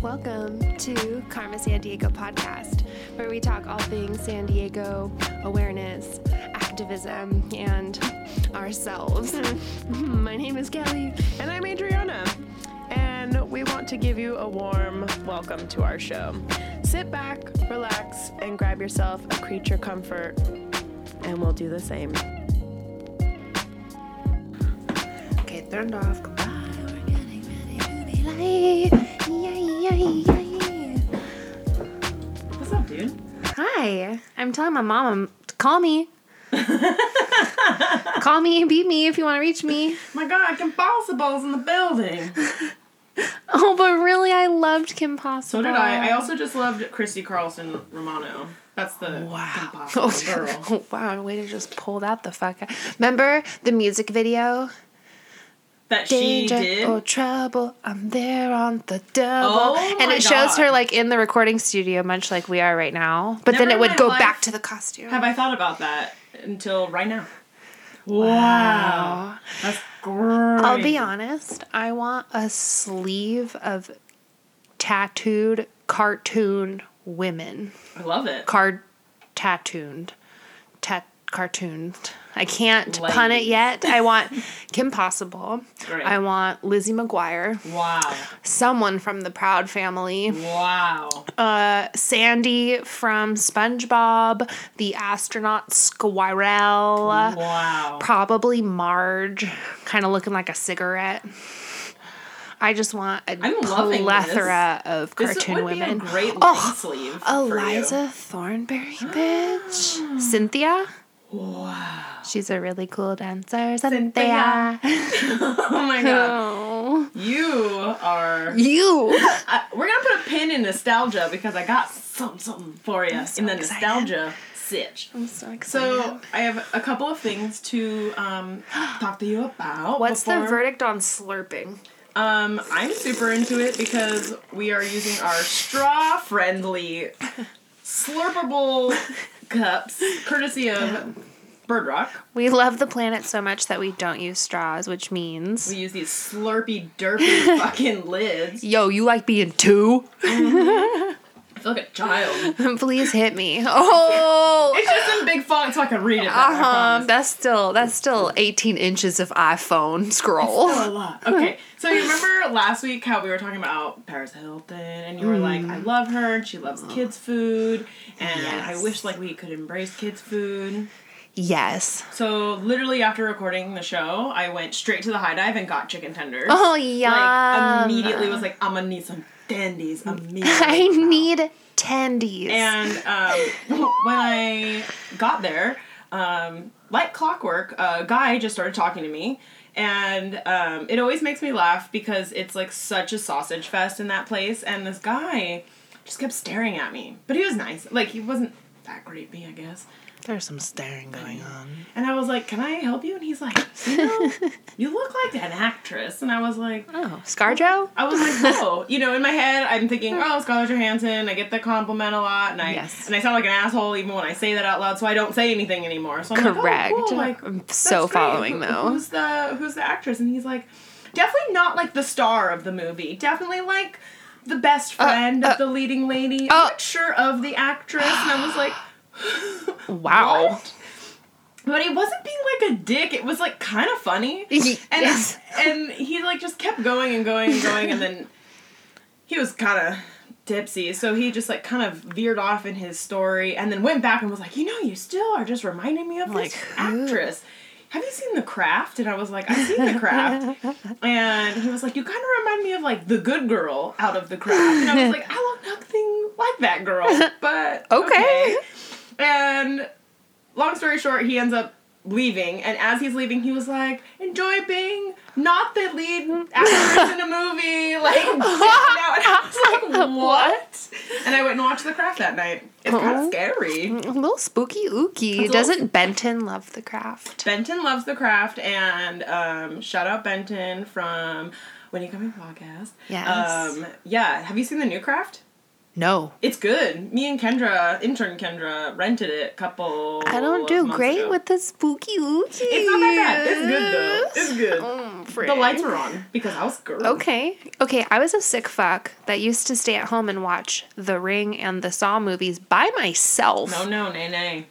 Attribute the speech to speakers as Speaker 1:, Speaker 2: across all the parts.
Speaker 1: Welcome to Karma San Diego podcast, where we talk all things San Diego awareness, activism, and ourselves. My name is Kelly.
Speaker 2: And I'm Adriana. And we want to give you a warm welcome to our show. Sit back, relax, and grab yourself a creature comfort, and we'll do the same. Okay, turned off. What's up, dude?
Speaker 1: Hi, I'm telling my mom, call me. call me and beat me if you want to reach me.
Speaker 2: My god, I can bounce the balls in the building.
Speaker 1: Oh, but really, I loved Kim Possible.
Speaker 2: So did I. I also just loved Christy Carlson Romano. That's the wow. girl.
Speaker 1: Oh, wow, way to just pull that the fuck out. Remember the music video?
Speaker 2: That
Speaker 1: Danger
Speaker 2: she did.
Speaker 1: or trouble, I'm there on the double.
Speaker 2: Oh
Speaker 1: and
Speaker 2: my
Speaker 1: it shows her
Speaker 2: God.
Speaker 1: like in the recording studio, much like we are right now. But then
Speaker 2: Never
Speaker 1: it
Speaker 2: in
Speaker 1: would
Speaker 2: my
Speaker 1: go
Speaker 2: life
Speaker 1: back to the costume.
Speaker 2: Have I thought about that until right now? Wow. That's great.
Speaker 1: I'll be honest, I want a sleeve of tattooed cartoon women.
Speaker 2: I love it.
Speaker 1: Card tattooed. Tat cartooned. I can't pun it
Speaker 2: Ladies.
Speaker 1: yet. I want Kim Possible.
Speaker 2: Great.
Speaker 1: I want Lizzie McGuire.
Speaker 2: Wow.
Speaker 1: Someone from the Proud Family.
Speaker 2: Wow.
Speaker 1: uh, Sandy from SpongeBob, the astronaut
Speaker 2: Uh,
Speaker 1: Squirrel,
Speaker 2: Wow.
Speaker 1: probably Marge, kind of looking like a cigarette. I just want a
Speaker 2: I'm loving
Speaker 1: plethora of
Speaker 2: This
Speaker 1: cartoon
Speaker 2: would
Speaker 1: women.
Speaker 2: be a great long
Speaker 1: Oh,
Speaker 2: sleeve. for you.
Speaker 1: Eliza Thornberry,
Speaker 2: Ah.
Speaker 1: bitch. Cynthia.
Speaker 2: Wow.
Speaker 1: She's a really cool dancer. Cynthia.
Speaker 2: Cynthia. Oh my god.
Speaker 1: Oh.
Speaker 2: You are.
Speaker 1: You.
Speaker 2: I, we're gonna put a pin in nostalgia because I got something, something for you in the
Speaker 1: excited.
Speaker 2: nostalgia sitch.
Speaker 1: I'm so excited.
Speaker 2: So I have a couple of things to um, talk to you about.
Speaker 1: What's the
Speaker 2: before-
Speaker 1: verdict on slurping?
Speaker 2: Um, I'm super into it because we are using our straw-friendly, slurpable cups, courtesy of Bird Rock.
Speaker 1: We love the planet so much that we don't use straws, which means.
Speaker 2: We use these slurpy derpy fucking lids.
Speaker 1: Yo, you like being two?
Speaker 2: I feel like a child.
Speaker 1: Please hit me. Oh!
Speaker 2: It's just in big font so I can read it. better, I
Speaker 1: Uh huh.
Speaker 2: promise.
Speaker 1: That's still that's still 18 inches of iPhone scroll.
Speaker 2: a lot. Okay, so you remember last week how we were talking about Paris Hilton, and you were like, "I love her, and she loves kids' food, and
Speaker 1: Yes.
Speaker 2: I wish like we could embrace kids' food."
Speaker 1: Yes.
Speaker 2: So literally after recording the show, I went straight to the high dive and got chicken tenders.
Speaker 1: Oh yeah.
Speaker 2: Like immediately was like, "I'm gonna need some dandies immediately."
Speaker 1: I need tendies.
Speaker 2: uh, And um, when I got there, um, like clockwork, a guy just started talking to me. And um, it always makes me laugh because it's like such a sausage fest in that place. And this guy just kept staring at me. But he was nice. Like, he wasn't that creepy, I guess.
Speaker 1: There's some staring going on.
Speaker 2: And I was like, Can I help you? And he's like, You know, you look like an actress. And I was like,
Speaker 1: Oh, ScarJo?
Speaker 2: I was like, oh, you know, in my head, I'm thinking, oh, Scarlett Johansson. I get the compliment a lot, and I
Speaker 1: Yes.
Speaker 2: and I sound like an asshole even when I say that out loud, so I don't say anything anymore. So I'm Like,
Speaker 1: Correct.
Speaker 2: oh, cool. like,
Speaker 1: I'm
Speaker 2: that's
Speaker 1: so
Speaker 2: great.
Speaker 1: following,
Speaker 2: Who-
Speaker 1: though.
Speaker 2: Who's the Who's the actress? And he's like, definitely not like the star of the movie. Definitely like the best friend
Speaker 1: uh,
Speaker 2: of the leading lady.
Speaker 1: oh.
Speaker 2: I'm not sure of the actress, and I was like,
Speaker 1: Wow.
Speaker 2: what? But it wasn't being like a dick. It was like kind of funny.
Speaker 1: Ye-
Speaker 2: And
Speaker 1: yes.
Speaker 2: and he like just kept going and going and going and then he was kind of tipsy, so he just like kind of veered off in his story and then went back and was like, "You know, you still are just reminding me of
Speaker 1: Like,
Speaker 2: this
Speaker 1: who?
Speaker 2: actress." Have you seen The Craft? And I was like, I've seen The Craft. and he was like, You kind of remind me of like the good girl out of The Craft. And I was like, I look nothing like that girl, but
Speaker 1: Okay.
Speaker 2: and long story short, he ends up leaving. And as he's leaving, he was like, "Enjoy being not the lead actress in a movie." Like, get out. And I was like, "What?" And I went and watched The Craft that night. It's kind
Speaker 3: Uh-huh.
Speaker 2: of
Speaker 1: Oh.
Speaker 2: scary.
Speaker 1: A little spooky ooky.
Speaker 2: little-
Speaker 1: Doesn't Benton love the craft?
Speaker 2: Benton loves The Craft, and um, shout out Benton from When You Come In podcast.
Speaker 1: Yes.
Speaker 2: Um, yeah. Have you seen the new Craft?
Speaker 3: No.
Speaker 2: It's good. Me and Kendra, intern Kendra, rented it a couple.
Speaker 3: I don't
Speaker 2: of
Speaker 3: do
Speaker 2: months
Speaker 3: great
Speaker 2: ago.
Speaker 3: with the spooky ookie.
Speaker 2: Oh, It's not that bad. It's good though. It's good.
Speaker 3: Mm,
Speaker 2: the
Speaker 3: frick.
Speaker 2: lights were on because I was girl.
Speaker 3: Okay.
Speaker 1: Okay, I was a sick fuck that used to stay at home and watch The Ring and the Saw movies by myself.
Speaker 2: No, no, nay, nay.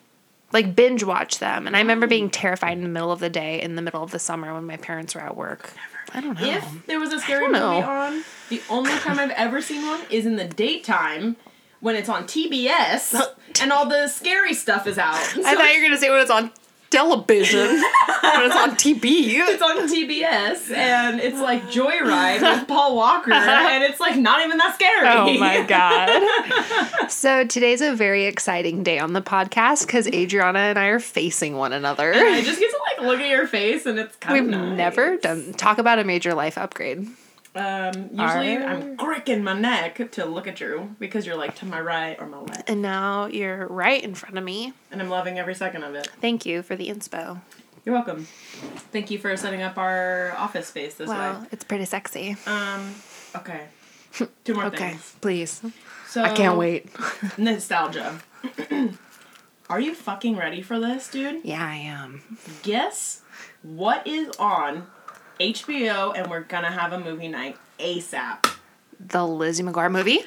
Speaker 1: Like binge watch them. And I remember being terrified in the middle of the day, in the middle of the summer when my parents were at work. I don't know.
Speaker 2: If there was a scary
Speaker 1: don't
Speaker 2: movie
Speaker 1: know.
Speaker 2: on, the only time I've ever seen one is in the daytime when it's on TBS and all the scary stuff is out.
Speaker 1: I thought you were gonna say when it's on television, when it's on TV.
Speaker 2: it's on TBS and it's like Joyride with Paul Walker and it's like not even that scary.
Speaker 1: Oh my god! so today's a very exciting day on the podcast because Adriana and I are facing one another.
Speaker 2: I just get to like look at your face and it's kind
Speaker 1: We've
Speaker 2: of nice.
Speaker 1: never done talk about a major life upgrade.
Speaker 2: Um, usually
Speaker 1: Are-
Speaker 2: I'm cricking my neck to look at you because you're like to my right or my left,
Speaker 1: And now you're right in front of me.
Speaker 2: and I'm loving every second of it.
Speaker 1: Thank you for the inspo.
Speaker 2: You're welcome. Thank you for setting up our office space this
Speaker 1: Wow,
Speaker 2: way.
Speaker 1: it's pretty sexy.
Speaker 2: Um, okay. Two more
Speaker 1: Okay,
Speaker 2: things.
Speaker 1: please. Um,
Speaker 2: So
Speaker 1: I can't wait.
Speaker 2: Nostalgia. Are you fucking ready for this, dude?
Speaker 1: Yeah, I am.
Speaker 2: Guess what is on HBO, and we're gonna have a movie night ASAP.
Speaker 1: The Lizzie McGuire movie.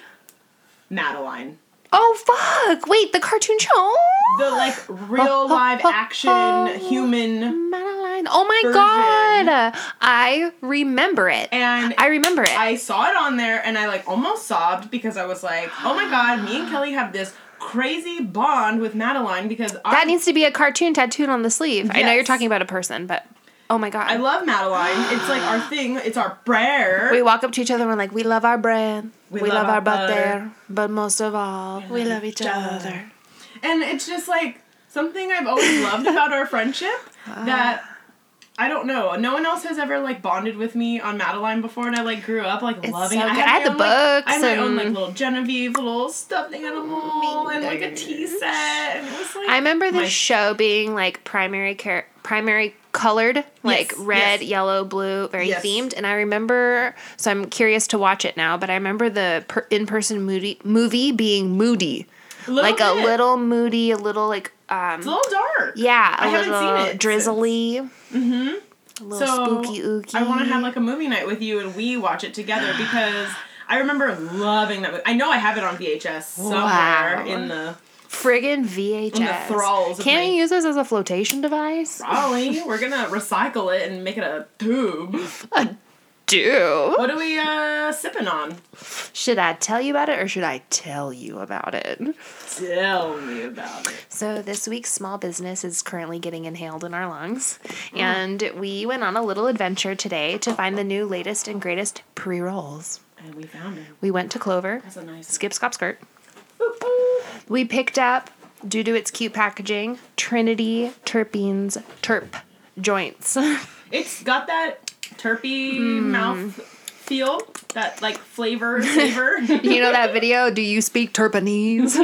Speaker 2: Madeline.
Speaker 1: Oh fuck! Wait, the cartoon show.
Speaker 2: The like real live action human
Speaker 1: Madeline. Oh my
Speaker 2: Version.
Speaker 1: god! I remember it.
Speaker 2: and
Speaker 1: I remember it.
Speaker 2: I saw it on there and I like almost sobbed because I was like, oh my god, me and Kelly have this crazy bond with Madeline because I,
Speaker 1: that needs to be a cartoon tattooed on the sleeve. I know you're
Speaker 2: Yes.
Speaker 1: talking about a person, but oh my god.
Speaker 2: I love Madeline. It's like our thing, it's our prayer.
Speaker 1: we walk up to each other and we're like, we love our brand. We, love, our butt there. But most of all, we, love each other.
Speaker 2: And it's just like something I've always loved about our friendship that I don't know. No one else has ever like bonded with me on Madeline before, and I like grew up like loving.
Speaker 1: so
Speaker 2: it.
Speaker 1: good. I had
Speaker 2: my
Speaker 1: the
Speaker 2: own, like- I
Speaker 1: books
Speaker 2: had my own like
Speaker 1: and- Oh,
Speaker 2: little Genevieve, little stuffed animal, and like a tea set, and it was like
Speaker 1: I remember this
Speaker 2: my
Speaker 1: show being like primary care, primary colored, like
Speaker 2: Yes,
Speaker 1: red,
Speaker 2: yes.
Speaker 1: yellow, blue, very
Speaker 2: Yes.
Speaker 1: themed. And I remember, so I'm curious to watch it now. But I remember the per- in-person moody movie being moody,
Speaker 2: little
Speaker 1: like a
Speaker 2: bit.
Speaker 1: little moody, a little like um,
Speaker 2: It's a little dark.
Speaker 1: yeah, a
Speaker 2: I haven't
Speaker 1: little
Speaker 2: seen it since.
Speaker 1: drizzly, mm-hmm, a little
Speaker 2: So
Speaker 1: spooky ooky.
Speaker 2: I want to have like a movie night with you, and we watch it together because I remember loving that. Movie. I know I have it on VHS somewhere
Speaker 1: Wow.
Speaker 2: in the
Speaker 1: friggin' VHS.
Speaker 2: thralls of
Speaker 1: Can
Speaker 2: my-
Speaker 1: you use this as a flotation device?
Speaker 2: Ollie, we're gonna recycle it and make it a tube.
Speaker 1: Do.
Speaker 2: What are we uh sipping on?
Speaker 1: Should I tell you about it or should I tell you about it?
Speaker 2: Tell me about it.
Speaker 1: So, this week's small business is currently getting inhaled in our lungs.
Speaker 2: Mm.
Speaker 1: And we went on a little adventure today to find the new, latest, and greatest pre rolls.
Speaker 2: And we found it.
Speaker 1: We went to Clover,
Speaker 2: That's a nice
Speaker 1: skip, scop, skirt.
Speaker 2: Boop, boop.
Speaker 1: We picked up, due to its cute packaging, Trinity Terpenes Terp joints.
Speaker 2: It's got that terpy
Speaker 1: Hmm.
Speaker 2: mouth feel, that like flavor savor.
Speaker 1: you know that video do you speak terpenese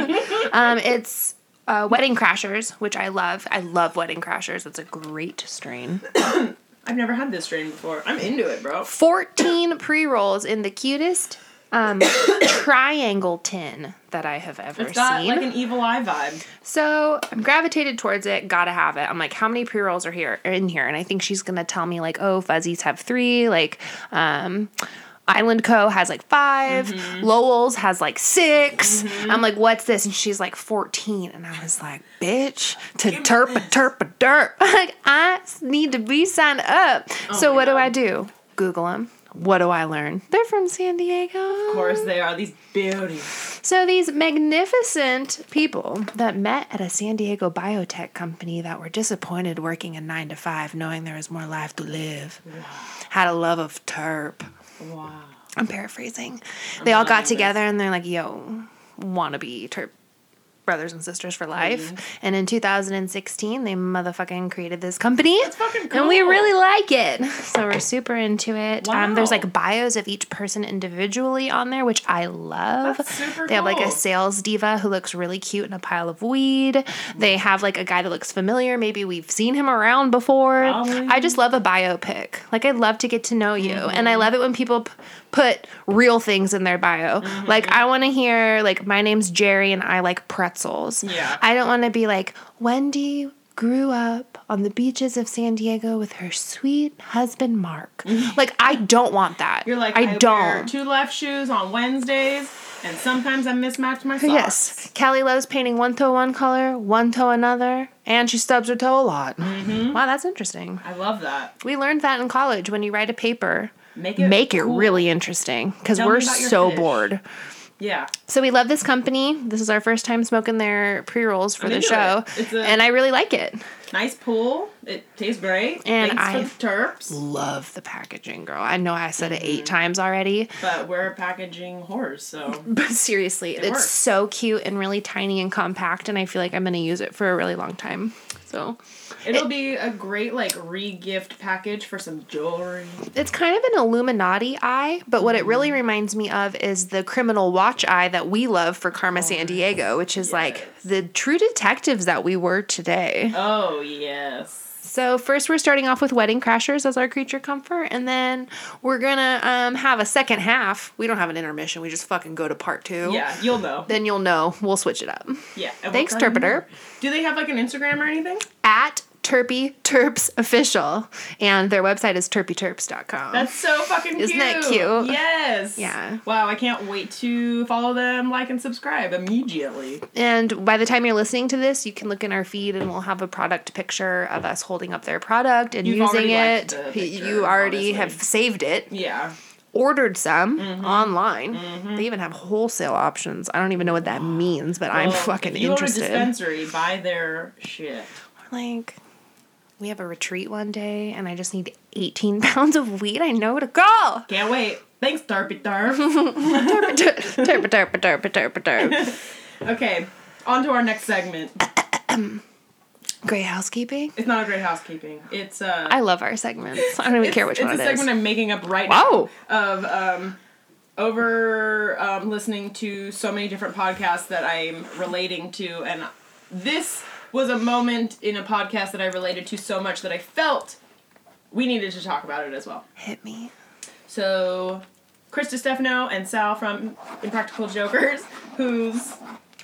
Speaker 1: um, it's uh, wedding crashers which i love i love wedding crashers it's a great strain
Speaker 2: I've never had this strain before. I'm into it, bro.
Speaker 1: 14 pre-rolls in the cutest um, triangle tin that i have ever
Speaker 2: It's got
Speaker 1: seen
Speaker 2: like an evil eye vibe.
Speaker 1: so i'm gravitated towards it gotta have it i'm like how many pre-rolls are here are in here and i think she's gonna tell me like oh fuzzies have three like um Island Co. has like 5
Speaker 2: Mm-hmm.
Speaker 1: Lowell's has like 6 i I'm like, what's this? And she's like, 14. And I was like, bitch, to terp a terp a derp. Like, I s- need to be signed up. so,
Speaker 2: Oh my
Speaker 1: what do
Speaker 2: God.
Speaker 1: I do? Google them. What do I learn? They're from San Diego.
Speaker 2: Of course, they are these beauties.
Speaker 1: So these magnificent people that met at a San Diego biotech company that were disappointed working a nine to five, knowing there was more life to live, had a love of terp.
Speaker 2: Wow.
Speaker 1: I'm paraphrasing. they all got
Speaker 2: loving
Speaker 1: together and they're like, yo, wanna be terp brothers and sisters for life. And in 2016, they motherfucking created this company.
Speaker 2: fucking
Speaker 1: And we
Speaker 2: cool.
Speaker 1: really like it. So we're super into it. Um, there's
Speaker 2: Wow.
Speaker 1: like bios of each person individually on there, which I love.
Speaker 2: That's super
Speaker 1: they have like a
Speaker 2: cool.
Speaker 1: sales diva who looks really cute in a pile of weed. They have like a guy that looks familiar. Maybe we've seen him around before.
Speaker 2: Probably. Mm-hmm.
Speaker 1: I just love a biopic. Like I love to get to know you, and I love it when people p- put real things in their bio.
Speaker 2: Mm-hmm.
Speaker 1: Like I want to hear like my name's Jerry and I like pretzels.
Speaker 2: Yeah.
Speaker 1: I don't want to be like Wendy grew up on the beaches of San Diego with her sweet husband Mark. like I don't want that.
Speaker 2: You're like,
Speaker 1: I, don't.
Speaker 2: wear two left shoes on Wednesdays, and sometimes I mismatch my socks.
Speaker 1: Yes. Callie loves painting one toe one color, one toe another, and she stubs her toe a lot.
Speaker 2: Mm-hmm.
Speaker 1: Wow, that's interesting.
Speaker 2: I love that.
Speaker 1: We learned that in college when you write a paper.
Speaker 2: Make it
Speaker 1: Make it
Speaker 2: cool.
Speaker 1: really interesting because
Speaker 2: Tell me
Speaker 1: we're
Speaker 2: about your
Speaker 1: so
Speaker 2: fish.
Speaker 1: bored.
Speaker 2: Yeah.
Speaker 1: So we love this company. This is our first time smoking their pre rolls for
Speaker 2: I'm
Speaker 1: the
Speaker 2: into
Speaker 1: show,
Speaker 2: Oh, it. It's a-
Speaker 1: and I really like it.
Speaker 2: Nice pool. It tastes great.
Speaker 1: And
Speaker 2: Thanks
Speaker 1: I-
Speaker 2: for the terps.
Speaker 1: Love the packaging, girl. I know I said it
Speaker 2: Mm-hmm.
Speaker 1: eight times already,
Speaker 2: But we're packaging whores, so
Speaker 1: but seriously, it's
Speaker 2: works.
Speaker 1: so cute and really tiny and compact, and I feel like I'm gonna use it for a really long time. So
Speaker 2: it'll be a great like re-gift package for some jewelry.
Speaker 1: it's kind of an Illuminati eye, but what it
Speaker 2: Mm-hmm.
Speaker 1: really reminds me of is the criminal watch eye that we love for Karma
Speaker 2: Oh,
Speaker 1: San Diego, which is like the true detectives that we were today.
Speaker 2: Oh yes.
Speaker 1: So first we're starting off with Wedding Crashers as our creature comfort, and then we're gonna um, have a second half. We don't have an intermission. We just fucking go to part two.
Speaker 2: Yeah, you'll know.
Speaker 1: Then you'll know. We'll switch it up.
Speaker 2: Yeah. and we'll
Speaker 1: Thanks,
Speaker 2: tell you
Speaker 1: Terpiter.
Speaker 2: more. Do they have like an Instagram or anything?
Speaker 1: At Terpy Terps Official, and their website is terpyterps.com.
Speaker 2: That's so fucking cute.
Speaker 1: Isn't that cute?
Speaker 2: Yes.
Speaker 1: Yeah.
Speaker 2: Wow, I can't wait to follow them, like, and subscribe immediately.
Speaker 1: And by the time you're listening to this, you can look in our feed and we'll have a product picture of us holding up their product and
Speaker 2: You've
Speaker 1: using
Speaker 2: already
Speaker 1: it.
Speaker 2: liked the picture,
Speaker 1: you already
Speaker 2: honestly.
Speaker 1: have saved it,
Speaker 2: Yeah.
Speaker 1: ordered some
Speaker 2: Mm-hmm.
Speaker 1: online. They even have wholesale options. I don't even know what that means, but I'm
Speaker 2: Well,
Speaker 1: fucking
Speaker 2: if Oh, you
Speaker 1: interested.
Speaker 2: Own a dispensary, buy their shit.
Speaker 1: like, we have a retreat one day and I just need 18 pounds of weed. I know where to go.
Speaker 2: Can't wait. Thanks, Darpy Darp.
Speaker 1: Derp, derp, derp, derp, derp, derp.
Speaker 2: okay, on to our next segment.
Speaker 1: Great housekeeping.
Speaker 2: It's not a great housekeeping. It's uh.
Speaker 1: I love our segments. I don't even
Speaker 2: it's,
Speaker 1: care which
Speaker 2: it's
Speaker 1: one
Speaker 2: a
Speaker 1: it is.
Speaker 2: segment I'm making up right
Speaker 1: Wow.
Speaker 2: now of um, over um, listening to so many different podcasts that I'm relating to, and this was a moment in a podcast that I related to so much that I felt we needed to talk about it as well.
Speaker 1: Hit me.
Speaker 2: So, Chris Stefano and Sal from Impractical Jokers, who's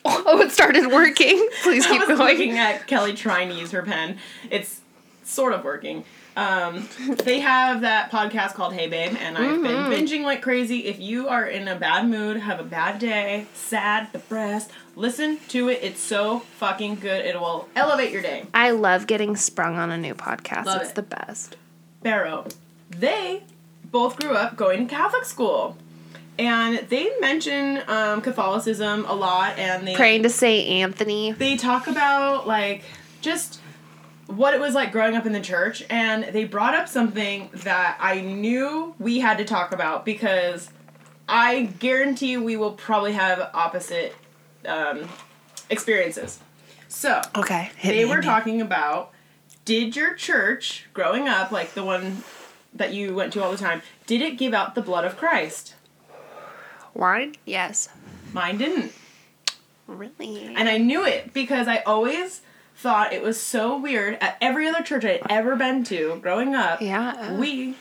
Speaker 1: Oh, it started working. Please
Speaker 2: I
Speaker 1: keep
Speaker 2: was
Speaker 1: going.
Speaker 2: looking at Kelly trying to use her pen. It's sort of working. Um, they have that podcast called Hey Babe, and I've
Speaker 1: Mm-hmm.
Speaker 2: been binging like crazy. If you are in a bad mood, have a bad day, sad, depressed, listen to it. It's so fucking good. It will elevate your day.
Speaker 1: I love getting sprung on a new podcast.
Speaker 2: Love
Speaker 1: it's
Speaker 2: it.
Speaker 1: the best.
Speaker 2: Barrow. They both grew up going to Catholic school. And they mention um, Catholicism a lot, and they
Speaker 1: Praying to Saint Anthony.
Speaker 2: they talk about like just what it was like growing up in the church and they brought up something that I knew we had to talk about because I guarantee we will probably have opposite um, experiences. So,
Speaker 1: Okay. Hit
Speaker 2: they were talking about did your church growing up, like the one that you went to all the time, did it give out the blood of Christ?
Speaker 1: wine. Yes.
Speaker 2: Mine didn't.
Speaker 1: Really.
Speaker 2: And I knew it because I always thought it was so weird at every other church I'd ever been to growing up.
Speaker 1: Yeah.
Speaker 2: We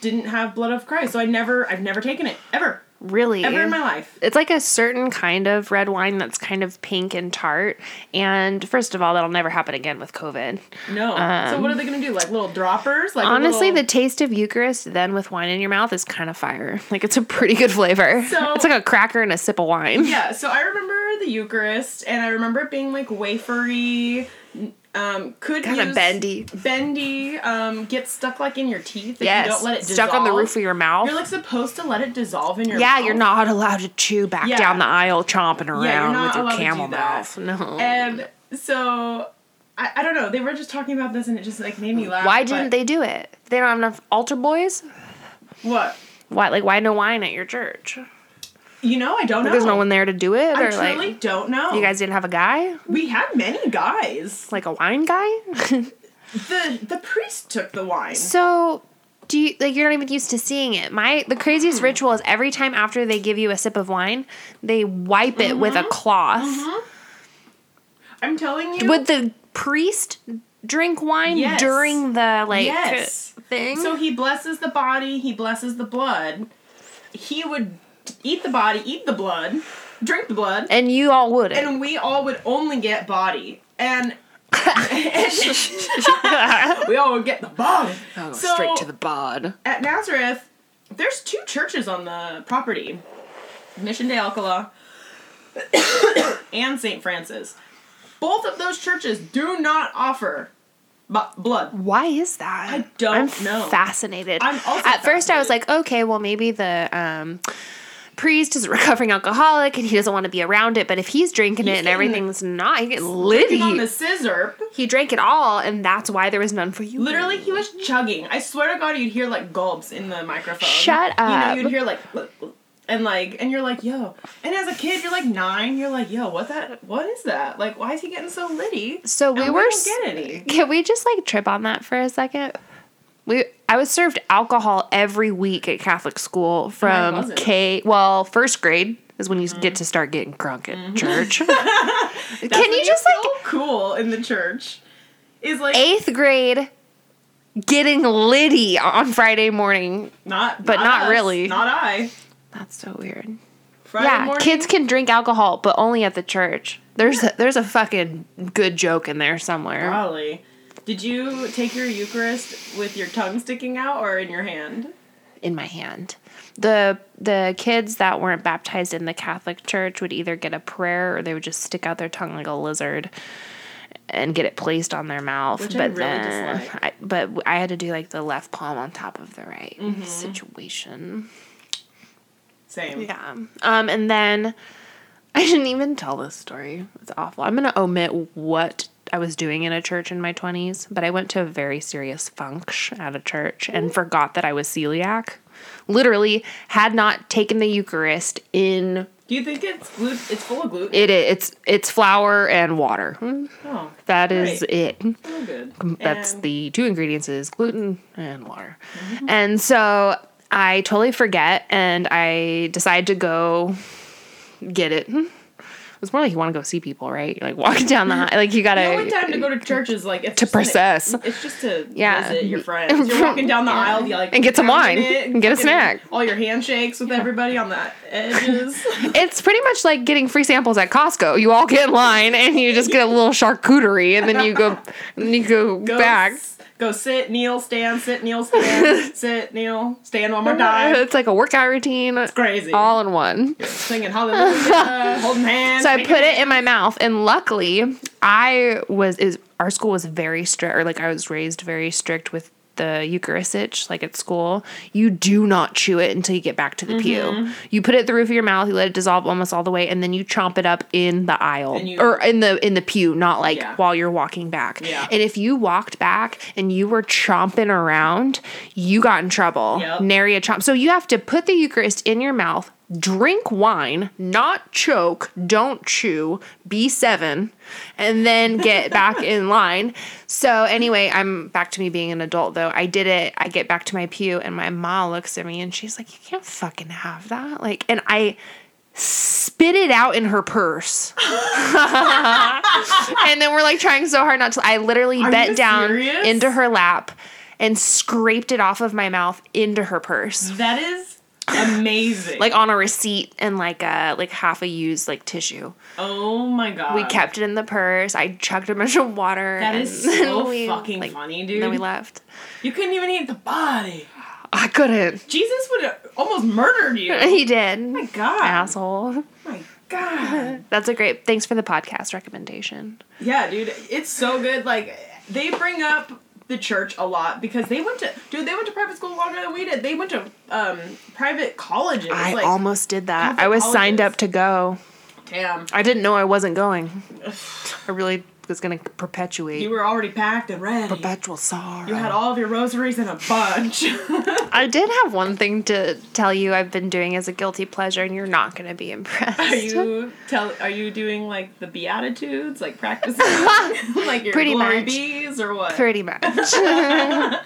Speaker 2: didn't have blood of Christ. So I never I've never taken it. Ever.
Speaker 1: really.
Speaker 2: Ever in my life.
Speaker 1: It's like a certain kind of red wine that's kind of pink and tart. And first of all, that'll never happen again with COVID.
Speaker 2: No. so what are they gonna do? Like little droppers? Like a
Speaker 1: Honestly,
Speaker 2: little-
Speaker 1: the taste of Eucharist then with wine in your mouth is kind of fire. Like it's a pretty good flavor.
Speaker 2: So-
Speaker 1: it's like a cracker and a sip of wine.
Speaker 2: Yeah, so I remember the Eucharist and I remember it being like wafery. Um, could
Speaker 1: Kinda
Speaker 2: use-
Speaker 1: bendy.
Speaker 2: bendy, um, get stuck like in your teeth if
Speaker 1: Yes.
Speaker 2: you don't let it
Speaker 1: Stuck on the
Speaker 2: dissolve.
Speaker 1: roof of your mouth.
Speaker 2: You're like supposed to let it dissolve in your
Speaker 1: Yeah,
Speaker 2: mouth.
Speaker 1: you're not allowed to chew back
Speaker 2: Yeah.
Speaker 1: down the aisle, chomping around
Speaker 2: Yeah, you're not
Speaker 1: with your
Speaker 2: allowed to do
Speaker 1: camel
Speaker 2: that.
Speaker 1: mouth. No.
Speaker 2: And so I, I don't know. They were just talking about this, and it just like made me laugh.
Speaker 1: why
Speaker 2: but-
Speaker 1: didn't they do it? They don't have enough altar boys.
Speaker 2: What
Speaker 1: Why, like, why no wine at your church?
Speaker 2: you know? I don't know.
Speaker 1: There's no one there to do it,
Speaker 2: I
Speaker 1: or like,
Speaker 2: truly don't know.
Speaker 1: you guys didn't have a guy,
Speaker 2: we had many guys.
Speaker 1: like a wine guy.
Speaker 2: The the priest took the wine.
Speaker 1: so, do you like you're not even used to seeing it? My the craziest ritual is every time after they give you a sip of wine, they wipe it with a cloth.
Speaker 2: I'm telling you.
Speaker 1: Would the priest drink wine
Speaker 2: Yes.
Speaker 1: during the like
Speaker 2: Yes.
Speaker 1: thing?
Speaker 2: so he blesses the body. He blesses the blood. he would eat the body, eat the blood, drink the blood,
Speaker 4: And you all wouldn't.
Speaker 2: and we all would only get body. And we all would get the body.
Speaker 4: oh,
Speaker 2: So-
Speaker 4: straight to the bod.
Speaker 2: At Nazareth, there's two churches on the property Mission de Alcala and St. Francis. Both of those churches do not offer bu- blood.
Speaker 1: Why is that?
Speaker 2: I don't
Speaker 1: I'm
Speaker 2: know.
Speaker 1: Fascinated.
Speaker 2: I'm also
Speaker 1: At first, I was
Speaker 2: fascinated.
Speaker 1: like, okay, well, maybe the um, priest is a recovering alcoholic and he doesn't want to be around it. But if he's drinking
Speaker 2: He's
Speaker 1: it and
Speaker 2: getting
Speaker 1: everything's not, he getting
Speaker 2: Picking on the
Speaker 1: litty.
Speaker 2: scissor,
Speaker 1: He drank it all, and that's why there was none for you.
Speaker 2: literally he was chugging. I swear to God, you'd hear like gulps in the microphone.
Speaker 1: Shut up.
Speaker 2: You know, you'd hear like, and like, and you're like, yo. And as a kid, you're like nine. You're like, yo, what that? What is that? Like, why is he getting so litty?
Speaker 1: So we
Speaker 2: And
Speaker 1: were.
Speaker 2: don't
Speaker 1: s-
Speaker 2: get any.
Speaker 1: Can we just like trip on that for a second? We I was served alcohol every week at Catholic school from
Speaker 2: wasn't.
Speaker 1: K. Well, first grade is when you get to start getting drunk at church.
Speaker 2: Mm-hmm. That's
Speaker 1: can
Speaker 2: what
Speaker 1: you just
Speaker 2: feel
Speaker 1: like
Speaker 2: cool in the church? Is like
Speaker 1: eighth grade getting litty on Friday morning.
Speaker 2: not,
Speaker 1: but not
Speaker 2: us,
Speaker 1: really.
Speaker 2: Not I.
Speaker 1: That's so weird.
Speaker 2: Friday
Speaker 1: yeah,
Speaker 2: morning,
Speaker 1: kids can drink alcohol, but only at the church. There's a, there's a fucking good joke in there somewhere.
Speaker 2: Probably. Did you take your Eucharist with your tongue sticking out or in your hand?
Speaker 1: in my hand. The the kids that weren't baptized in the Catholic Church would either get a prayer or they would just stick out their tongue like a lizard and get it placed on their mouth.
Speaker 2: Which I
Speaker 1: but
Speaker 2: really
Speaker 1: then,
Speaker 2: dislike.
Speaker 1: I, but w- I had to do like the left palm on top of the right
Speaker 2: Mm-hmm.
Speaker 1: situation.
Speaker 2: Same.
Speaker 1: Yeah. Um, and then I didn't even tell this story. It's awful. I'm gonna omit what. I was doing in a church in my 20s, but I went to a very serious function at a church and forgot that I was celiac. Literally had not taken the Eucharist in
Speaker 2: Do you think it's gluten? It's full of gluten.
Speaker 1: it it's it's flour and water.
Speaker 2: oh,
Speaker 1: That is
Speaker 2: Right.
Speaker 1: it.
Speaker 2: so good.
Speaker 1: That's
Speaker 2: And-
Speaker 1: the two ingredients is gluten and water. And so I totally forget and I decide to go get it. Hmm. It's more like you want to go see people, right? You're like walking down the high, like you gotta
Speaker 2: The only time to go to church is like it's
Speaker 1: to
Speaker 2: just an- e,
Speaker 1: process.
Speaker 2: it's just to
Speaker 1: Yeah.
Speaker 2: visit your friends. You're walking down the aisle, you like
Speaker 1: And get some wine.
Speaker 2: pounding it,
Speaker 1: And get a
Speaker 2: fucking
Speaker 1: snack.
Speaker 2: All your handshakes with everybody on the edges.
Speaker 1: It's pretty much like getting free samples at Costco. You all get in line and you just get a little charcuterie and then you go and then you go,
Speaker 2: Go
Speaker 1: back.
Speaker 2: s- Go sit, kneel, stand, sit, kneel, stand, sit, kneel, stand one more time.
Speaker 1: It's like a workout routine
Speaker 2: Crazy.
Speaker 1: all in one.
Speaker 2: Singing hallelujah, holding hands.
Speaker 1: So I
Speaker 2: making
Speaker 1: put it in my mouth, and luckily, I was is our school was very strict, or like I was raised very strict with the Eucharist, like at school. You do not chew it until you get back to the
Speaker 2: Mm-hmm.
Speaker 1: pew. You put it through of your mouth, you let it dissolve almost all the way, and then you chomp it up in the aisle
Speaker 2: you-
Speaker 1: or in the in the pew, not like
Speaker 2: Yeah.
Speaker 1: while you're walking back.
Speaker 2: Yeah.
Speaker 1: And if you walked back and you were chomping around, you got in trouble.
Speaker 2: Yep.
Speaker 1: Nary a chomp. So you have to put the Eucharist in your mouth, drink wine, not choke, don't chew, B7, and then get back in line. So anyway, I'm back to me being an adult though. I did it. I get back to my pew and my ma looks at me and she's like, You can't fucking have that. Like, and I spit it out in her purse. and then we're like trying so hard not to. I literally
Speaker 2: Are you
Speaker 1: bent down
Speaker 2: serious?
Speaker 1: into her lap and scraped it off of my mouth into her purse,
Speaker 2: That is amazing.
Speaker 1: like on a receipt and like a like half a used like tissue.
Speaker 2: oh my god.
Speaker 1: We kept it in the purse. I chugged a bunch of water.
Speaker 2: That
Speaker 1: and
Speaker 2: is
Speaker 1: then
Speaker 2: so fucking funny,
Speaker 1: And then we
Speaker 2: dude.
Speaker 1: left.
Speaker 2: You couldn't even eat the body.
Speaker 1: I couldn't.
Speaker 2: Jesus would have almost murdered you.
Speaker 1: He did.
Speaker 2: Oh my god.
Speaker 1: Asshole.
Speaker 2: My god.
Speaker 1: That's a great. Thanks for the podcast recommendation.
Speaker 2: Yeah, dude, it's so good. Like they bring up the church a lot because they went to dude, they went to private school longer than we did. They went to um private colleges.
Speaker 1: I
Speaker 2: like,
Speaker 1: almost did that. I
Speaker 2: Catholic
Speaker 1: was signed
Speaker 2: colleges.
Speaker 1: up to go.
Speaker 2: damn.
Speaker 1: I didn't know I wasn't going. I really was going to perpetuate
Speaker 2: You were already packed and ready.
Speaker 1: perpetual sorrow.
Speaker 2: You had all of your rosaries in a bunch.
Speaker 1: I did have one thing to tell you I've been doing as a guilty pleasure, and you're not going to be impressed.
Speaker 2: are you tell are you doing like the beatitudes, like practicing like your
Speaker 1: Pretty
Speaker 2: glory
Speaker 1: much.
Speaker 2: bees or what?
Speaker 1: Pretty much.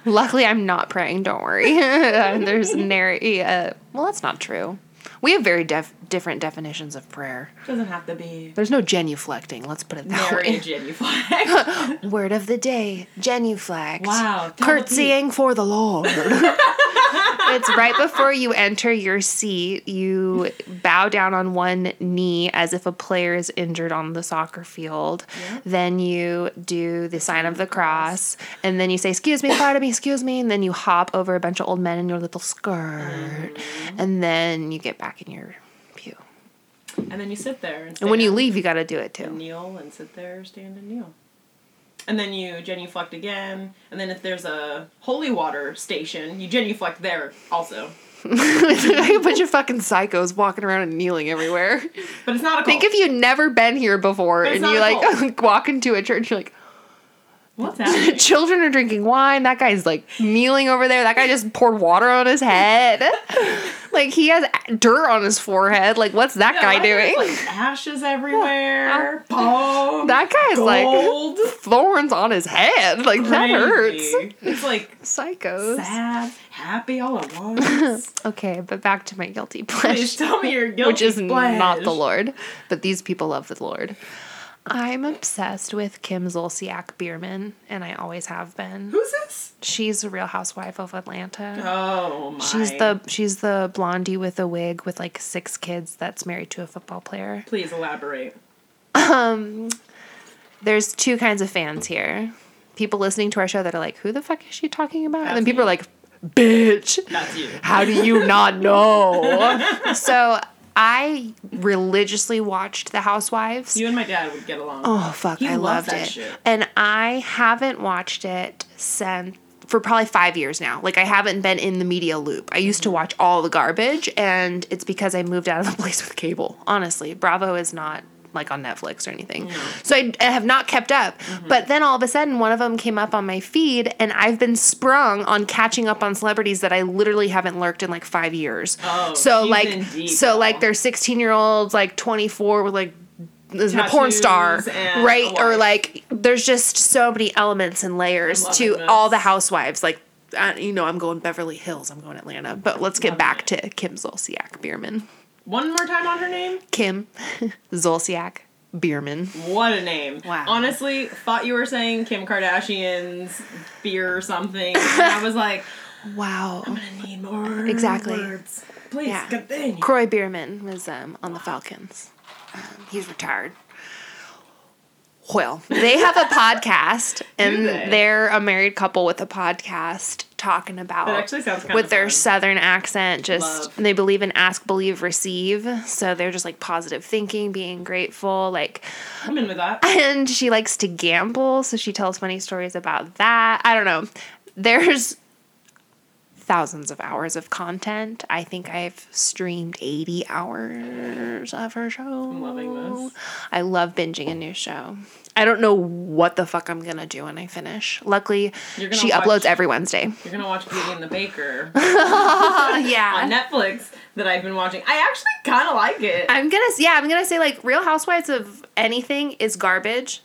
Speaker 1: Luckily, I'm not praying, don't worry. There's nary. Uh, well, that's not true. We have very def- different definitions of prayer.
Speaker 2: Doesn't have to be
Speaker 1: There's no genuflecting, let's put it that
Speaker 2: Mary
Speaker 1: way.
Speaker 2: genuflect.
Speaker 1: Word of the day genuflect.
Speaker 2: Wow, tell the
Speaker 1: Curtsying for the Lord. It's right before you enter your seat. You bow down on one knee as if a player is injured on the soccer field. Then you do the sign of the cross, and then you say, "Excuse me, pardon me, excuse me," and then you hop over a bunch of old men in your little skirt,
Speaker 2: Uh-huh.
Speaker 1: and then you get back in your pew.
Speaker 2: And then you sit there. And,
Speaker 1: And when you
Speaker 2: stand
Speaker 1: leave, you got to do it
Speaker 2: and
Speaker 1: too.
Speaker 2: kneel and sit there, stand and kneel. And then you genuflect again. And then if there's a holy water station, you genuflect there also.
Speaker 1: a bunch of fucking psychos walking around and kneeling everywhere.
Speaker 2: But it's not a cult.
Speaker 1: Think if you'd never been here before
Speaker 2: But it's
Speaker 1: and
Speaker 2: not
Speaker 1: you
Speaker 2: a
Speaker 1: like walk into a church, you're like,
Speaker 2: What's happening?
Speaker 1: children are drinking wine. That guy's like kneeling over there. That guy just poured water on his head. like he has dirt on his forehead. Like what's that guy
Speaker 2: Yeah, there's,
Speaker 1: doing?
Speaker 2: Like ashes everywhere. Palm.
Speaker 1: that guy's like
Speaker 2: gold.
Speaker 1: thorns on his head. Like that hurts.
Speaker 2: Crazy. It's like
Speaker 1: Psychos.
Speaker 2: sad, happy all at once.
Speaker 1: Okay, but back to my guilty
Speaker 2: Please
Speaker 1: pleasure,
Speaker 2: tell me you're guilty.
Speaker 1: which is
Speaker 2: pledge.
Speaker 1: not the Lord, but these people love the Lord. I'm obsessed with Kim Zolciak Bierman, and I always have been.
Speaker 2: Who's this?
Speaker 1: She's a Real Housewife of Atlanta.
Speaker 2: Oh my.
Speaker 1: She's the she's the blondie with a wig with like six kids that's married to a football player.
Speaker 2: Please elaborate.
Speaker 1: There's two kinds of fans here. People listening to our show that are like, "Who the fuck is she talking about?" And then people are like, "Bitch,
Speaker 2: That's you.
Speaker 1: how do you not know?" so I religiously watched The Housewives.
Speaker 2: You and my dad would get along.
Speaker 1: Oh fuck,
Speaker 2: He
Speaker 1: I loved
Speaker 2: loves that
Speaker 1: it.
Speaker 2: shit.
Speaker 1: And I haven't watched it since for probably 5 years now. Like I haven't been in the media loop. I used to
Speaker 2: Mm-hmm.
Speaker 1: watch all the garbage and it's because I moved out of the place with cable. Honestly, Bravo is not like on Netflix or anything.
Speaker 2: Mm-hmm.
Speaker 1: So I, I have not kept up. But then all of a sudden one of them came up on my feed and I've been sprung on catching up on celebrities that I literally haven't lurked in like 5 years.
Speaker 2: Oh,
Speaker 1: so
Speaker 2: she's
Speaker 1: like
Speaker 2: in deep,
Speaker 1: so like
Speaker 2: y'all.
Speaker 1: they're 16-year-olds like 24 with like is a porn
Speaker 2: Tattoos
Speaker 1: star,
Speaker 2: and
Speaker 1: right?
Speaker 2: a
Speaker 1: Or
Speaker 2: wife.
Speaker 1: like, there's just so many elements and layers
Speaker 2: I'm loving
Speaker 1: to
Speaker 2: this.
Speaker 1: all the housewives. Like, I, you know, I'm going Beverly Hills, I'm going Atlanta, but let's get back to Kim Zolciak Bierman.
Speaker 2: One more time on her name.
Speaker 1: Kim Zolciak Bierman.
Speaker 2: What a name.
Speaker 5: Wow.
Speaker 2: Honestly, thought you were saying Kim Kardashian's beer or something. And I was like,
Speaker 1: Wow.
Speaker 2: I need more.
Speaker 1: Exactly.
Speaker 2: Words. Please,
Speaker 1: Yeah.
Speaker 2: good thing.
Speaker 1: Croy Bierman was um, on the Falcons. Um, he's retired. Well, they have a podcast, and
Speaker 2: they?
Speaker 1: are a married couple with a podcast talking about
Speaker 2: That actually sounds kind
Speaker 1: with
Speaker 2: of
Speaker 1: their
Speaker 2: fun.
Speaker 1: southern accent. Just
Speaker 2: Love.
Speaker 1: they believe in ask, believe, receive. So they're just like positive thinking, being grateful, like
Speaker 2: I'm in with that.
Speaker 1: and she likes to gamble, so she tells funny stories about that. I don't know. There's thousands of hours of content. I think I've streamed 80 hours of her show. I'm
Speaker 2: loving this.
Speaker 1: I love binging a new show. I don't know what the fuck I'm going to do when I finish. Luckily,
Speaker 2: You're gonna
Speaker 1: she
Speaker 2: watch-
Speaker 1: uploads every Wednesday.
Speaker 2: You're gonna watch Beauty and the Baker on
Speaker 1: yeah.
Speaker 2: Netflix that I've been watching. I actually kind of like it.
Speaker 1: I'm going to yeah, I'm going to say like Real Housewives of anything is garbage.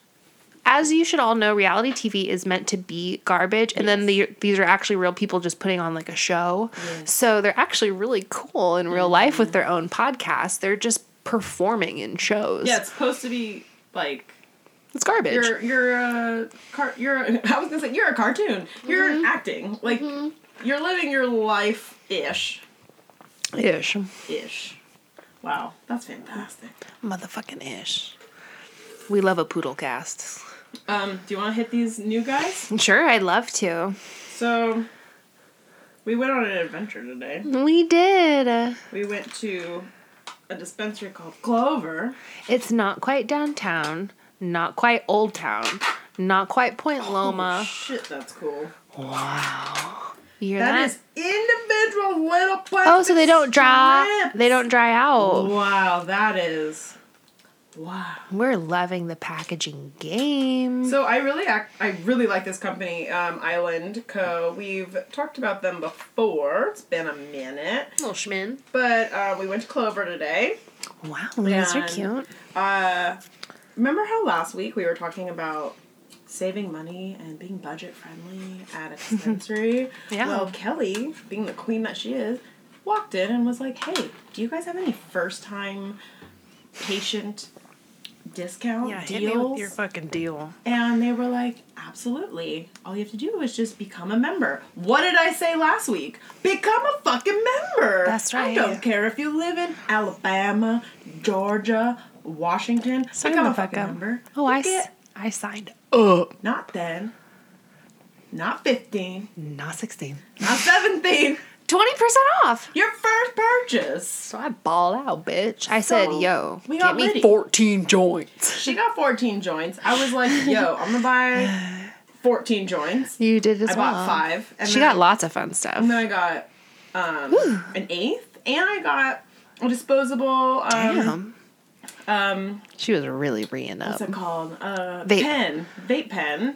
Speaker 1: as you should all know, reality TV is meant to be garbage, and then the, these are actually real people just putting on like a show. So they're actually really cool in real life with their own podcast. They're just performing in shows.
Speaker 2: Yeah, it's supposed to be like
Speaker 1: it's garbage.
Speaker 2: you're you're a car you're a, I was gonna say you're a cartoon. You're
Speaker 1: Mm-hmm.
Speaker 2: acting like you're living your life ish
Speaker 1: ish,
Speaker 2: ish. Wow, that's fantastic.
Speaker 1: motherfucking ish. We love a poodle cast.
Speaker 2: Um, do you want to hit these new guys?
Speaker 1: Sure, I'd love to.
Speaker 2: So we went on an adventure today.
Speaker 1: We did.
Speaker 2: We went to a dispensary called Clover.
Speaker 1: It's not quite downtown, not quite old town, not quite
Speaker 2: Oh,
Speaker 1: Point Loma.
Speaker 2: Shit, that's cool.
Speaker 1: wow. You hear
Speaker 2: That is individual little plastic.
Speaker 1: Oh, so they don't dry.
Speaker 2: strips.
Speaker 1: They don't dry out.
Speaker 2: Wow, that is. Wow.
Speaker 1: We're loving the packaging game.
Speaker 2: So I really act, I really like this company, um, Island Co. We've talked about them before. It's been a minute,
Speaker 1: Little Schmin.
Speaker 2: but uh, we went to Clover today.
Speaker 1: Wow, these are
Speaker 2: And-
Speaker 1: cute.
Speaker 2: Uh, remember how last week we were talking about saving money and being budget friendly at a dispensary?
Speaker 1: Yeah.
Speaker 2: Well, Kelly, being the queen that she is, walked in and was like, "Hey, do you guys have any first time patient discount
Speaker 6: Yeah, hit me with
Speaker 2: deals.
Speaker 6: your fucking deal.
Speaker 2: and they were like, absolutely. All you have to do is just become a member. What did I say last week? Become a fucking member.
Speaker 6: That's
Speaker 2: I
Speaker 6: right.
Speaker 2: don't care if you live in Alabama, Georgia, Washington.
Speaker 6: Sign
Speaker 2: become
Speaker 6: the
Speaker 2: a
Speaker 6: fuck
Speaker 2: fucking
Speaker 6: up.
Speaker 2: member.
Speaker 6: Oh, I,
Speaker 2: Forget-
Speaker 6: s- I signed.
Speaker 2: Not then. Not 15.
Speaker 6: Not 16.
Speaker 2: Not 17.
Speaker 1: 20% off.
Speaker 2: Your first purchase.
Speaker 1: So I ball out, bitch. I
Speaker 2: So,
Speaker 1: said, yo,
Speaker 2: we
Speaker 1: get
Speaker 2: got
Speaker 1: me
Speaker 2: Liddy.
Speaker 1: 14 joints.
Speaker 2: She got 14 joints. I was like, yo, I'm gonna buy 14 joints.
Speaker 1: You did as
Speaker 2: I
Speaker 1: well.
Speaker 2: bought five. And
Speaker 1: She
Speaker 2: then
Speaker 1: got lots of fun stuff.
Speaker 2: And then I got um, an eighth, and I got a disposable. Um,
Speaker 1: Damn.
Speaker 2: um,
Speaker 1: She was really reeing up.
Speaker 2: what's it called? Uh,
Speaker 1: Vape.
Speaker 2: pen, vape pen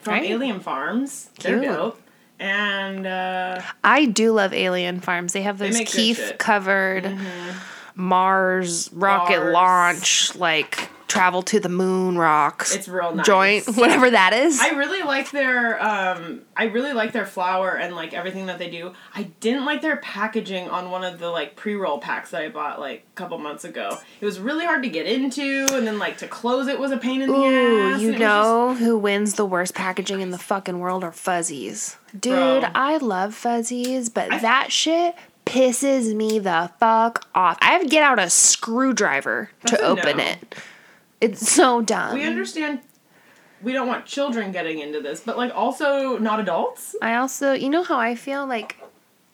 Speaker 2: from
Speaker 1: Right.
Speaker 2: Alien Farms. They're
Speaker 1: Cute.
Speaker 2: dope. And uh,
Speaker 1: I do love Alien Farms. They have those
Speaker 2: make good
Speaker 1: Keef
Speaker 2: shit. Mm-hmm.
Speaker 1: covered Mars rocket
Speaker 2: Mars.
Speaker 1: launch, like travel to the moon rocks.
Speaker 2: It's real nice.
Speaker 1: joint, whatever that is.
Speaker 2: I really like their um, I really like their flour and like everything that they do. I didn't like their packaging on one of the like pre roll packs that I bought like a couple months ago. It was really hard to get into, and then like to close it was a pain in the
Speaker 1: Ooh,
Speaker 2: ass. and
Speaker 1: you
Speaker 2: it was
Speaker 1: know who wins the worst packaging in the fucking world are fuzzies. Dude,
Speaker 2: Bro.
Speaker 1: I love fuzzies, but that shit pisses me the fuck off. I have to get out a screwdriver
Speaker 2: That's
Speaker 1: to
Speaker 2: a
Speaker 1: open
Speaker 2: no.
Speaker 1: it. It's so dumb.
Speaker 2: just- we understand we don't want children getting into this, but like also not adults.
Speaker 1: I also, you know how I feel like,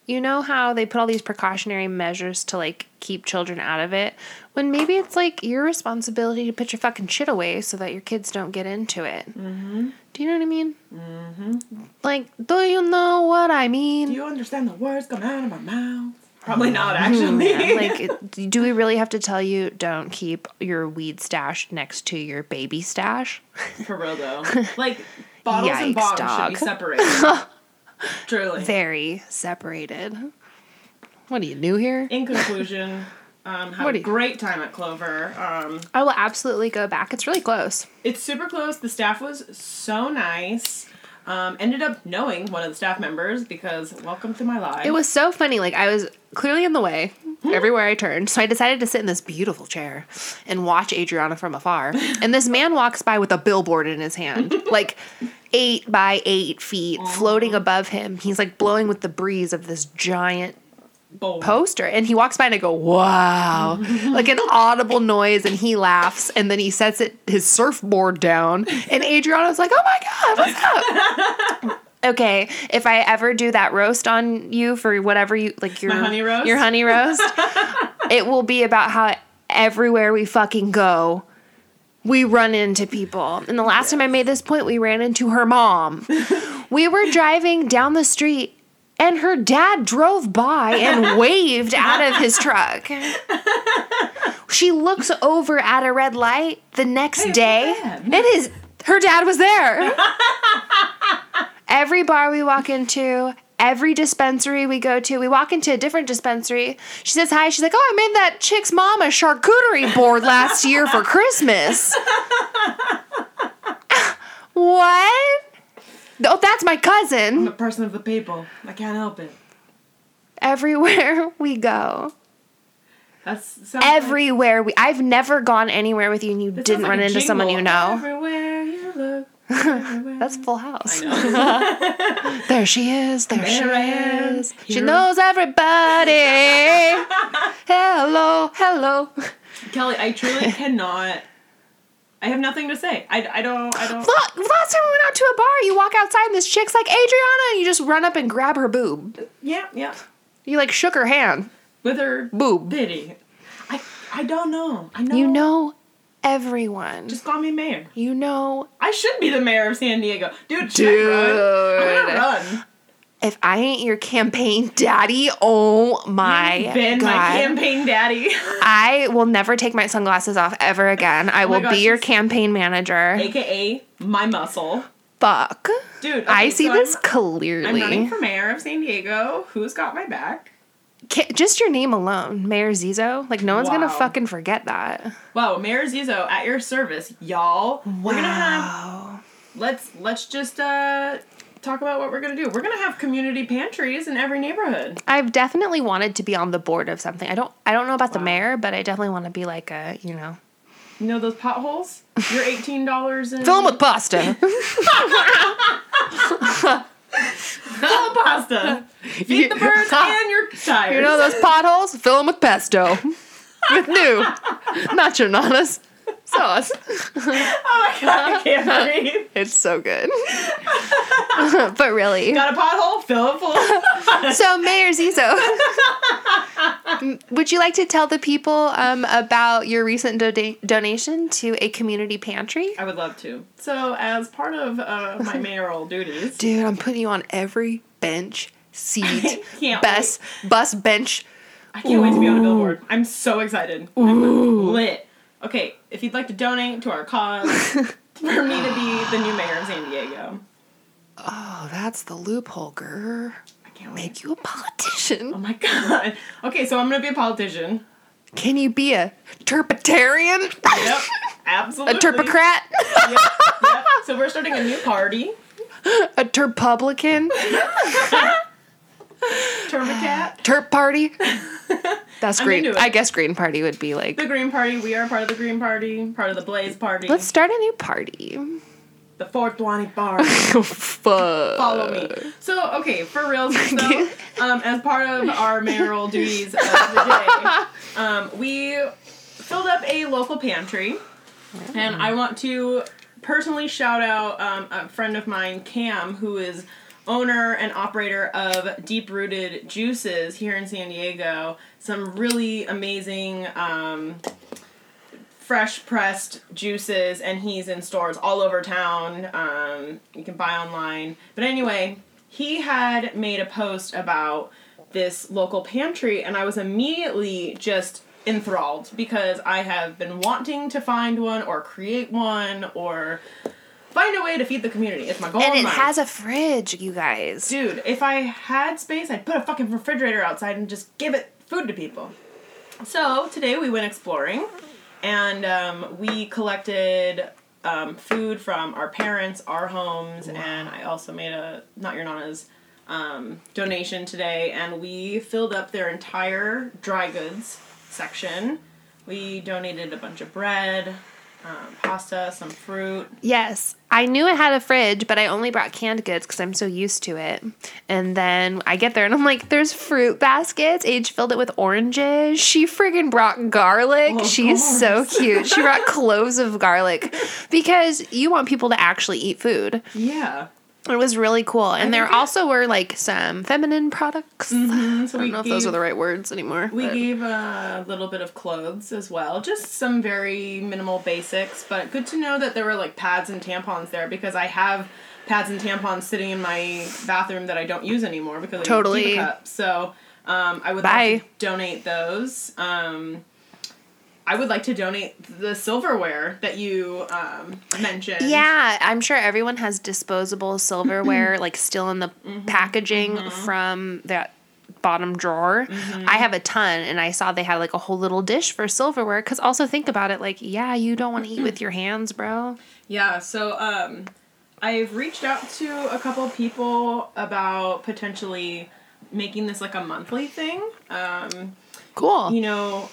Speaker 1: you know how they put all these precautionary measures to like keep children out of it, when maybe it's like your responsibility to put your fucking shit away so that your kids don't get into it. Mm-hmm. Do you know what I mean? Mm-hmm. Like, do you know what I mean?
Speaker 2: Do you understand the words coming out of my mouth? Probably not actually.
Speaker 1: Mm-hmm. Yeah, like, it- do we really have to tell you don't keep your weed stash next to your baby stash?
Speaker 2: For real though. Like bottles and
Speaker 1: Yikes,
Speaker 2: bombs should be
Speaker 1: dog.
Speaker 2: separated. Truly.
Speaker 1: Very separated. What are you new here?
Speaker 2: in conclusion, um, had
Speaker 1: What
Speaker 2: a
Speaker 1: do you-
Speaker 2: great time at Clover. Um,
Speaker 1: I will absolutely go back. It's really close.
Speaker 2: it's super close. The staff was so nice. Um, ended up knowing one of the staff members because welcome to my life.
Speaker 1: It was so funny. Like I was clearly in the way everywhere I turned. So I decided to sit in this beautiful chair and watch Adriana from afar. And this man walks by with a billboard in his hand, like eight by eight feet, floating above him. He's like blowing with the breeze of this giant
Speaker 2: Bold.
Speaker 1: poster. And he walks by and I go, wow, like an audible noise. And he laughs. And then he sets it, his surfboard down. And Adriana's like, oh my God, what's up? Okay, if I ever do that roast on you for whatever you like your
Speaker 2: honey roast?
Speaker 1: your honey roast, it will be about how everywhere we fucking go, we run into people. And the last time I made this point, we ran into her mom. we were driving down the street and her dad drove by and waved out of his truck. She looks over at a red light the next day
Speaker 2: dad.
Speaker 1: and his her dad was there. every bar we walk into, every dispensary we go to, we walk into a different dispensary. She says hi. She's like, "Oh, I made that chick's mom a charcuterie board last year for Christmas." what? Oh, that's my cousin.
Speaker 2: I'm a person of the people. I can't help it.
Speaker 1: Everywhere we go,
Speaker 2: That's sounds like-
Speaker 1: everywhere we. I've never gone anywhere with you and you
Speaker 2: that sounds
Speaker 1: didn't
Speaker 2: like
Speaker 1: run
Speaker 2: a
Speaker 1: into someone you
Speaker 2: jingle.
Speaker 1: know.
Speaker 2: Everywhere you look. everywhere.
Speaker 1: That's Full House.
Speaker 2: I know.
Speaker 1: There she is. There,
Speaker 2: There I am,
Speaker 1: she is. She
Speaker 2: here.
Speaker 1: knows everybody. hello, hello.
Speaker 2: Kelly, I truly cannot. I have nothing to say. I, I don't. I don't.
Speaker 1: Look, last time we went out to a bar, you walk outside and this chick's like Adriana, and you just run up and grab her boob.
Speaker 2: Yeah, yeah.
Speaker 1: You like shook her hand,
Speaker 2: With her
Speaker 1: boob.
Speaker 2: bitty. I I don't know. I know.
Speaker 1: You know everyone.
Speaker 2: Just call me mayor.
Speaker 1: You know
Speaker 2: I should be the mayor of San Diego, dude. Should I run? I'm
Speaker 1: Dude.
Speaker 2: gonna run.
Speaker 1: if I ain't your campaign daddy, oh my
Speaker 2: Been
Speaker 1: god,
Speaker 2: my campaign daddy,
Speaker 1: I will never take my sunglasses off ever again. I will
Speaker 2: Oh gosh,
Speaker 1: be your
Speaker 2: she's-
Speaker 1: campaign manager.
Speaker 2: aka my muscle,
Speaker 1: Fuck.
Speaker 2: dude. okay,
Speaker 1: I see
Speaker 2: so
Speaker 1: this
Speaker 2: I'm- I'm
Speaker 1: clearly.
Speaker 2: running for mayor of San Diego. Who's got my back?
Speaker 1: Ca- just your name alone, Mayor Zizo. Like no one's gonna
Speaker 2: Wow.
Speaker 1: fucking forget that.
Speaker 2: Wow, Mayor Zizo at your service, y'all. We're gonna have let's let's just uh talk about what we're gonna do. We're gonna have community pantries in every neighborhood.
Speaker 1: I've definitely wanted to be on the board of something. I don't I don't know about the mayor, but I definitely want to be like a, you know,
Speaker 2: You know those potholes? You're eighteen dollars in
Speaker 1: Fill them with pasta.
Speaker 2: Fill 'em pasta. Feed the birds and your tires.
Speaker 1: You know those potholes? Fill them with pesto. With new machinadas sauce.
Speaker 2: oh my god, I can't breathe.
Speaker 1: It's so good. but really.
Speaker 2: Got a pothole? Fill it full.
Speaker 1: So, Mayor Zizo, m- would you like to tell the people um, about your recent do- donation to a community pantry?
Speaker 2: I would love to. So, as part of uh, my mayoral duties,
Speaker 1: Dude, I'm putting you on every bench, seat,
Speaker 2: Can't
Speaker 1: bus, bus bench.
Speaker 2: I can't wait to be on a billboard. I'm so excited. I'm lit. Okay, if you'd like to donate to our cause for me to be the new mayor of San Diego,
Speaker 1: Oh, that's the loophole, girl.
Speaker 2: I can't wait.
Speaker 1: Make you a politician.
Speaker 2: Oh my god. Okay, so I'm gonna be a politician.
Speaker 1: Can you be a turpitarian?
Speaker 2: Yep,
Speaker 1: A
Speaker 2: absolutely.
Speaker 1: turpocrat?
Speaker 2: Yep, yep. So we're starting a new party,
Speaker 1: A turpublican?
Speaker 2: Turbocat.
Speaker 1: Turp party? That's
Speaker 2: I'm
Speaker 1: green.
Speaker 2: into it.
Speaker 1: I guess green party would be like,
Speaker 2: The Green Party. We are part of the Green Party, part of the Blaze Party,
Speaker 1: let's start a new party.
Speaker 2: the Fort Duane Party.
Speaker 1: Fuck.
Speaker 2: follow me. So okay, for real, so um, as part of our mayoral duties of the day, um, we filled up a local pantry, and I want to personally shout out um, a friend of mine, Cam, who is owner and operator of Deep Rooted Juices here in San Diego. Some really amazing. Um, fresh pressed juices and he's in stores all over town um, you can buy online but anyway he had made a post about this local pantry and i was immediately just enthralled because i have been wanting to find one or create one or find a way to feed the community it's Oh my goal
Speaker 1: And
Speaker 2: in
Speaker 1: it
Speaker 2: mind.
Speaker 1: has a fridge, you guys.
Speaker 2: Dude, if I had space, I'd put a fucking refrigerator outside and just give it food to people. So today we went exploring, and um, we collected um, food from our parents, our homes, and I also made a not your nana's um, donation today, and we filled up their entire dry goods section. We donated a bunch of bread, um, pasta, some fruit.
Speaker 1: Yes. I knew it had a fridge, but I only brought canned goods because I'm so used to it. And then I get there and I'm like, there's fruit baskets. Age filled it with oranges. She friggin' brought garlic.
Speaker 2: Oh, of
Speaker 1: She's so
Speaker 2: course.
Speaker 1: cute. She brought cloves of garlic because you want people to actually eat food.
Speaker 2: Yeah.
Speaker 1: It was really cool. And there
Speaker 2: think it-
Speaker 1: also were like some feminine products.
Speaker 2: So
Speaker 1: I
Speaker 2: we
Speaker 1: don't know if those
Speaker 2: gave-
Speaker 1: are the right words anymore.
Speaker 2: We
Speaker 1: but-
Speaker 2: gave a little bit of clothes as well, just some very minimal basics. But good to know that there were like pads and tampons there because I have pads and tampons sitting in my bathroom that I don't use anymore because I use
Speaker 1: Totally.
Speaker 2: Diva cup. So um, I would
Speaker 1: Bye.
Speaker 2: like to donate those. Um, I would like to donate the silverware that you um, mentioned.
Speaker 1: Yeah, I'm sure everyone has disposable
Speaker 2: Mm-hmm.
Speaker 1: silverware, like still in the packaging from that bottom drawer.
Speaker 2: Mm-hmm.
Speaker 1: I have a ton, and I saw they had like a whole little dish for silverware. Because also think about it, like, yeah, you don't want to eat with your hands, bro.
Speaker 2: Yeah, so um, I've reached out to a couple people about potentially making this like a monthly thing. Um,
Speaker 1: Cool.
Speaker 2: you know,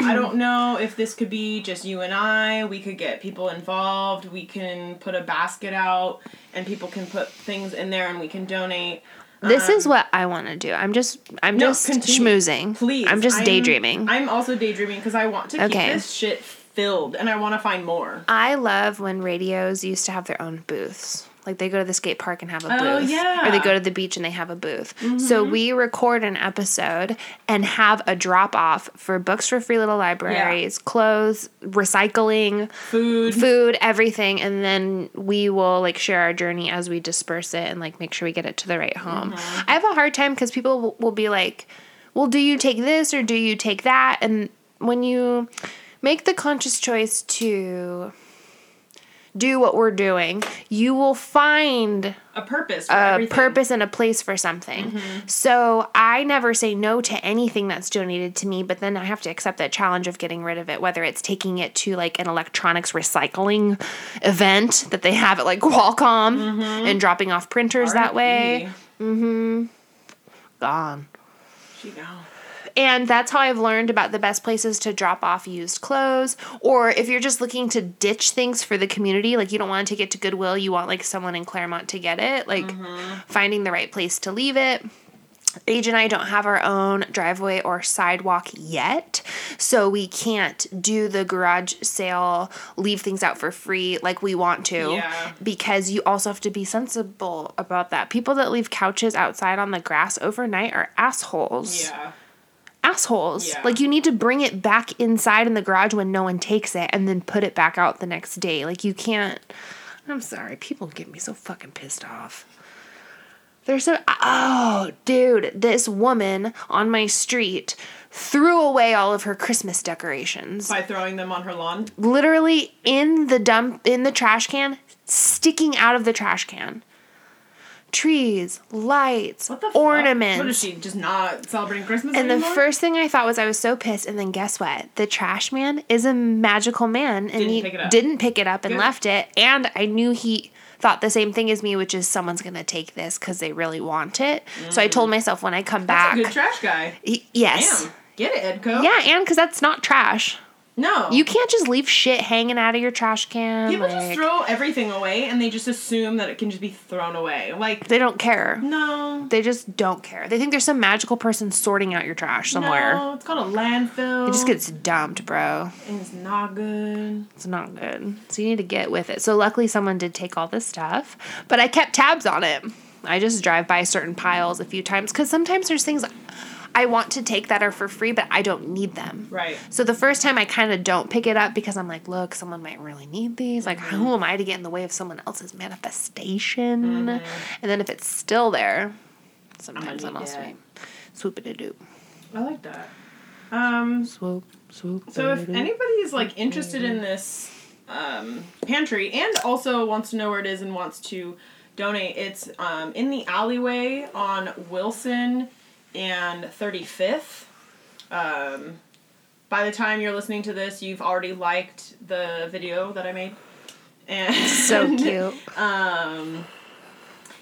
Speaker 2: I don't know if this could be just you and I. We could get people involved. We can put a basket out and people can put things in there and we can donate.
Speaker 1: this is what I want to do. I'm just, I'm
Speaker 2: Um, No,
Speaker 1: just
Speaker 2: continue.
Speaker 1: schmoozing.
Speaker 2: Please.
Speaker 1: I'm just daydreaming.
Speaker 2: I'm also daydreaming because I want to
Speaker 1: Okay.
Speaker 2: keep this shit filled and I want to find more.
Speaker 1: I love when radios used to have their own booths. Like they go to the skate park and have a
Speaker 2: Oh,
Speaker 1: booth.
Speaker 2: yeah. Mm-hmm.
Speaker 1: Or they go to the beach and they have a booth. So we record an episode and have a drop off for books for free little libraries, clothes, recycling,
Speaker 2: Food.
Speaker 1: food, everything. And then we will like share our journey as we disperse it and like make sure we get it to the right home. I have a hard time because people will, will be like, well, do you take this or do you take that? And when you make the conscious choice to do what we're doing, you will find
Speaker 2: A purpose. For
Speaker 1: a
Speaker 2: everything.
Speaker 1: uh, purpose and a place for something. So I never say no to anything that's donated to me, but then I have to accept that challenge of getting rid of it, whether it's taking it to like an electronics recycling event that they have at like Qualcomm and dropping off printers that way.
Speaker 2: R.I.P.
Speaker 1: Gone.
Speaker 2: She gone.
Speaker 1: And that's how I've learned about the best places to drop off used clothes. Or if you're just looking to ditch things for the community, like you don't want to take it to Goodwill, you want like someone in Claremont to get it, like
Speaker 2: Mm-hmm.
Speaker 1: finding the right place to leave it. Age and I don't have our own driveway or sidewalk yet, so we can't do the garage sale, leave things out for free like we want to,
Speaker 2: Yeah.
Speaker 1: because you also have to be sensible about that. People that leave couches outside on the grass overnight are assholes.
Speaker 2: Yeah.
Speaker 1: Assholes.
Speaker 2: Yeah.
Speaker 1: Like, you need to bring it back inside in the garage when no one takes it and then put it back out the next day. Like, you can't. I'm sorry, people get me so fucking pissed off. They're so. Oh, dude, this woman on my street threw away all of her Christmas decorations.
Speaker 2: By throwing them on her lawn.
Speaker 1: Literally in the dump, in the trash can, sticking out of the trash can. Trees, lights,
Speaker 2: What the fuck?
Speaker 1: ornaments.
Speaker 2: What is she just not celebrating Christmas
Speaker 1: And the
Speaker 2: anymore?
Speaker 1: first thing I thought was I was so pissed. And then guess what? The trash man is a magical man, and he
Speaker 2: pick it up.
Speaker 1: didn't pick it up and
Speaker 2: Good.
Speaker 1: left it. And I knew he thought the same thing as me, which is someone's gonna take this because they really want it. So I told myself when I come
Speaker 2: Mm. That's a good
Speaker 1: back,
Speaker 2: trash guy.
Speaker 1: he- yes,
Speaker 2: Damn. Get it, Edco.
Speaker 1: yeah, and because that's not trash.
Speaker 2: No.
Speaker 1: You can't just leave shit hanging out of your trash can.
Speaker 2: People
Speaker 1: like,
Speaker 2: just throw everything away and they just assume that it can just be thrown away. Like,
Speaker 1: they don't care.
Speaker 2: no.
Speaker 1: They just don't care. They think there's some magical person sorting out your trash somewhere.
Speaker 2: No, it's called a landfill.
Speaker 1: It just gets dumped, bro.
Speaker 2: And it's not good.
Speaker 1: It's not good. So you need to get with it. So luckily someone did take all this stuff, but I kept tabs on it. I just drive by certain piles a few times cuz sometimes there's things I want to take that are for free but I don't need them.
Speaker 2: Right.
Speaker 1: So the first time I kind of don't pick it up because I'm like, look, someone might really need these. Like,
Speaker 2: Mm-hmm.
Speaker 1: who am I to get in the way of someone else's manifestation?
Speaker 2: Mm-hmm.
Speaker 1: And then if it's still there, sometimes then
Speaker 2: need
Speaker 1: I'll
Speaker 2: that.
Speaker 1: sweep. Swoop it a doop.
Speaker 2: I like that. Um,
Speaker 1: Swoop, swoop.
Speaker 2: so if
Speaker 1: a-doop.
Speaker 2: anybody's like interested in this um, pantry and also wants to know where it is and wants to donate, it's um, in the alleyway on Wilson and 35th. Um, by the time you're listening to this, you've already liked the video that I made. And
Speaker 1: so cute.
Speaker 2: um,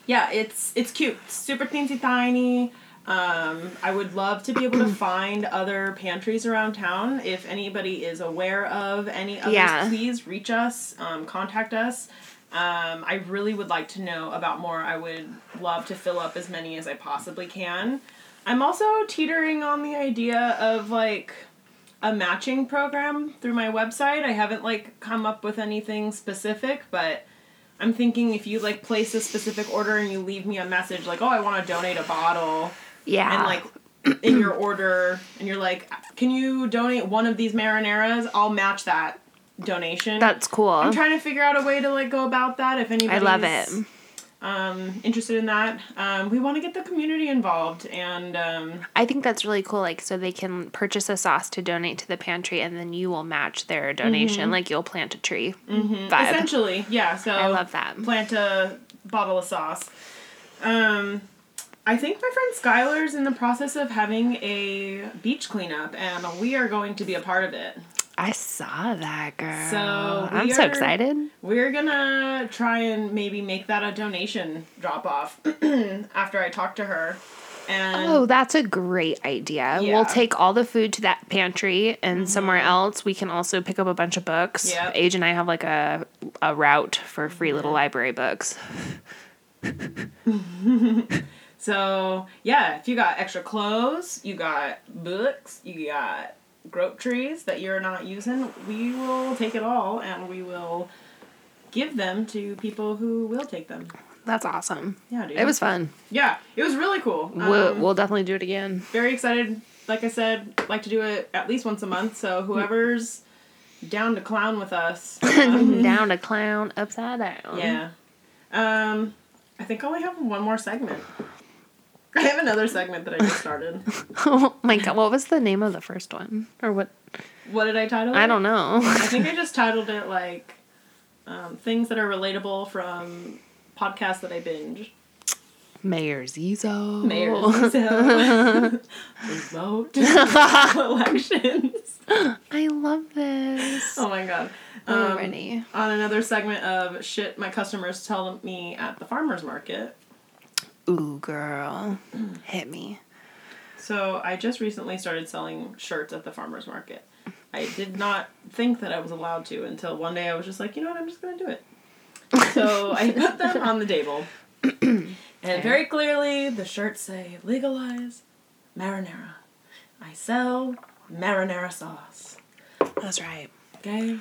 Speaker 2: yeah, it's it's cute, It's super teensy tiny. Um, I would love to be able to find other pantries around town. If anybody is aware of any others,
Speaker 1: Yeah.
Speaker 2: please reach us, um, contact us. Um, I really would like to know about more. I would love to fill up as many as I possibly can. I'm also teetering on the idea of like a matching program through my website. I haven't like come up with anything specific, but I'm thinking if you like place a specific order and you leave me a message like, "Oh, I want to donate a bottle."
Speaker 1: Yeah.
Speaker 2: And like in your order and you're like, "Can you donate one of these marinaras? I'll match that donation."
Speaker 1: that's cool.
Speaker 2: I'm trying to figure out a way to like go about that if
Speaker 1: I
Speaker 2: anybody's
Speaker 1: love it.
Speaker 2: um interested in that. Um we want to get the community involved and um
Speaker 1: I think that's really cool. Like, so they can purchase a sauce to donate to the pantry, and then you will match their donation. Like, you'll plant a tree. Vibe.
Speaker 2: Mm-hmm. essentially, yeah, so
Speaker 1: I love that.
Speaker 2: plant a bottle of sauce. Um, I think my friend Skylar's in the process of having a beach cleanup, and we are going to be a part of it.
Speaker 1: I saw that girl.
Speaker 2: So
Speaker 1: I'm
Speaker 2: we
Speaker 1: so
Speaker 2: are-
Speaker 1: excited.
Speaker 2: We're gonna try and maybe make that a donation drop off after I talk to her. And
Speaker 1: Oh, that's a great idea.
Speaker 2: Yeah. Mm-hmm.
Speaker 1: We'll take all the food to that pantry, and somewhere else we can also pick up a bunch of books.
Speaker 2: Yep.
Speaker 1: Age and I have like a a route for free little library books.
Speaker 2: so yeah, if you got extra clothes, you got books, you got grope trees that you're not using, we will take it all and we will give them to people who will take them.
Speaker 1: That's awesome.
Speaker 2: Yeah, dude.
Speaker 1: It was fun.
Speaker 2: Yeah, it was really cool. Um,
Speaker 1: we'll, we'll definitely do it again.
Speaker 2: very excited. Like I said, like to do it at least once a month. So whoever's down to clown with us, um,
Speaker 1: Down to clown, upside down.
Speaker 2: yeah. Um, I think I only have one more segment. I have another segment that I just started.
Speaker 1: oh my god, what was the name of the first one? Or what?
Speaker 2: What did I title it?
Speaker 1: I don't know.
Speaker 2: I think I just titled it like um, things that are relatable from podcasts that I binge.
Speaker 1: Mayor Zizo.
Speaker 2: Mayor so vote elections.
Speaker 1: I love this.
Speaker 2: Oh my god.
Speaker 1: I'm
Speaker 2: Um,
Speaker 1: ready.
Speaker 2: on another segment of shit my customers tell me at the farmers market.
Speaker 1: Ooh, girl. Hit me.
Speaker 2: So I just recently started selling shirts at the farmers market. I did not think that I was allowed to until one day I was just like, you know what, I'm just gonna do it. So I put them on the table, and very clearly the shirts say legalize marinara. I sell marinara sauce.
Speaker 6: That's right.
Speaker 2: Okay.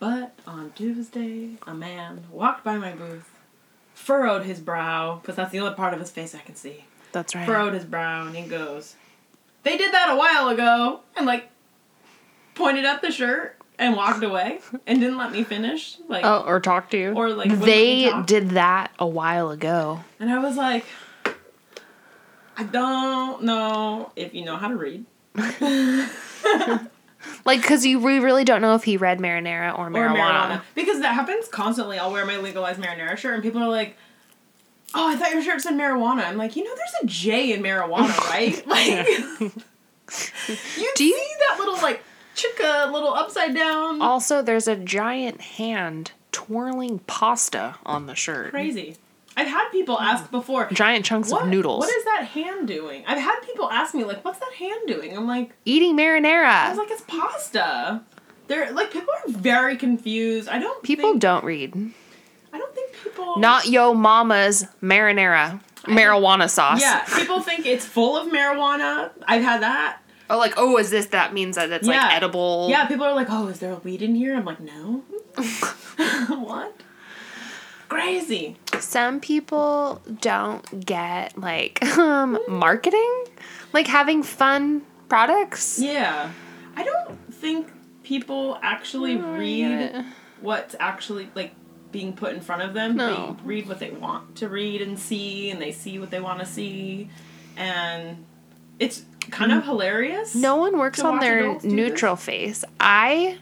Speaker 2: But on Tuesday, a man walked by my booth, furrowed his brow, because that's the only part of his face I can see.
Speaker 6: That's right.
Speaker 2: Furrowed his brow, and he goes, They did that a while ago, and like pointed at the shirt and walked away and didn't let me finish. Like,
Speaker 1: Oh, or talk to you.
Speaker 2: Or, like, wouldn't let me
Speaker 1: they
Speaker 2: talk.
Speaker 1: did that a while ago.
Speaker 2: and I was like, I don't know if you know how to read.
Speaker 1: Like, cause you we really don't know if he read marinara or
Speaker 2: or
Speaker 1: marijuana.
Speaker 2: marijuana. Because that happens constantly. I'll wear my legalized marinara shirt and people are like, Oh, I thought your shirt said marijuana. I'm like, you know there's a J in marijuana, right? Like you
Speaker 1: Do you-
Speaker 2: see that little like chicka little upside down
Speaker 1: Also, there's a giant hand twirling pasta on the shirt.
Speaker 2: crazy. I've had people
Speaker 1: Hmm.
Speaker 2: ask before
Speaker 1: Giant chunks
Speaker 2: what,
Speaker 1: of noodles.
Speaker 2: What is that hand doing? I've had people ask me, like, what's that hand doing? I'm like,
Speaker 1: Eating
Speaker 2: I
Speaker 1: marinara.
Speaker 2: was like, it's pasta. They're like people are very confused. I don't
Speaker 1: People
Speaker 2: think,
Speaker 1: don't read.
Speaker 2: I don't think people
Speaker 1: Not yo mama's marinara marijuana sauce.
Speaker 2: Yeah, people think it's full of marijuana. I've had that.
Speaker 1: Oh, like oh, is this that means that it's
Speaker 2: Yeah.
Speaker 1: like edible?
Speaker 2: Yeah, people are like, "Oh, is there weed in here?" I'm like, "No." what? Crazy.
Speaker 1: Some people don't get like um, marketing, like having fun products.
Speaker 2: Yeah. I don't think people actually read what's actually like being put in front of them.
Speaker 1: No.
Speaker 2: They read what they want to read and see and they see what they want to see and it's kind of hilarious.
Speaker 1: Mm. No one works
Speaker 2: to
Speaker 1: on
Speaker 2: watch
Speaker 1: their
Speaker 2: adults do this.
Speaker 1: neutral face. I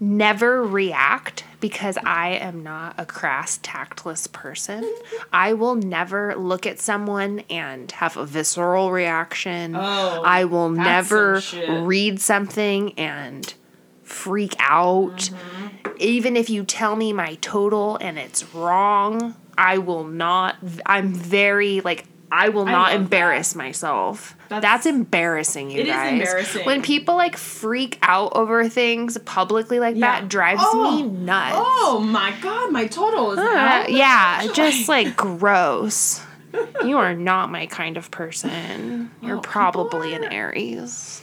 Speaker 1: never react because I am not a crass, tactless person. I will never look at someone and have a visceral reaction.
Speaker 2: Oh,
Speaker 1: I will
Speaker 2: that's
Speaker 1: never
Speaker 2: some shit.
Speaker 1: read something and freak out.
Speaker 2: Mm-hmm.
Speaker 1: Even if you tell me my total and it's wrong, I will not. I'm very like I will not
Speaker 2: love that.
Speaker 1: embarrass myself.
Speaker 2: That's-
Speaker 1: That's, embarrassing, you
Speaker 2: It is
Speaker 1: guys.
Speaker 2: embarrassing.
Speaker 1: When people like freak out over things publicly like
Speaker 2: Yeah.
Speaker 1: that, drives
Speaker 2: Oh.
Speaker 1: me nuts.
Speaker 2: Oh my god, my total is
Speaker 1: Uh,
Speaker 2: out.
Speaker 1: yeah, just like gross. You are not my kind of person. You're
Speaker 2: Oh, people
Speaker 1: probably an
Speaker 2: are-
Speaker 1: Aries.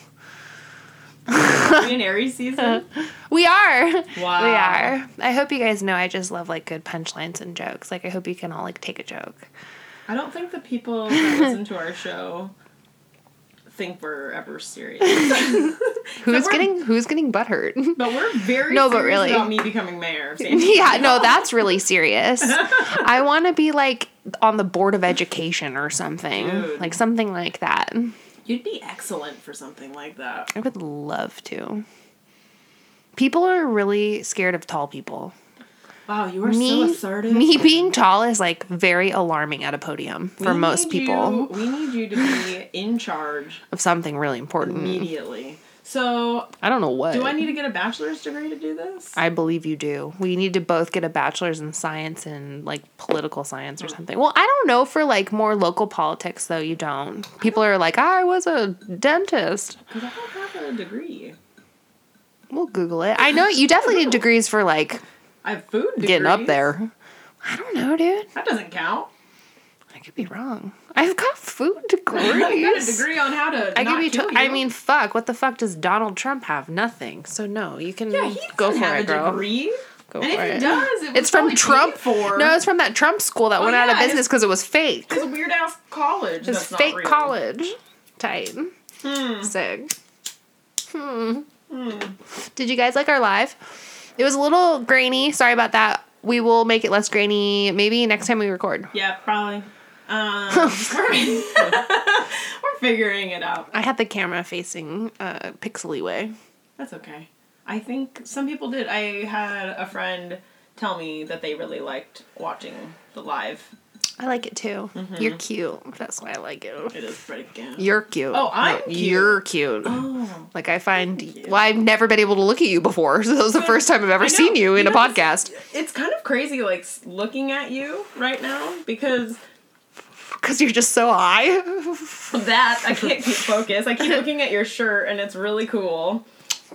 Speaker 2: Are we in Aries season.
Speaker 1: We are.
Speaker 2: Wow.
Speaker 1: We are. I hope you guys know I just love like good punchlines and jokes. Like I hope you can all like take a joke.
Speaker 2: I don't think the people that listen to our show think we're ever serious.
Speaker 1: Who's
Speaker 2: we're-
Speaker 1: getting who's getting butthurt?
Speaker 2: But we're very
Speaker 1: No, but
Speaker 2: serious
Speaker 1: really.
Speaker 2: about me becoming mayor of San Diego.
Speaker 1: yeah, no, that's really serious. I want to be like on the board of education or something.
Speaker 2: Dude.
Speaker 1: Like something like that.
Speaker 2: You'd be excellent for something like that.
Speaker 1: I would love to. People are really scared of tall people.
Speaker 2: Wow, you are so
Speaker 1: Me,
Speaker 2: assertive.
Speaker 1: me being tall is like very alarming at a podium
Speaker 2: We
Speaker 1: for most
Speaker 2: need
Speaker 1: people
Speaker 2: you- we need you to be in charge
Speaker 1: of something really important.
Speaker 2: immediately. So,
Speaker 1: I don't know what.
Speaker 2: do I need to get a bachelor's degree to do this?
Speaker 1: I believe you do. We need to both get a bachelor's in science and like political science or something. Well, I don't know for like more local politics though. You don't. People are like, I was a dentist.
Speaker 2: Because I don't have a degree.
Speaker 1: We'll Google it. I know you definitely need degrees for like
Speaker 2: I have food degrees.
Speaker 1: getting up there. I don't know, dude.
Speaker 2: That doesn't count.
Speaker 1: I could be wrong. I've got food degrees.
Speaker 2: I got a degree on how to.
Speaker 1: I
Speaker 2: not
Speaker 1: could be.
Speaker 2: kill
Speaker 1: To- I
Speaker 2: you.
Speaker 1: mean, fuck. What the fuck does Donald Trump have? Nothing. So no, you can
Speaker 2: yeah, he
Speaker 1: go
Speaker 2: doesn't
Speaker 1: for
Speaker 2: have
Speaker 1: it,
Speaker 2: a
Speaker 1: girl.
Speaker 2: degree.
Speaker 1: Go
Speaker 2: and if
Speaker 1: for
Speaker 2: he
Speaker 1: it.
Speaker 2: does, it was
Speaker 1: It's from
Speaker 2: probably
Speaker 1: Trump.
Speaker 2: paid For. Oh,
Speaker 1: No, it's from that Trump school that went out
Speaker 2: yeah,
Speaker 1: of
Speaker 2: it's-
Speaker 1: business because it was fake.
Speaker 2: It's a weird ass college.
Speaker 1: His
Speaker 2: that's not
Speaker 1: fake
Speaker 2: real.
Speaker 1: college. Tight. Sick. Hmm. Did you guys like our live? It was a little grainy. Sorry about that. We will make it less grainy maybe next time we record.
Speaker 2: Yeah, probably. Um, we're, we're figuring it out.
Speaker 1: I had the camera facing uh, pixely way.
Speaker 2: That's okay. I think some people did. I had a friend tell me that they really liked watching the live.
Speaker 1: I like it too.
Speaker 2: Mm-hmm.
Speaker 1: You're cute. That's why I like it.
Speaker 2: It is pretty good.
Speaker 1: You're cute.
Speaker 2: Oh, I'm cute.
Speaker 1: You're cute.
Speaker 2: Oh,
Speaker 1: Like I find, well, I've never been able to look at you before. So that was the first time I've
Speaker 2: I
Speaker 1: ever
Speaker 2: know.
Speaker 1: seen you in
Speaker 2: You
Speaker 1: a
Speaker 2: know, this-
Speaker 1: podcast.
Speaker 2: it's kind of crazy, like s- looking at you right now because
Speaker 1: because you're just so high.
Speaker 2: That I can't keep focus. I keep looking at your shirt, and it's really cool.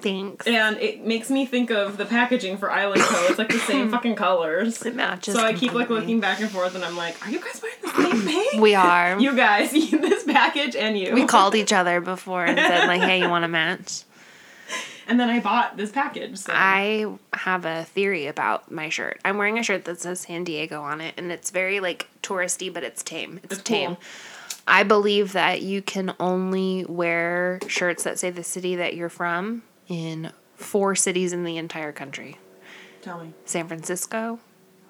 Speaker 1: Thanks.
Speaker 2: And it makes me think of the packaging for Island Co. It's like the same fucking colors.
Speaker 1: It matches.
Speaker 2: So I keep like
Speaker 1: completely.
Speaker 2: looking back and forth, and I'm like, "Are you guys wearing the same thing?"
Speaker 1: We are.
Speaker 2: You guys, this package and you.
Speaker 1: we called each other before and said like, "Hey, you want to match?"
Speaker 2: And then I bought this package. So.
Speaker 1: I have a theory about my shirt. I'm wearing a shirt that says San Diego on it, and it's very like touristy, but it's tame. It's,
Speaker 2: It's
Speaker 1: tame.
Speaker 2: cool.
Speaker 1: I believe that you can only wear shirts that say the city that you're from in four cities in the entire country:
Speaker 2: Tell me,
Speaker 1: San Francisco,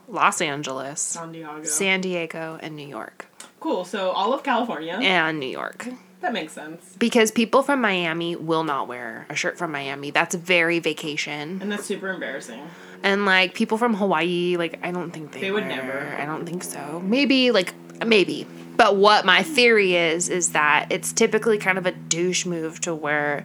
Speaker 1: Los Angeles,
Speaker 2: San Diego.
Speaker 1: San Diego, and New York.
Speaker 2: cool. So all of California.
Speaker 1: And New York.
Speaker 2: that makes sense.
Speaker 1: Because people from Miami will not wear a shirt from Miami. That's very vacation.
Speaker 2: And that's super embarrassing.
Speaker 1: And like people from Hawaii, like I don't think they,
Speaker 2: They would
Speaker 1: wear-
Speaker 2: never.
Speaker 1: I don't think so. Maybe like maybe. But what my theory is is that it's typically kind of a douche move to wear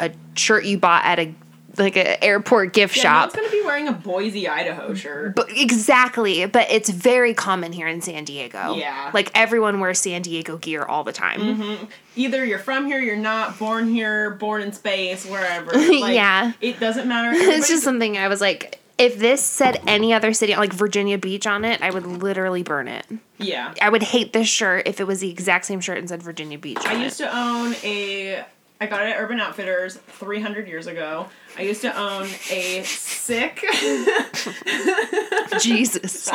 Speaker 1: a shirt you bought at a like an airport gift
Speaker 2: Yeah, no
Speaker 1: shop.
Speaker 2: one's gonna be wearing a Boise, Idaho shirt.
Speaker 1: But exactly, but it's very common here in San Diego.
Speaker 2: Yeah. Mm-hmm.
Speaker 1: like everyone wears San Diego gear all the time.
Speaker 2: Either you're from here, you're not born here, born in space, wherever. Like,
Speaker 1: Yeah.
Speaker 2: it doesn't matter.
Speaker 1: it's just something I was like, if this said any other city, like Virginia Beach on it, I would literally burn it.
Speaker 2: yeah.
Speaker 1: I would hate this shirt if it was the exact same shirt and said Virginia Beach.
Speaker 2: I
Speaker 1: on
Speaker 2: used
Speaker 1: it.
Speaker 2: to own a. I got it at Urban Outfitters 300 years ago. I used to own a sick.
Speaker 1: Jesus.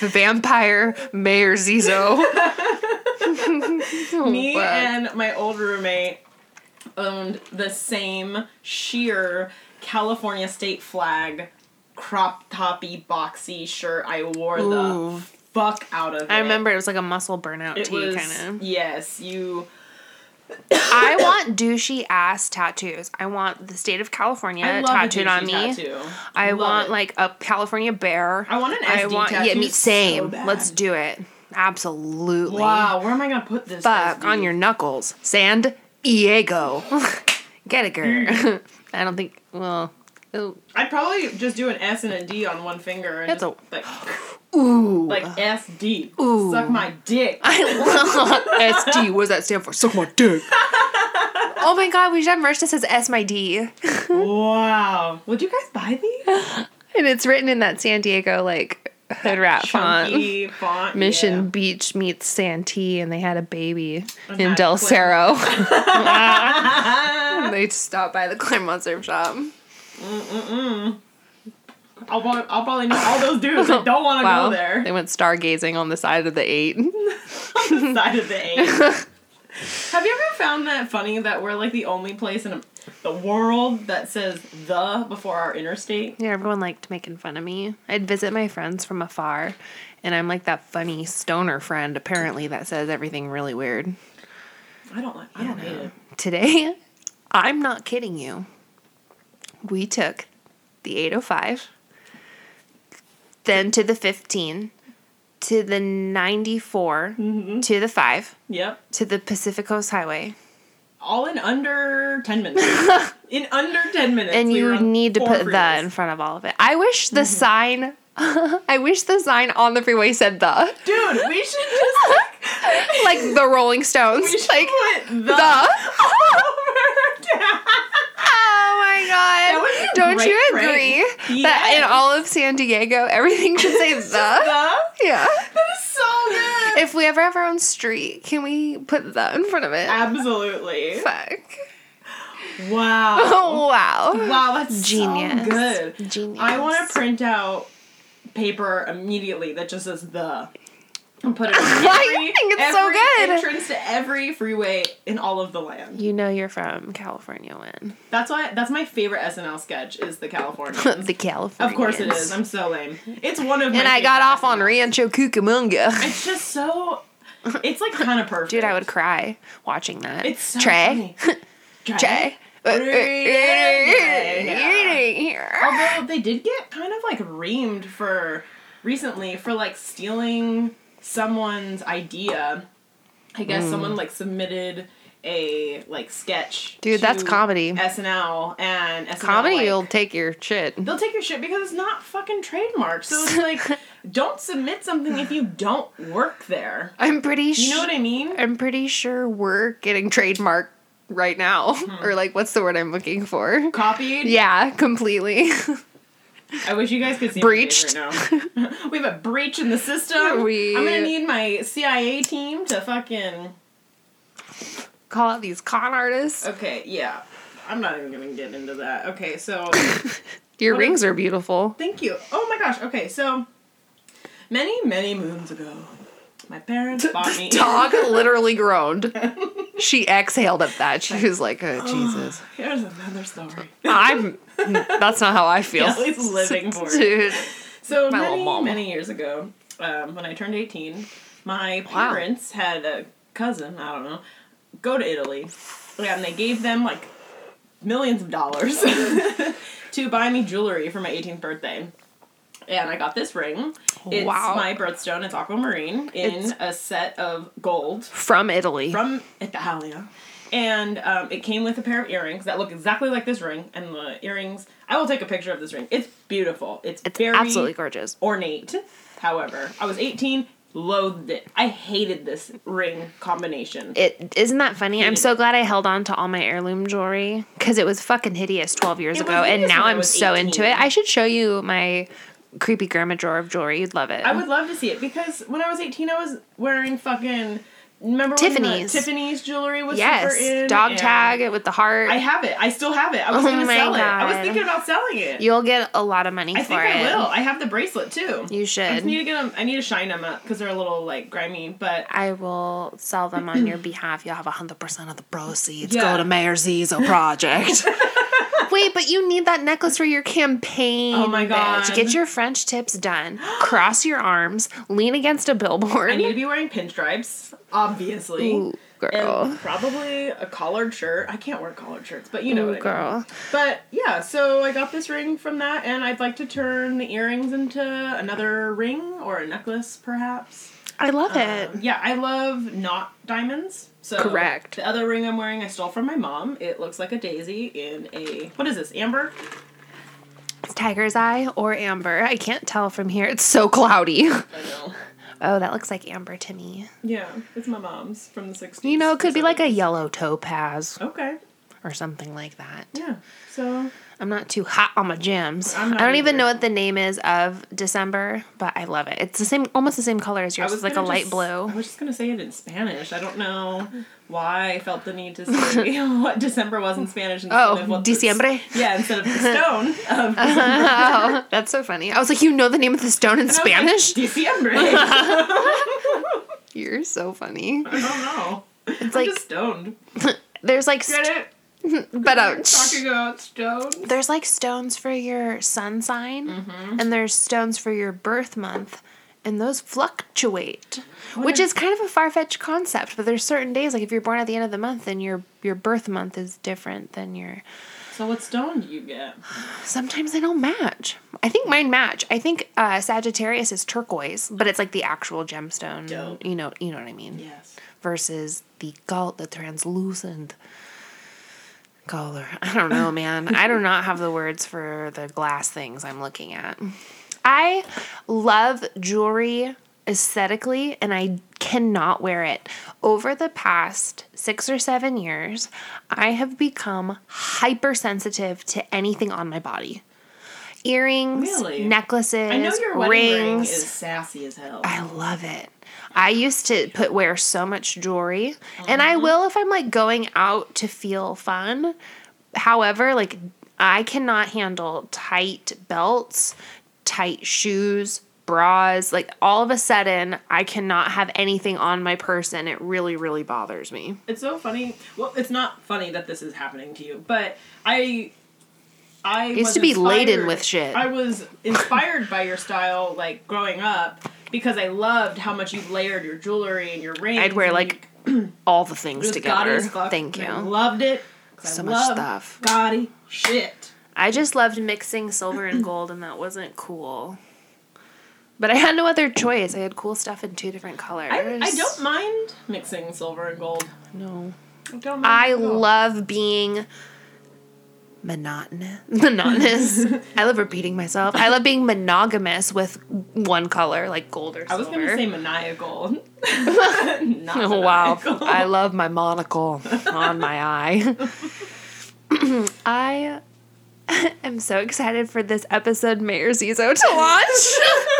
Speaker 1: Vampire Mayor Zizo.
Speaker 2: Me
Speaker 1: Oh, fuck.
Speaker 2: and my old roommate owned the same sheer California state flag crop toppy boxy shirt. I wore the fuck out of it.
Speaker 1: I remember it was like a muscle burnout
Speaker 2: it
Speaker 1: tee
Speaker 2: was
Speaker 1: kind of.
Speaker 2: yes, you.
Speaker 1: I want douchey ass tattoos. I want the state of California
Speaker 2: I love a
Speaker 1: tattooed on
Speaker 2: douchey
Speaker 1: me.
Speaker 2: Tattoo.
Speaker 1: I
Speaker 2: Love
Speaker 1: want
Speaker 2: it.
Speaker 1: like a California bear.
Speaker 2: I want an SD tattoo.
Speaker 1: yeah, me
Speaker 2: so
Speaker 1: same.
Speaker 2: bad.
Speaker 1: Let's do it. Absolutely.
Speaker 2: Wow, where am I gonna put this?
Speaker 1: Fuck
Speaker 2: SD?
Speaker 1: on your knuckles, San Diego. Get it,
Speaker 2: Mm.
Speaker 1: girl. I don't think. Well, oh. ooh,
Speaker 2: I'd probably just do an S and a D on one finger. And
Speaker 1: That's
Speaker 2: just,
Speaker 1: a-
Speaker 2: like,
Speaker 1: ooh.
Speaker 2: like SD.
Speaker 1: Ooh.
Speaker 2: Suck my dick.
Speaker 1: SD. What does that stand for? Suck my dick. oh my god, we should have merch that says S my D, and
Speaker 2: wow. Would you guys buy these?
Speaker 1: it's written in that San Diego like hood rat font.
Speaker 2: Chunky font.
Speaker 1: Mission
Speaker 2: yeah.
Speaker 1: Beach meets Santee, and they had a baby in
Speaker 2: not
Speaker 1: Del
Speaker 2: clear.
Speaker 1: Cerro. And they stopped by the Claremont Surf Shop.
Speaker 2: I'll probably, I'll probably know all those dudes that don't want to
Speaker 1: Wow,
Speaker 2: go there.
Speaker 1: they went stargazing on the side of the eight.
Speaker 2: Side of the A. Have you ever found that funny that we're like the only place in the world that says the before our interstate?
Speaker 1: Yeah, everyone liked making fun of me. I'd visit my friends from afar, and I'm like that funny stoner friend, apparently, that says everything really weird.
Speaker 2: I don't like. I don't hate it.
Speaker 1: Today, I'm not kidding you. We took the 805, then to the 15, to the 94, to the 5,
Speaker 2: Yep.
Speaker 1: to the Pacific Coast Highway.
Speaker 2: All in under ten minutes. in under ten minutes.
Speaker 1: and
Speaker 2: we were
Speaker 1: you
Speaker 2: on
Speaker 1: need to
Speaker 2: four
Speaker 1: put the
Speaker 2: freeways.
Speaker 1: in front of all of it. I wish the sign, I wish the sign on the freeway said the,
Speaker 2: Dude, we should just like,
Speaker 1: like the Rolling Stones,
Speaker 2: we should
Speaker 1: like
Speaker 2: put the,
Speaker 1: the.
Speaker 2: over down.
Speaker 1: Oh my god!
Speaker 2: would be a
Speaker 1: Don't
Speaker 2: great
Speaker 1: you
Speaker 2: prank.
Speaker 1: agree that in
Speaker 2: Yes.
Speaker 1: all of San Diego, everything should say the?
Speaker 2: The
Speaker 1: Yeah.
Speaker 2: is so good.
Speaker 1: If we ever have our own street, can we put the in front of it?
Speaker 2: Absolutely.
Speaker 1: Fuck.
Speaker 2: Wow.
Speaker 1: Oh wow.
Speaker 2: Wow, that's
Speaker 1: Genius.
Speaker 2: So good.
Speaker 1: Genius.
Speaker 2: I want to print out paper immediately that just says the. And put it on every,
Speaker 1: I think it's so
Speaker 2: every
Speaker 1: good.
Speaker 2: entrance to every freeway in all of the land.
Speaker 1: You know you're from California when
Speaker 2: That's why that's my favorite SNL sketch is the California.
Speaker 1: the California.
Speaker 2: of course it is. I'm so lame. It's one of my
Speaker 1: and I got
Speaker 2: favorite
Speaker 1: off on
Speaker 2: SNL.
Speaker 1: Rancho Cucamonga.
Speaker 2: It's just so it's like kind of perfect.
Speaker 1: Dude, I would cry watching that.
Speaker 2: It's so
Speaker 1: Trey.
Speaker 2: funny. Trey.
Speaker 1: Trey.
Speaker 2: Yeah.
Speaker 1: Yeah.
Speaker 2: Although they did get kind of like reamed for recently for like
Speaker 1: Hmm.
Speaker 2: stealing someone's idea. I guess someone like submitted a like sketch.
Speaker 1: Dude, that's
Speaker 2: to
Speaker 1: comedy.
Speaker 2: SNL and SNL,
Speaker 1: Comedy
Speaker 2: like-
Speaker 1: will take your shit.
Speaker 2: they'll take your shit because it's not fucking trademarked. So it's like, don't submit something if you don't work there.
Speaker 1: I'm pretty sure.
Speaker 2: You know what I mean?
Speaker 1: I'm pretty sure we're getting trademarked right now.
Speaker 2: Hmm.
Speaker 1: Or like what's the word I'm looking for?
Speaker 2: Copied.
Speaker 1: Yeah, completely.
Speaker 2: I wish you guys could see my face
Speaker 1: Breached.
Speaker 2: right now. we have a breach in the system.
Speaker 1: We-
Speaker 2: I'm gonna need my CIA team to fucking.
Speaker 1: Call out these con artists.
Speaker 2: Okay, yeah. I'm not even gonna get into that. Okay, so
Speaker 1: Your
Speaker 2: what
Speaker 1: rings are beautiful.
Speaker 2: thank you. Oh my gosh. Okay, so many many moons ago, my parents bought me.
Speaker 1: Dog literally groaned. She exhaled at that. She was like, oh, Jesus.
Speaker 2: Here's another story.
Speaker 1: I'm. That's not how I feel.
Speaker 2: Kelly's living for it.
Speaker 1: Dude.
Speaker 2: So
Speaker 1: My little
Speaker 2: many,
Speaker 1: mama.
Speaker 2: many years ago, um, when I turned 18, my
Speaker 1: Wow.
Speaker 2: parents had a cousin, I don't know, go to Italy. And they gave them like millions of dollars to buy me jewelry for my 18th birthday. And I got this ring. It's
Speaker 1: Wow.
Speaker 2: my birthstone. It's aquamarine in
Speaker 1: It's-
Speaker 2: a set of gold
Speaker 1: From Italy.
Speaker 2: from Italia. And um, it came with a pair of earrings that look exactly like this ring. And the earrings, I will take a picture of this ring. It's beautiful. It's,
Speaker 1: it's
Speaker 2: very
Speaker 1: absolutely gorgeous.
Speaker 2: ornate. However, I was 18, loathed it. I hated this ring combination.
Speaker 1: It isn't that funny. I'm so glad I held on to all my heirloom jewelry because it was fucking hideous 12 years
Speaker 2: It was
Speaker 1: ago, and
Speaker 2: hideous
Speaker 1: now
Speaker 2: when I
Speaker 1: I'm
Speaker 2: was
Speaker 1: so
Speaker 2: 18.
Speaker 1: into it. I should show you my creepy grandma drawer of jewelry. You'd love it.
Speaker 2: I would love to see it because when I was 18, I was wearing fucking. Remember when the
Speaker 1: Tiffany's.
Speaker 2: Tiffany's jewelry was
Speaker 1: yes,
Speaker 2: super in?
Speaker 1: dog
Speaker 2: and
Speaker 1: tag with the heart.
Speaker 2: I have it. I still have it. I was
Speaker 1: Oh
Speaker 2: gonna
Speaker 1: my
Speaker 2: sell it. I was
Speaker 1: God.
Speaker 2: thinking about selling it.
Speaker 1: You'll get a lot of money
Speaker 2: I
Speaker 1: for
Speaker 2: think I
Speaker 1: it.
Speaker 2: will. I have the bracelet too.
Speaker 1: You
Speaker 2: I just need
Speaker 1: should.
Speaker 2: to get them. I need to shine them up because they're a little like grimy, but
Speaker 1: I will sell them on your behalf. You'll have a
Speaker 6: Hundred percent of the proceeds
Speaker 2: Yeah.
Speaker 6: go to Mayor Zizo project.
Speaker 1: Wait, but you need that necklace for your campaign.
Speaker 2: Oh my God.
Speaker 1: bitch. Get your French tips done. Cross your arms. Lean against a billboard.
Speaker 2: I need to be wearing pinstripes, obviously.
Speaker 1: Ooh, girl.
Speaker 2: And probably a collared shirt. I can't wear collared shirts, but you know
Speaker 1: Ooh,
Speaker 2: what I mean.
Speaker 1: girl.
Speaker 2: But yeah, so I got this ring from that, and I'd like to turn the earrings into another ring or a necklace, perhaps.
Speaker 1: I love it.
Speaker 2: Um, yeah, I love not diamonds. So
Speaker 1: Correct.
Speaker 2: The other ring I'm wearing, I stole from my mom. It looks like a daisy in a what is this amber?
Speaker 1: It's tiger's eye or amber. I can't tell from here. It's so cloudy.
Speaker 2: I know.
Speaker 1: Oh, that looks like amber to me.
Speaker 2: Yeah, it's my mom's from the '60s.
Speaker 1: You know, it could be like a yellow topaz
Speaker 2: Okay.
Speaker 1: or something like that.
Speaker 2: Yeah. So
Speaker 1: I'm not too hot on my gems. I
Speaker 2: I'm
Speaker 1: don't
Speaker 2: not
Speaker 1: even
Speaker 2: either.
Speaker 1: know what the name is of December, but I love it. It's the same, almost the same color as
Speaker 2: I
Speaker 1: yours. It's like a
Speaker 2: gonna
Speaker 1: light
Speaker 2: just- I
Speaker 1: blue.
Speaker 2: was just gonna say it in Spanish. I don't know why I felt the need to say what December was in Spanish instead
Speaker 1: Oh,
Speaker 2: of what the-
Speaker 1: Diciembre.
Speaker 2: yeah, instead of the stone Um, of
Speaker 1: Oh, that's so funny. I was like, you know the name of the stone in Spanish?
Speaker 2: Diciembre. I
Speaker 1: You're so funny.
Speaker 2: don't know.
Speaker 1: It's like
Speaker 2: I'm just stoned.
Speaker 1: there's like
Speaker 2: Get
Speaker 1: st-
Speaker 2: it?
Speaker 1: but uh,
Speaker 2: Talking about stone.
Speaker 1: there's like stones for your sun sign
Speaker 2: Mm-hmm.
Speaker 1: and there's stones for your birth month and those fluctuate which is kind of a far-fetched concept but there's certain days like if you're born at the end of the month then your your birth month is different than your
Speaker 2: So what stone do you get?
Speaker 1: sometimes they don't match i think mine match i think uh, sagittarius is turquoise but it's like the actual gemstone
Speaker 2: Dope.
Speaker 1: you know you know what i mean
Speaker 2: Yes.
Speaker 1: versus the gold, the translucent color. I don't know, man. I do not have the words for the glass things I'm looking at. I love jewelry aesthetically, and I cannot wear it. Over the past six or seven years, I have become hypersensitive to anything on my body. Earrings,
Speaker 2: Really?
Speaker 1: necklaces,
Speaker 2: I know your
Speaker 1: rings.
Speaker 2: wedding ring is sassy as hell.
Speaker 1: I love it. I used to put wear so much jewelry, and I will if I'm like going out to feel fun. However, like I cannot handle tight belts, tight shoes, bras. Like all of a sudden, I cannot have anything on my person. It really, really bothers me.
Speaker 2: It's so funny. Well, it's not funny that this is happening to you, but I, I
Speaker 1: used
Speaker 2: was
Speaker 1: to be laden
Speaker 2: inspired-
Speaker 1: with shit.
Speaker 2: I was inspired by your style, like growing up, because I loved how much you layered your jewelry and your rings.
Speaker 1: I'd wear
Speaker 2: and
Speaker 1: like
Speaker 2: you
Speaker 1: all the things
Speaker 2: just
Speaker 1: together.
Speaker 2: Gotti stuff,
Speaker 1: Thank
Speaker 2: and I
Speaker 1: you.
Speaker 2: loved it. 'cause
Speaker 1: So
Speaker 2: I
Speaker 1: much
Speaker 2: love
Speaker 1: stuff.
Speaker 2: Gotti shit.
Speaker 1: I just loved mixing silver and gold, and that wasn't cool. But I had no other choice. I had cool stuff in two different colors.
Speaker 2: I, I don't mind mixing silver and gold.
Speaker 1: No.
Speaker 2: Don't
Speaker 1: I
Speaker 2: know.
Speaker 1: love being monotonous. Monotonous. I love repeating myself. I love being monogamous with one color, like gold or
Speaker 2: I
Speaker 1: silver.
Speaker 2: was gonna say maniacal. Not
Speaker 1: Oh, wow.
Speaker 2: maniacal.
Speaker 1: I love my monocle on my eye. I am so excited for this episode, Mayor Zizo, to launch.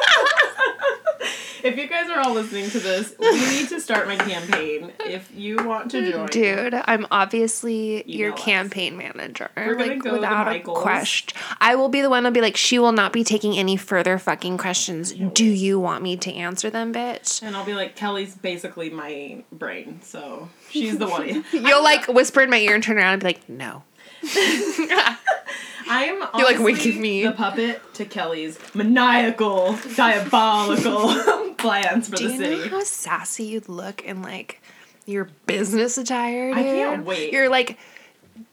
Speaker 2: If you guys are all listening to this, we need to start my campaign. If you want to join,
Speaker 1: Mm, Dude, I'm obviously your
Speaker 2: Email us.
Speaker 1: campaign manager.
Speaker 2: gonna
Speaker 1: like,
Speaker 2: go to
Speaker 1: without a
Speaker 2: Michael's.
Speaker 1: question. I will be the one to be like, she will not be taking any further fucking questions. Do you want me to answer them, bitch?
Speaker 2: and I'll be like, Kelly's basically my brain, so she's the one.
Speaker 1: You'll like whisper in my ear and turn around and be like, no.
Speaker 2: I'm
Speaker 1: You're like,
Speaker 2: honestly
Speaker 1: winking me.
Speaker 2: the puppet to Kelly's maniacal, diabolical plans for
Speaker 1: Do
Speaker 2: the
Speaker 1: you
Speaker 2: city.
Speaker 1: know how sassy you look in like your business attire? Dude?
Speaker 2: I can't wait.
Speaker 1: You're like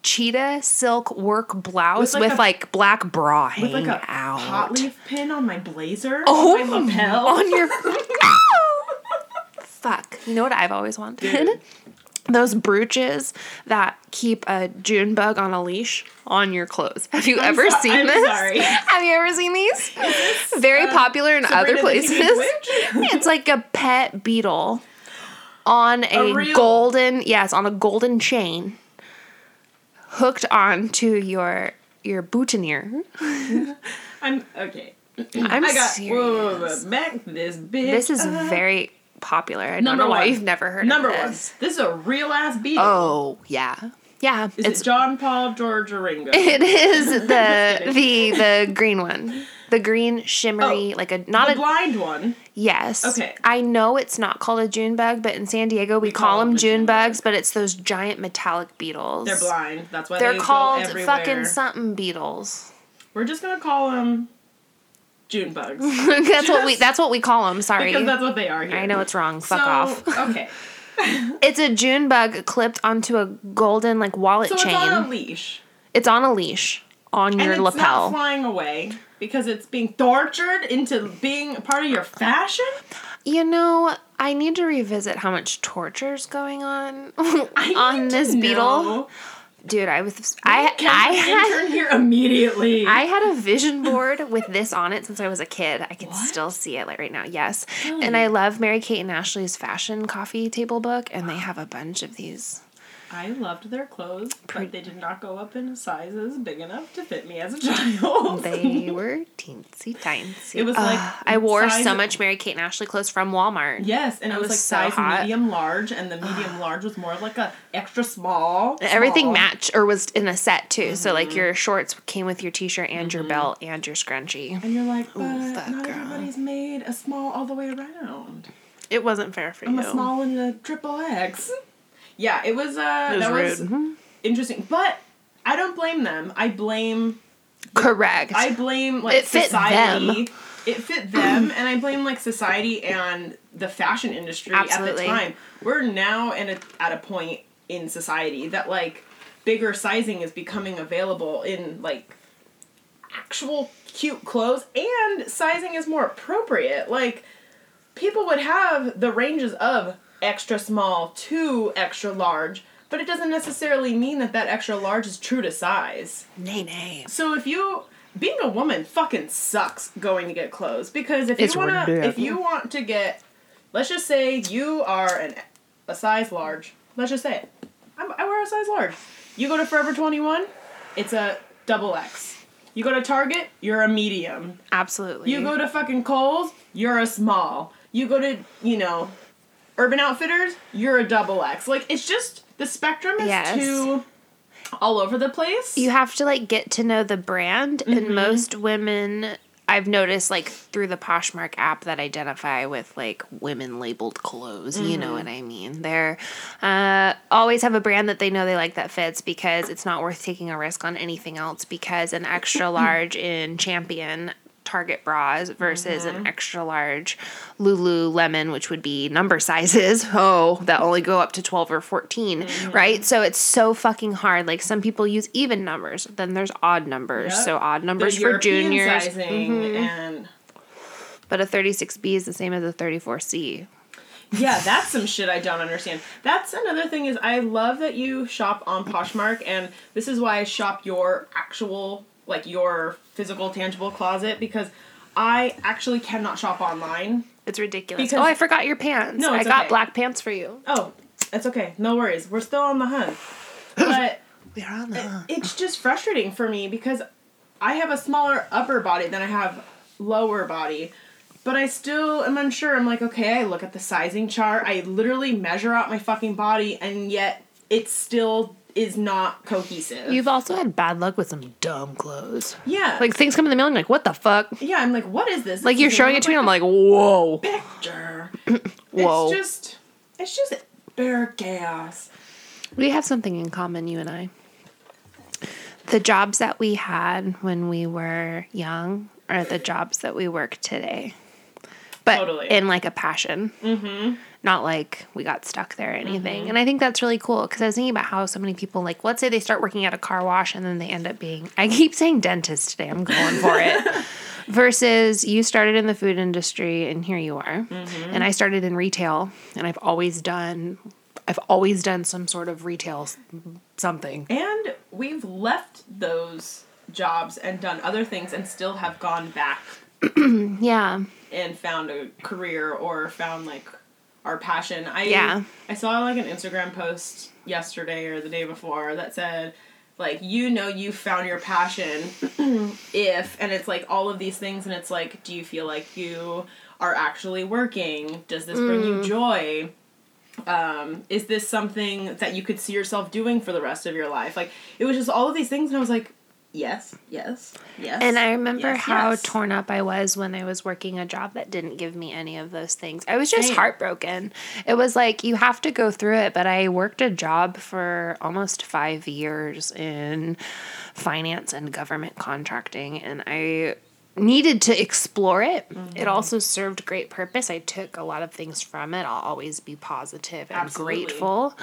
Speaker 1: cheetah silk work blouse with
Speaker 2: With, like,
Speaker 1: like,
Speaker 2: a-
Speaker 1: black bra
Speaker 2: With
Speaker 1: hanging
Speaker 2: like a
Speaker 1: out
Speaker 2: hot leaf pin on my blazer,
Speaker 1: Oh,
Speaker 2: on my lapel.
Speaker 1: on your. Ow! Fuck. You know what I've always wanted?
Speaker 2: Dude.
Speaker 1: Those brooches that keep a June bug on a leash on your clothes. Have you ever
Speaker 2: so-
Speaker 1: seen
Speaker 2: I'm
Speaker 1: this?
Speaker 2: sorry. Uh,
Speaker 1: Have you ever seen these? Very popular in other
Speaker 2: Sabrina the
Speaker 1: places.
Speaker 2: Teenage Witch?
Speaker 1: it's like a pet beetle on a,
Speaker 2: A real-
Speaker 1: golden, yes, on a golden chain hooked onto your your boutonniere.
Speaker 2: I'm okay.
Speaker 1: I'm
Speaker 2: I got
Speaker 1: serious.
Speaker 2: Whoa, whoa, whoa, back this bitch.
Speaker 1: This is
Speaker 2: up.
Speaker 1: very popular. I don't
Speaker 2: uh, Number
Speaker 1: know why
Speaker 2: one.
Speaker 1: you've never heard
Speaker 2: number
Speaker 1: of
Speaker 2: one.
Speaker 1: this.
Speaker 2: This is a real ass beetle.
Speaker 1: Oh yeah, yeah.
Speaker 2: is
Speaker 1: it's
Speaker 2: it John Paul George Ringo?
Speaker 1: it is the the the green one, the green shimmery
Speaker 2: Oh,
Speaker 1: like a not
Speaker 2: the
Speaker 1: a
Speaker 2: blind one.
Speaker 1: yes.
Speaker 2: Okay.
Speaker 1: I know it's not called a June bug, but in San Diego we, call, them
Speaker 2: the
Speaker 1: June
Speaker 2: June
Speaker 1: bugs, but it's those giant metallic beetles.
Speaker 2: They're blind. That's why
Speaker 1: They're
Speaker 2: they go
Speaker 1: called
Speaker 2: everywhere.
Speaker 1: fucking something beetles.
Speaker 2: We're just gonna call them June bugs
Speaker 1: that's what we that's what we call them. Sorry.
Speaker 2: because that's what they are here.
Speaker 1: I know it's wrong. Fuck
Speaker 2: so,
Speaker 1: off.
Speaker 2: okay,
Speaker 1: It's a June bug clipped onto a golden like wallet
Speaker 2: so
Speaker 1: chain.
Speaker 2: it's on a leash
Speaker 1: It's on a leash on
Speaker 2: and
Speaker 1: your
Speaker 2: it's
Speaker 1: lapel.
Speaker 2: not flying away because it's being tortured into being a part of your fashion.
Speaker 1: you know, I need to revisit how much torture's going on
Speaker 2: I
Speaker 1: on
Speaker 2: need to
Speaker 1: this beetle.
Speaker 2: know.
Speaker 1: Dude, I was I
Speaker 2: Can
Speaker 1: I
Speaker 2: you
Speaker 1: had
Speaker 2: intern here immediately.
Speaker 1: I had a vision board with this on it since I was a kid. I can still see it like right now. Yes. And I love Mary Kate and Ashley's fashion coffee table book and they have a bunch of these.
Speaker 2: I loved their clothes, but they did not go up in sizes big enough to fit me as a child.
Speaker 1: They were teensy tiny.
Speaker 2: It was like
Speaker 1: I wore
Speaker 2: size-
Speaker 1: so much Mary Kate and Ashley clothes from Walmart.
Speaker 2: Yes, and it,
Speaker 1: It
Speaker 2: was,
Speaker 1: was so
Speaker 2: like size
Speaker 1: hot.
Speaker 2: medium large, and the medium large was more like a extra small.
Speaker 1: everything
Speaker 2: small.
Speaker 1: matched or was in a set too. So like your shorts came with your t-shirt and your belt and your scrunchie.
Speaker 2: And you're like, but
Speaker 1: fuck,
Speaker 2: not
Speaker 1: girl."
Speaker 2: everybody's made a small all the way around.
Speaker 1: It wasn't fair for
Speaker 2: I'm
Speaker 1: you.
Speaker 2: a small and a triple X. Yeah, it was. Uh,
Speaker 1: was
Speaker 2: that was
Speaker 1: rude. Mm-hmm.
Speaker 2: interesting, but I don't blame them. I blame
Speaker 1: Correct.
Speaker 2: I blame like
Speaker 1: It fit
Speaker 2: society. It fit them, and I blame like society and the fashion industry
Speaker 1: Absolutely.
Speaker 2: at the time. We're now in a, at a point in society that like bigger sizing is becoming available in like actual cute clothes, and sizing is more appropriate. Like people would have the ranges of extra small to extra large. But it doesn't necessarily mean that that extra large is true to size.
Speaker 6: Nay, nay.
Speaker 2: So if you being a woman fucking sucks going to get clothes because if
Speaker 1: It's
Speaker 2: you want to if
Speaker 1: ridiculous.
Speaker 2: you want to get let's just say you are an a size large. Let's just say it. I'm, I wear a size large. You go to Forever 21, it's a double X. You go to Target, you're a medium.
Speaker 1: Absolutely.
Speaker 2: You go to fucking Kohl's, you're a small. You go to, you know, Urban Outfitters, you're a double X. Like it's just the spectrum is
Speaker 1: Yes.
Speaker 2: too all over the place.
Speaker 1: you have to like get to know the brand and most women I've noticed like through the Poshmark app that identify with like women labeled clothes, you know what I mean? They're uh, always have a brand that they know they like that fits because it's not worth taking a risk on anything else because an extra large in Champion Target bras versus an extra large Lululemon, which would be number sizes. Oh, that only go up to 12 or 14, right? So it's so fucking hard. Like some people use even numbers, then there's odd numbers.
Speaker 2: Yep.
Speaker 1: So odd
Speaker 2: The
Speaker 1: numbers for
Speaker 2: European
Speaker 1: juniors, Mm-hmm.
Speaker 2: sizing and
Speaker 1: but a 36B is the same as a 34C.
Speaker 2: Yeah, that's some shit I don't understand. That's another thing is I love that you shop on Poshmark and this is why I shop your actual like your physical tangible closet because I actually cannot shop online.
Speaker 7: It's ridiculous.
Speaker 2: Because-
Speaker 7: oh, I forgot your pants.
Speaker 2: No,
Speaker 7: I
Speaker 2: it's
Speaker 7: got
Speaker 2: okay.
Speaker 7: black pants for you.
Speaker 2: Oh, that's okay. No worries. We're still on the hunt. But
Speaker 6: We're on
Speaker 1: Uh,
Speaker 6: the hunt.
Speaker 2: it's just frustrating for me because I have a smaller upper body than I have lower body. But I still am unsure. I'm like, okay, I look at the sizing chart. I literally measure out my fucking body, and yet it still is not cohesive.
Speaker 1: You've also had bad luck with some dumb clothes.
Speaker 2: yeah.
Speaker 1: Like things come in the mail and you're like, what the fuck?
Speaker 2: yeah, I'm like, what is this?
Speaker 1: Like
Speaker 2: This
Speaker 1: you're
Speaker 2: is
Speaker 1: showing
Speaker 2: not
Speaker 1: it to me and I'm
Speaker 2: like
Speaker 1: like, whoa.
Speaker 2: a picture.
Speaker 1: Whoa.
Speaker 2: It's just, it's just bare chaos.
Speaker 1: We have something in common, you and I. The jobs that we had when we were young are the jobs that we work today. But
Speaker 2: Totally.
Speaker 1: in like a passion. Mm-hmm. Not like we got stuck there or anything. And I think that's really cool because I was thinking about how so many people, like, let's say they start working at a car wash and then they end up being, I keep saying dentist today, I'm going for it. Versus you started in the food industry and here you are. And I started in retail and I've always done, I've always done some sort of retail s- something.
Speaker 2: And we've left those jobs and done other things, and still have gone back
Speaker 1: Yeah.
Speaker 2: and found a career or found like our passion. I
Speaker 1: Yeah.
Speaker 2: I saw like an Instagram post yesterday or the day before that said like you know you found your passion if and it's like all of these things and it's like do you feel like you are actually working? Does this bring
Speaker 1: Mm.
Speaker 2: you joy? Um, is this something that you could see yourself doing for the rest of your life? Like it was just all of these things and I was like yes, yes, yes.
Speaker 1: And I remember
Speaker 2: yes,
Speaker 1: how
Speaker 2: yes.
Speaker 1: torn up I was when I was working a job that didn't give me any of those things. I was just
Speaker 2: Same.
Speaker 1: heartbroken. It was like you have to go through it, but I worked a job for almost 5 years in finance and government contracting and I needed to explore it. It
Speaker 2: Mm-hmm.
Speaker 1: also served great purpose. I took a lot of things from it. I'll always be positive and
Speaker 2: Absolutely.
Speaker 1: grateful.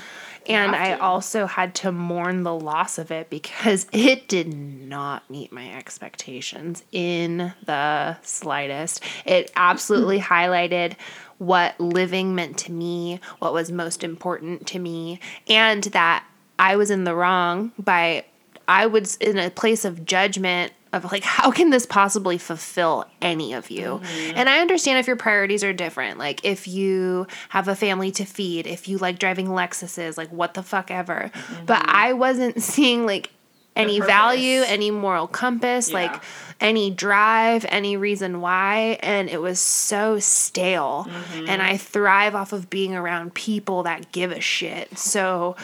Speaker 1: And
Speaker 2: have
Speaker 1: I
Speaker 2: to.
Speaker 1: also had to mourn the loss of it because it did not meet my expectations in the slightest. It absolutely highlighted what living meant to me, what was most important to me, and that I was in the wrong by I was in a place of judgment of like how can this possibly fulfill any of you
Speaker 2: Mm-hmm.
Speaker 1: and i understand if your priorities are different like if you have a family to feed if you like driving lexuses like what the fuck ever but i wasn't seeing like any
Speaker 2: Mm-hmm. purpose.
Speaker 1: value any moral compass
Speaker 2: Yeah.
Speaker 1: like any drive any reason why and it was so stale
Speaker 2: Mm-hmm.
Speaker 1: and i thrive off of being around people that give a shit so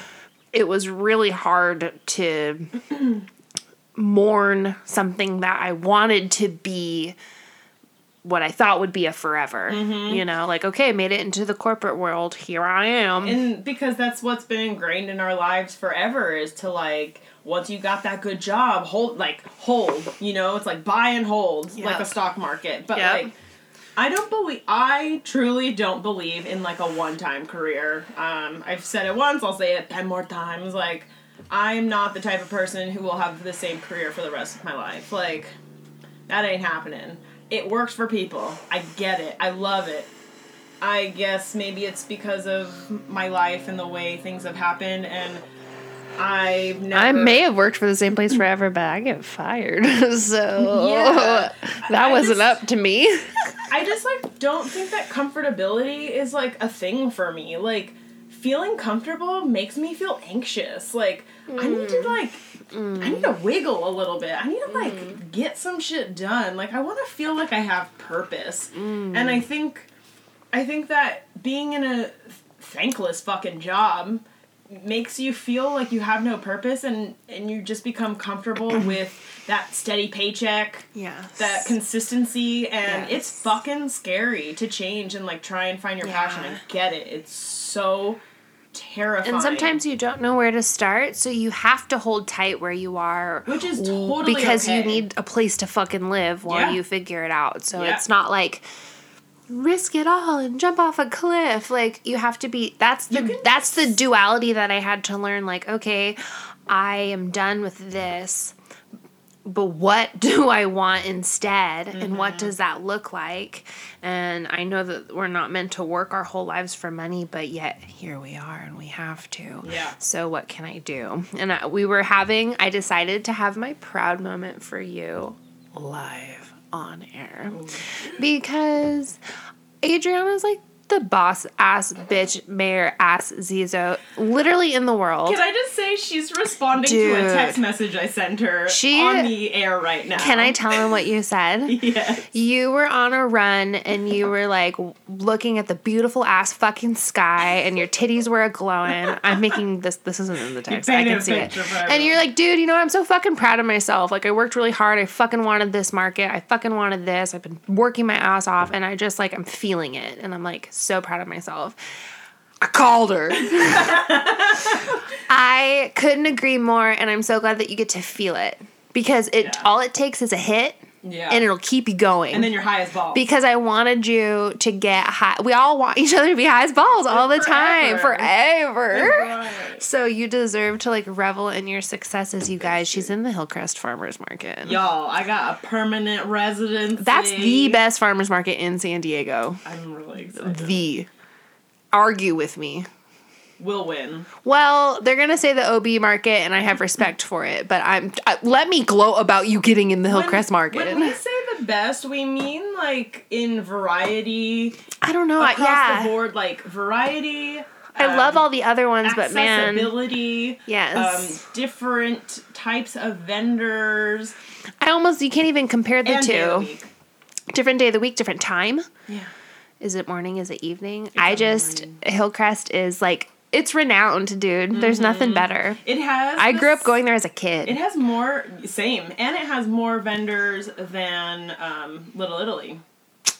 Speaker 1: it was really hard to mourn something that I wanted to be what I thought would be a forever.
Speaker 2: Mm-hmm.
Speaker 1: You know, like, okay, made it into the corporate world. Here I am.
Speaker 2: And because that's what's been ingrained in our lives forever is to like once you got that good job, hold like hold, you know, it's like buy and hold like a stock market. But
Speaker 1: Yep.
Speaker 2: like I don't believe I truly don't believe in like a one-time career. Um I've said it once, I'll say it 10 more times like I'm not the type of person who will have the same career for the rest of my life. Like that ain't happening. It works for people. I get it. I love it. I guess maybe it's because of my life and the way things have happened, and I've never.
Speaker 1: I may have worked for the same place forever, but I get fired. so
Speaker 2: Yeah.
Speaker 1: that
Speaker 2: I
Speaker 1: wasn't
Speaker 2: just-
Speaker 1: up to me.
Speaker 2: I just like don't think that comfortability is like a thing for me. Like feeling comfortable makes me feel anxious. Like I need to like I need to wiggle a little bit. I need to like get some shit done. Like I want to feel like I have purpose. And I think I think that being in a thankless fucking job makes you feel like you have no purpose and and you just become comfortable with that steady paycheck
Speaker 1: Yeah.
Speaker 2: that consistency and
Speaker 1: Yes.
Speaker 2: it's fucking scary to change and like try and find your passion and get it. It's so terrifying.
Speaker 1: And sometimes you don't know where to start, so you have to hold tight where you are.
Speaker 2: which is totally
Speaker 1: because you
Speaker 2: okay.
Speaker 1: need a place to fucking live while
Speaker 2: Yeah.
Speaker 1: you figure it out. So
Speaker 2: Yeah.
Speaker 1: it's not like risk it all and jump off a cliff. Like you have to be that's the
Speaker 2: can-
Speaker 1: that's the duality that I had to learn like okay, I am done with this. but what do I want instead? And what
Speaker 2: Mm-hmm.
Speaker 1: does that look like? And I know that we're not meant to work our whole lives for money, but yet here we are and we have to.
Speaker 2: Yeah.
Speaker 1: So what can I do? And I, we were having, I decided to have my proud moment for you live on air because Adriana's like the boss ass bitch mayor ass Zizo literally in the world.
Speaker 2: Can I just say she's responding to
Speaker 1: Dude.
Speaker 2: a text message I sent her
Speaker 1: She-
Speaker 2: on the air right now?
Speaker 1: Can I tell him what you said?
Speaker 2: Yes.
Speaker 1: You were on a run and you were like w- looking at the beautiful ass fucking sky and your titties were a glowing. I'm making this, this isn't in the text. I
Speaker 2: painted
Speaker 1: can
Speaker 2: a
Speaker 1: see it.
Speaker 2: picture of everyone.
Speaker 1: And you're like, dude, you know, I'm so fucking proud of myself. Like, I worked really hard. I fucking wanted this market. I fucking wanted this. I've been working my ass off and I just like, I'm feeling it. And I'm like, so proud of myself. I called her. I couldn't agree more, and I'm so glad that you get to feel it because it
Speaker 2: Yeah.
Speaker 1: all it takes is a hit,
Speaker 2: Yeah.
Speaker 1: and it'll keep you going.
Speaker 2: And then you're high as balls.
Speaker 1: because I wanted you to get high. We all want each other to be high as balls all the time, forever.
Speaker 2: Right.
Speaker 1: So you deserve to like revel in your successes, you guys. She's in the Hillcrest Farmers Market.
Speaker 2: Y'all, I got a permanent residency.
Speaker 1: That's the best farmers market in San Diego.
Speaker 2: I'm really excited.
Speaker 1: The. Argue with me.
Speaker 2: We'll win.
Speaker 1: Well, they're gonna say the OB market, and I have respect for it. But I'm uh, let me gloat about you getting in the Hillcrest
Speaker 2: When-
Speaker 1: market.
Speaker 2: When we say the best, we mean like in variety
Speaker 1: I don't know. I,
Speaker 2: across
Speaker 1: yeah,
Speaker 2: the board, like variety. um,
Speaker 1: I love all the other ones, but man,
Speaker 2: accessibility.
Speaker 1: Yes.
Speaker 2: Um, different types of vendors.
Speaker 1: I almost you can't even compare the
Speaker 2: and day of the
Speaker 1: two.
Speaker 2: week.
Speaker 1: Different day of the week, different time.
Speaker 2: Yeah.
Speaker 1: Is it morning? Is it evening? I just Hillcrest is like it's renowned, dude. There's
Speaker 2: Mm-hmm.
Speaker 1: nothing better.
Speaker 2: It has.
Speaker 1: I grew up
Speaker 2: this-
Speaker 1: going there as a kid.
Speaker 2: It has more. Same, and it has more vendors than um, Little Italy.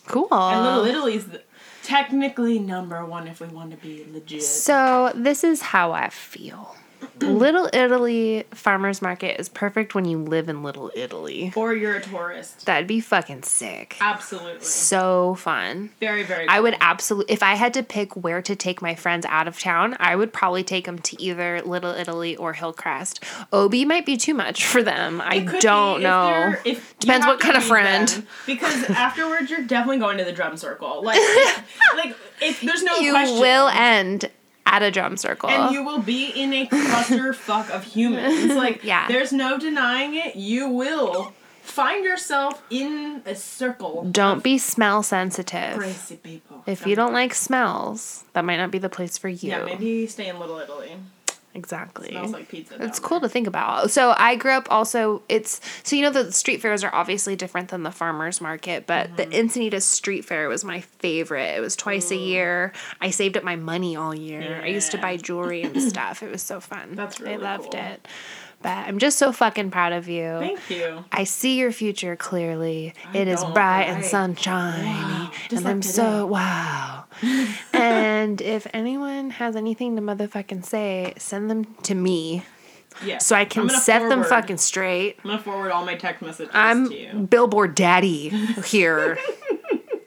Speaker 1: cool.
Speaker 2: And Little Italy's th- technically number one if we want to be legit.
Speaker 1: So this is how I feel. Little Italy farmers market is perfect when you live in Little Italy.
Speaker 2: or you're a tourist.
Speaker 1: That'd be fucking sick.
Speaker 2: Absolutely.
Speaker 1: So fun.
Speaker 2: Very, very.
Speaker 1: I
Speaker 2: cool.
Speaker 1: would absolutely, if I had to pick where to take my friends out of town, I would probably take them to either Little Italy or Hillcrest. OB might be too much for them. I
Speaker 2: It could
Speaker 1: don't
Speaker 2: be if
Speaker 1: know.
Speaker 2: they're- if you
Speaker 1: Depends
Speaker 2: have
Speaker 1: what
Speaker 2: to
Speaker 1: kind of
Speaker 2: read
Speaker 1: friend.
Speaker 2: them, because afterwards you're definitely going to the drum circle. Like, like if there's no
Speaker 1: You
Speaker 2: question.
Speaker 1: will end at a drum circle.
Speaker 2: and you will be in a clusterfuck of humans. Like,
Speaker 1: Yeah.
Speaker 2: there's no denying it. You will find yourself in a circle.
Speaker 1: don't be smell sensitive.
Speaker 2: Crazy people.
Speaker 1: If you don't like smells, that might not be the place for you.
Speaker 2: Yeah, maybe stay in Little Italy.
Speaker 1: Exactly.
Speaker 2: Smells like pizza.
Speaker 1: It's
Speaker 2: down
Speaker 1: cool to think about. So I grew up also. It's so you know the street fairs are obviously different than the farmers market, but the
Speaker 2: Mm-hmm.
Speaker 1: Encinitas Street Fair was my favorite. It was twice a year. I saved up my money all year. I used to
Speaker 2: Yeah.
Speaker 1: buy jewelry and stuff. It was so fun.
Speaker 2: That's
Speaker 1: I
Speaker 2: really
Speaker 1: loved
Speaker 2: cool.
Speaker 1: it. But I'm just so fucking proud of you.
Speaker 2: there. Thank you.
Speaker 1: I see your future clearly. it is
Speaker 2: don't,
Speaker 1: bright and
Speaker 2: right.
Speaker 1: sunshiny.
Speaker 2: Just
Speaker 1: And
Speaker 2: like
Speaker 1: I'm so wow. and if anyone has anything to motherfucking say, send them to me
Speaker 2: Yeah.
Speaker 1: so I can
Speaker 2: I'm gonna
Speaker 1: set them
Speaker 2: forward-
Speaker 1: fucking straight.
Speaker 2: I'm gonna forward all my text messages to
Speaker 1: I'm
Speaker 2: you.
Speaker 1: Billboard Daddy here.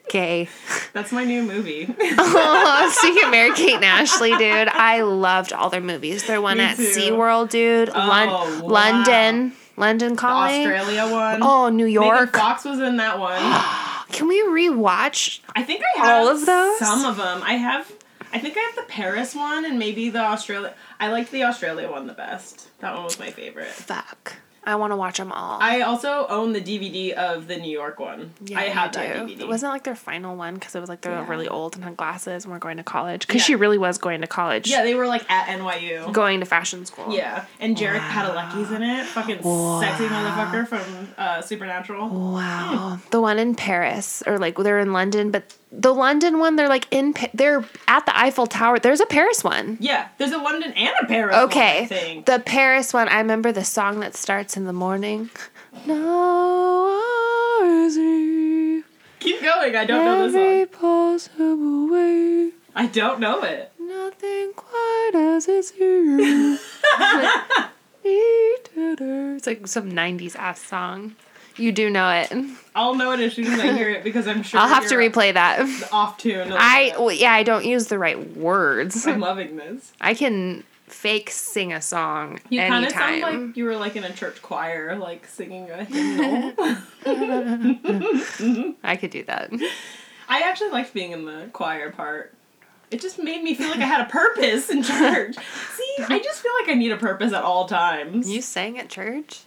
Speaker 1: Okay.
Speaker 2: That's my new movie.
Speaker 1: Oh, speaking of Mary Kate and Ashley, dude, I loved all their movies. Their one
Speaker 2: Me
Speaker 1: at
Speaker 2: too.
Speaker 1: SeaWorld, dude. Lon-
Speaker 2: Oh, wow.
Speaker 1: London. London Calling.
Speaker 2: Australia one.
Speaker 1: Oh, New
Speaker 2: Megan
Speaker 1: York.
Speaker 2: Fox was in that one. I
Speaker 1: Can we rewatch?
Speaker 2: think I have
Speaker 1: All of those?
Speaker 2: Some of them. I have. I think I have the Paris one and maybe the Australia. I liked the Australia one the best. That one was my favorite.
Speaker 1: Fuck. I want to watch them all.
Speaker 2: I also own the DVD of the New York one. I have
Speaker 1: you
Speaker 2: that
Speaker 1: do.
Speaker 2: DVD.
Speaker 1: It wasn't like their final one because it was like they were really old and had glasses and were going to college. Because
Speaker 2: Yeah.
Speaker 1: she really was going to college.
Speaker 2: yeah, they were like at NYU.
Speaker 1: Going to fashion school.
Speaker 2: yeah, and Jared Padalecki's in it. Fucking sexy motherfucker from uh, Supernatural.
Speaker 1: Wow. The one in Paris, or like they're in London, but the London one, they're like in, Pa- they're at the Eiffel Tower. There's a Paris one.
Speaker 2: Yeah, there's a London and a Paris. one, Oh, I
Speaker 1: Okay.
Speaker 2: think.
Speaker 1: The Paris one, I remember the song that starts in the morning. No, I see
Speaker 2: Keep going. I don't know this
Speaker 1: every
Speaker 2: one.
Speaker 1: possible way.
Speaker 2: I don't know it.
Speaker 1: Nothing quite as it's you. it's like some 90s ass song. You do know it.
Speaker 2: I'll know it as soon as I hear it because I'm sure
Speaker 1: I'll have to
Speaker 2: you're
Speaker 1: replay that.
Speaker 2: off tune. a little
Speaker 1: I
Speaker 2: bit.
Speaker 1: well, yeah, I don't use the right words.
Speaker 2: I'm loving this.
Speaker 1: I can fake sing a song
Speaker 2: You kind of sound
Speaker 1: anytime.
Speaker 2: like you were like in a church choir, like singing a hymnal.
Speaker 1: I could do that.
Speaker 2: I actually liked being in the choir part. It just made me feel like I had a purpose in church. See, I just feel like I need a purpose at all times.
Speaker 1: You sang at church?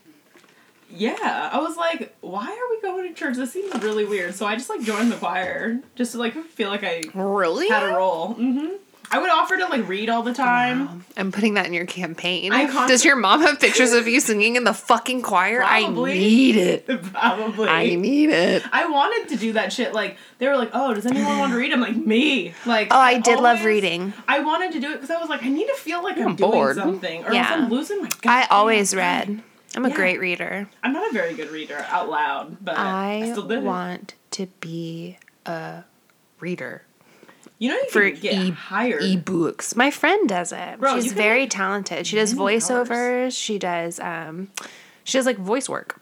Speaker 2: Yeah, I was like, why are we going to church? This seems really weird. So I just like joined the choir just to like feel like I
Speaker 1: Really?
Speaker 2: had a role. hmm I would offer to like read all the time.
Speaker 1: I'm putting that in your campaign.
Speaker 2: I const-
Speaker 1: Does your mom have pictures of you singing in the fucking choir?
Speaker 2: Probably.
Speaker 1: I need it.
Speaker 2: Probably.
Speaker 1: I need it.
Speaker 2: I wanted to do that shit. Like they were like, "Oh, does anyone want to read?" I'm like, "Me." Like,
Speaker 1: Oh, I did love reading.
Speaker 2: I wanted to do it because I was like, I need to feel like I'm,
Speaker 1: bored.
Speaker 2: doing something, or
Speaker 1: Yeah.
Speaker 2: else I'm losing
Speaker 1: I
Speaker 2: my. goddamn
Speaker 1: always
Speaker 2: mind.
Speaker 1: read. I'm a
Speaker 2: Yeah.
Speaker 1: great reader.
Speaker 2: I'm not a very good reader out loud, but I,
Speaker 1: I
Speaker 2: still did. it.
Speaker 1: want to be a reader.
Speaker 2: you know, you
Speaker 1: for
Speaker 2: can get
Speaker 1: e-
Speaker 2: hired.
Speaker 1: ebooks. My friend does it.
Speaker 2: Bro, you
Speaker 1: She's
Speaker 2: could
Speaker 1: very talented. She does
Speaker 2: many hours.
Speaker 1: voiceovers. She does um she does like voice work.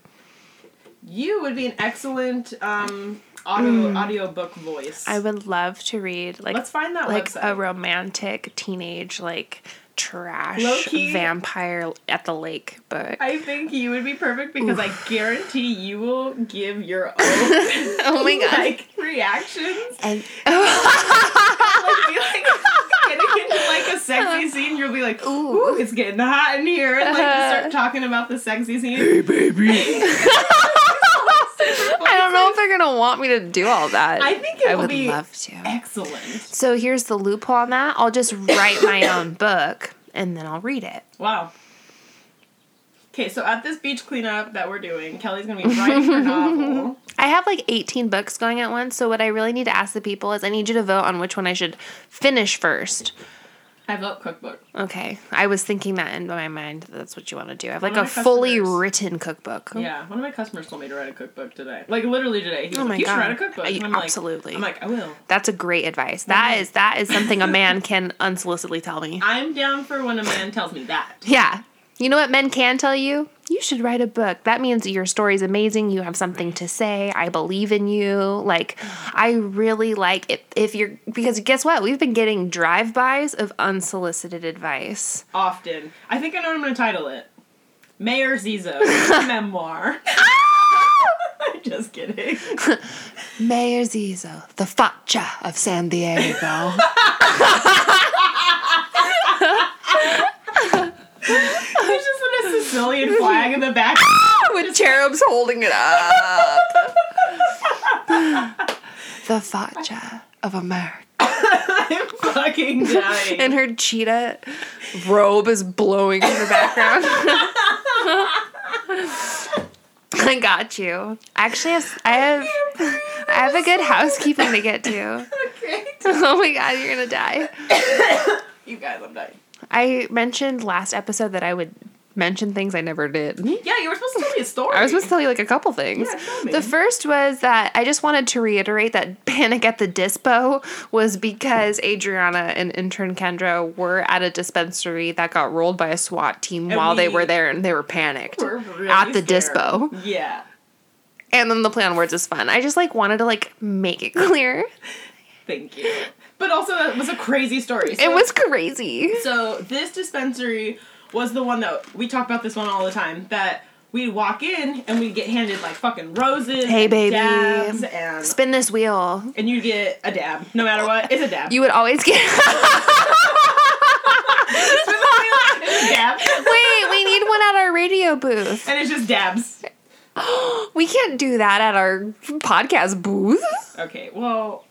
Speaker 2: you would be an excellent um, audio audiobook voice.
Speaker 1: Mm. I would love to read like
Speaker 2: Let's find that
Speaker 1: like a
Speaker 2: website.
Speaker 1: romantic teenage like trash
Speaker 2: Low-key-
Speaker 1: vampire at the lake book.
Speaker 2: I think you would be perfect because I guarantee you will give your own
Speaker 1: oh my god.
Speaker 2: like reactions.
Speaker 1: and
Speaker 2: like be like getting into like a sexy scene, you'll be like, ooh, it's getting hot in here, and like
Speaker 1: Uh-huh.
Speaker 2: you start talking about the sexy scene. Hey, baby.
Speaker 1: I don't know if they're gonna want me to do all that.
Speaker 2: I think it
Speaker 1: I
Speaker 2: will
Speaker 1: would
Speaker 2: be-
Speaker 1: love to.
Speaker 2: Excellent.
Speaker 1: So here's the loophole on that. I'll just write my own book and then I'll read it.
Speaker 2: Wow. Okay, so at this beach cleanup that we're doing, Kelly's gonna be writing her novel.
Speaker 1: I have like 18 books going at once, so what I really need to ask the people is I need you to vote on which one I should finish first.
Speaker 2: I vote cookbook.
Speaker 1: Okay. I was thinking that in my mind. That's what you want to do. I have like
Speaker 2: One
Speaker 1: a
Speaker 2: of my
Speaker 1: fully
Speaker 2: customers-
Speaker 1: written cookbook.
Speaker 2: Yeah, one of my customers told me to write a cookbook today. Like literally today, he was
Speaker 1: Oh
Speaker 2: like,
Speaker 1: my
Speaker 2: "You should
Speaker 1: God.
Speaker 2: write a cookbook."
Speaker 1: I-
Speaker 2: And I'm like-
Speaker 1: absolutely.
Speaker 2: I'm like, I will.
Speaker 1: That's a great advice. That is that is something a man can unsolicitedly tell me.
Speaker 2: I'm down for when a man tells me that.
Speaker 1: Yeah. You know what men can tell you? You should write a book. That means your story's amazing. You have something to say. I believe in you. Like, I really like if, if you're, because guess what? We've been getting drive bys of unsolicited advice.
Speaker 2: often. I think I know what I'm going to title it. Mayor Zizo memoir. Just kidding.
Speaker 1: Mayor Zizo, the facha of San Diego.
Speaker 2: There's just been a Sicilian flag in the back.
Speaker 1: With cherubs holding it up. the facha of America.
Speaker 2: I'm fucking dying.
Speaker 1: And her cheetah robe is blowing in the background. I got you. Actually, I have, I have I have a good housekeeping to get to.
Speaker 2: Great.
Speaker 1: Oh my god, you're gonna die.
Speaker 2: You guys, I'm dying.
Speaker 1: I mentioned last episode that I would mention things I never did.
Speaker 2: Yeah, you were supposed to tell me a story.
Speaker 1: I was supposed to tell you like a couple things.
Speaker 2: Yeah, tell me.
Speaker 1: the first was that I just wanted to reiterate that Panic at the Dispo was because Adriana and intern Kendra were at a dispensary that got rolled by a SWAT team while they
Speaker 2: we
Speaker 1: were there and they were panicked
Speaker 2: We're really
Speaker 1: at the
Speaker 2: scared.
Speaker 1: dispo.
Speaker 2: Yeah.
Speaker 1: And then the play on words is fun. I just like wanted to like make it clear.
Speaker 2: Thank you. But also, that was a crazy story. So
Speaker 1: It was crazy.
Speaker 2: So this dispensary was the one that we talk about this one all the time. That we'd walk in and we'd get handed like fucking roses,
Speaker 1: Hey,
Speaker 2: and
Speaker 1: baby.
Speaker 2: dabs, and
Speaker 1: Spin this wheel.
Speaker 2: and you get a dab, no matter what. It's a dab.
Speaker 1: You would always get
Speaker 2: It's a dab,
Speaker 1: Wait, we need one at our radio booth.
Speaker 2: and it's just dabs.
Speaker 1: We can't do that at our podcast booth.
Speaker 2: Okay, well,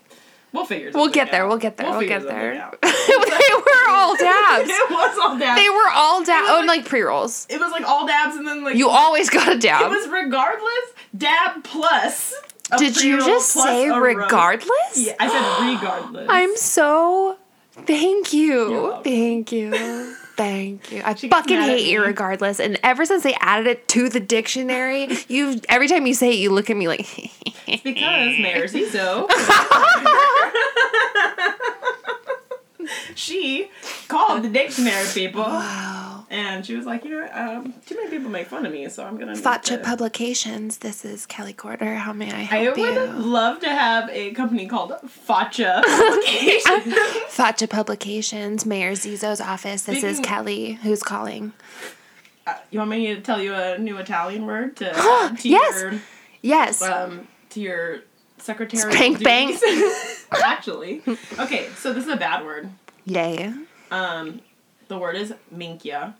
Speaker 2: we'll figure.
Speaker 1: We'll
Speaker 2: something
Speaker 1: get
Speaker 2: out.
Speaker 1: there. We'll get there. We'll,
Speaker 2: figure
Speaker 1: get
Speaker 2: something
Speaker 1: there.
Speaker 2: out.
Speaker 1: they were all dabs.
Speaker 2: It was all dabs.
Speaker 1: They were all dabs. Oh, and like pre rolls.
Speaker 2: it was like all dabs, and then like
Speaker 1: You always got a
Speaker 2: It
Speaker 1: dab.
Speaker 2: was regardless dab plus. a
Speaker 1: Did you
Speaker 2: pre-roll
Speaker 1: just
Speaker 2: plus
Speaker 1: say
Speaker 2: a rose.
Speaker 1: regardless?
Speaker 2: Yeah, I said regardless.
Speaker 1: I'm so. Thank
Speaker 2: You're
Speaker 1: you.
Speaker 2: welcome.
Speaker 1: Thank you. Thank you. I
Speaker 2: She gets
Speaker 1: fucking
Speaker 2: mad at
Speaker 1: hate you
Speaker 2: me.
Speaker 1: regardless. And ever since they added it to the dictionary, you every time you say it, you look at me like
Speaker 2: Because Mayor Zizo. she called the dictionary people.
Speaker 1: Wow.
Speaker 2: and she was like, you know, what, um, too many people make fun of me, so I'm gonna. need
Speaker 1: Thought
Speaker 2: to-
Speaker 1: Publications. This is Kelly Corder. How may I
Speaker 2: I
Speaker 1: help
Speaker 2: would
Speaker 1: you?
Speaker 2: love to have a company called Facha Publications.
Speaker 1: Facha Publications, Mayor Zizo's office. This is
Speaker 2: Speaking-
Speaker 1: Kelly. Who's calling?
Speaker 2: Uh, you want me to tell you a new Italian word to add to
Speaker 1: Yes.
Speaker 2: your
Speaker 1: Yes.
Speaker 2: um, to your secretary?
Speaker 1: Spank bang.
Speaker 2: Actually, okay. So this is a bad word.
Speaker 1: Yay.
Speaker 2: Um, the word is minkia.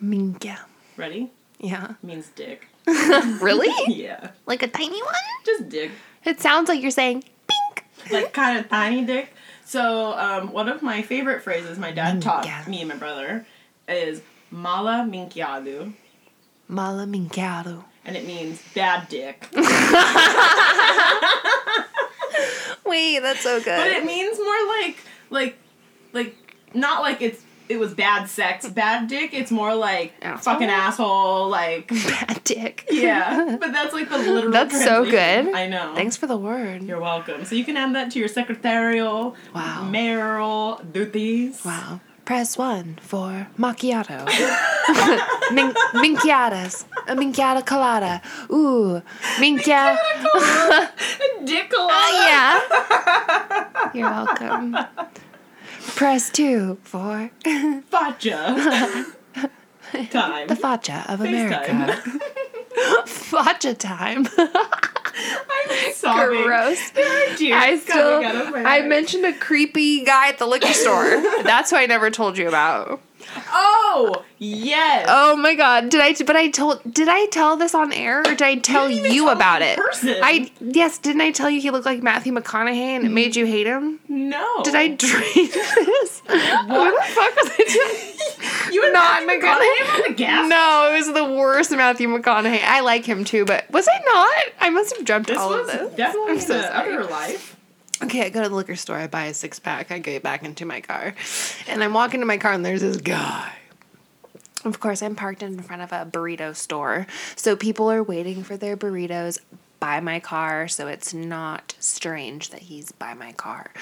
Speaker 1: Minka.
Speaker 2: Ready?
Speaker 1: Yeah.
Speaker 2: Means dick.
Speaker 1: Really?
Speaker 2: Yeah,
Speaker 1: like a tiny one?
Speaker 2: just dick.
Speaker 1: It sounds like you're saying bink.
Speaker 2: like kind of tiny dick. So um, one of my favorite phrases my dad taught
Speaker 1: Minkia.
Speaker 2: me and my brother is mala minkiadu,
Speaker 1: Mala minkado.
Speaker 2: and it means bad dick.
Speaker 1: Wait, that's so
Speaker 2: but
Speaker 1: good.
Speaker 2: it means more like like like not like it's it was bad sex, bad dick. It's more like
Speaker 1: Asshole?
Speaker 2: fucking asshole, like
Speaker 1: Bad dick.
Speaker 2: yeah. but that's like the literal.
Speaker 1: That's so
Speaker 2: translation.
Speaker 1: good.
Speaker 2: I know.
Speaker 1: Thanks for the word.
Speaker 2: You're welcome. So you can add that to your secretarial,
Speaker 1: Wow.
Speaker 2: mayoral duties.
Speaker 1: Wow. Press one for macchiato. Min- minchiatas. A minchiata colada. Ooh. Minchia.
Speaker 2: Dick
Speaker 1: Ah, yeah. You're welcome. Press two for
Speaker 2: Facha. Time.
Speaker 1: the Facha of America.
Speaker 2: FaceTime.
Speaker 1: Facha time.
Speaker 2: I'm sobbing.
Speaker 1: Gross.
Speaker 2: There are tears
Speaker 1: I still,
Speaker 2: coming out of my
Speaker 1: I
Speaker 2: eyes.
Speaker 1: mentioned a creepy guy at the liquor store. That's who I never told you about.
Speaker 2: Oh yes.
Speaker 1: Oh my god, did I? But I told. Did I tell this on air, or did I tell
Speaker 2: didn't even
Speaker 1: you
Speaker 2: tell
Speaker 1: about
Speaker 2: me in
Speaker 1: it?
Speaker 2: person.
Speaker 1: I yes, didn't I tell you he looked like Matthew McConaughey and it made you hate him?
Speaker 2: no.
Speaker 1: Did I dream this? what? the fuck was I
Speaker 2: You and
Speaker 1: Not
Speaker 2: Matthew
Speaker 1: McConaughey.
Speaker 2: McConaughey on the gas.
Speaker 1: doing? No, it was the worst Matthew McConaughey. I like him too, but was I not? I must have dreamt
Speaker 2: This
Speaker 1: all
Speaker 2: was
Speaker 1: of this.
Speaker 2: definitely
Speaker 1: I'm so
Speaker 2: the
Speaker 1: sorry.
Speaker 2: other life.
Speaker 1: Okay, I go to the liquor store, I buy a six pack, I get back into my car, and I'm walking to my car, and there's this guy. Of course, I'm parked in front of a burrito store, so people are waiting for their burritos by my car, so it's not strange that he's by my car.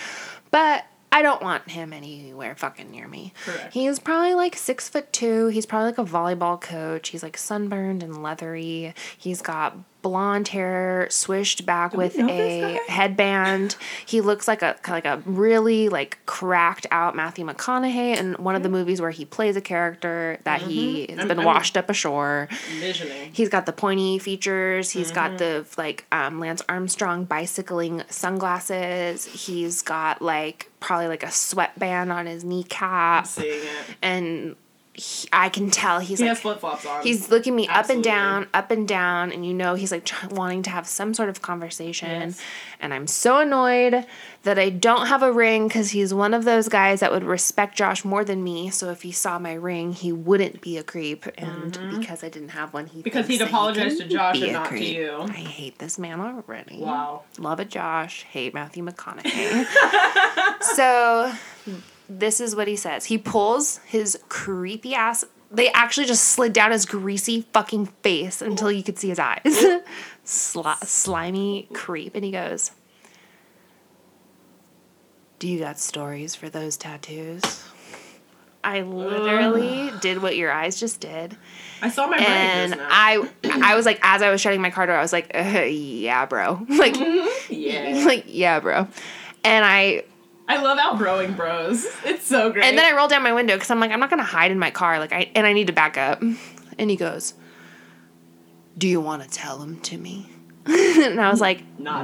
Speaker 1: But I don't want him anywhere fucking near me.
Speaker 2: Correct.
Speaker 1: He's probably like six foot two. He's probably like a volleyball coach. He's like sunburned and leathery. He's got blonde hair swished back with
Speaker 2: know this
Speaker 1: a
Speaker 2: guy?
Speaker 1: headband. He looks like a like a really like cracked out Matthew McConaughey in one
Speaker 2: Mm-hmm.
Speaker 1: of the movies where he plays a character that he has
Speaker 2: I'm-
Speaker 1: been
Speaker 2: I'm-
Speaker 1: washed up ashore.
Speaker 2: Envisioning.
Speaker 1: He's got the pointy features. He's
Speaker 2: Mm-hmm.
Speaker 1: got the like um, Lance Armstrong bicycling sunglasses. He's got like probably like a sweatband on his kneecap,
Speaker 2: Seeing it.
Speaker 1: and he, I can tell he's
Speaker 2: He
Speaker 1: like
Speaker 2: has flip flops on.
Speaker 1: He's looking me up and
Speaker 2: Absolutely.
Speaker 1: down, up and down, and you know he's like tr- wanting to have some sort of conversation.
Speaker 2: Yes.
Speaker 1: And I'm so annoyed that I don't have a ring because he's one of those guys that would respect Josh more than me. So if he saw my ring, he wouldn't be a creep. And because I didn't have one, he
Speaker 2: Mm-hmm. Because
Speaker 1: thinks
Speaker 2: he'd
Speaker 1: that he
Speaker 2: apologize
Speaker 1: can
Speaker 2: to Josh
Speaker 1: be
Speaker 2: and
Speaker 1: a
Speaker 2: not to
Speaker 1: creep.
Speaker 2: you.
Speaker 1: I hate this man already.
Speaker 2: Wow.
Speaker 1: love it, Josh. Hate Matthew McConaughey. so this is what he says. He pulls his creepy ass. They actually just slid down his greasy fucking face until you could see his eyes. Sli- slimy creep. And he goes, Do you got stories for those tattoos? I literally did what your eyes just did.
Speaker 2: I saw my brain just
Speaker 1: And
Speaker 2: now.
Speaker 1: I I was like, as I was shutting my car door, I was like, uh, yeah, bro. Like,
Speaker 2: yeah.
Speaker 1: like, yeah, bro. And I
Speaker 2: I love outgrowing bros. It's so great.
Speaker 1: And then I roll down my window because I'm like, I'm not gonna hide in my car, like I and I need to back up. And he goes,
Speaker 6: Do you want to tell them to me?
Speaker 1: and I was like,
Speaker 2: Nah,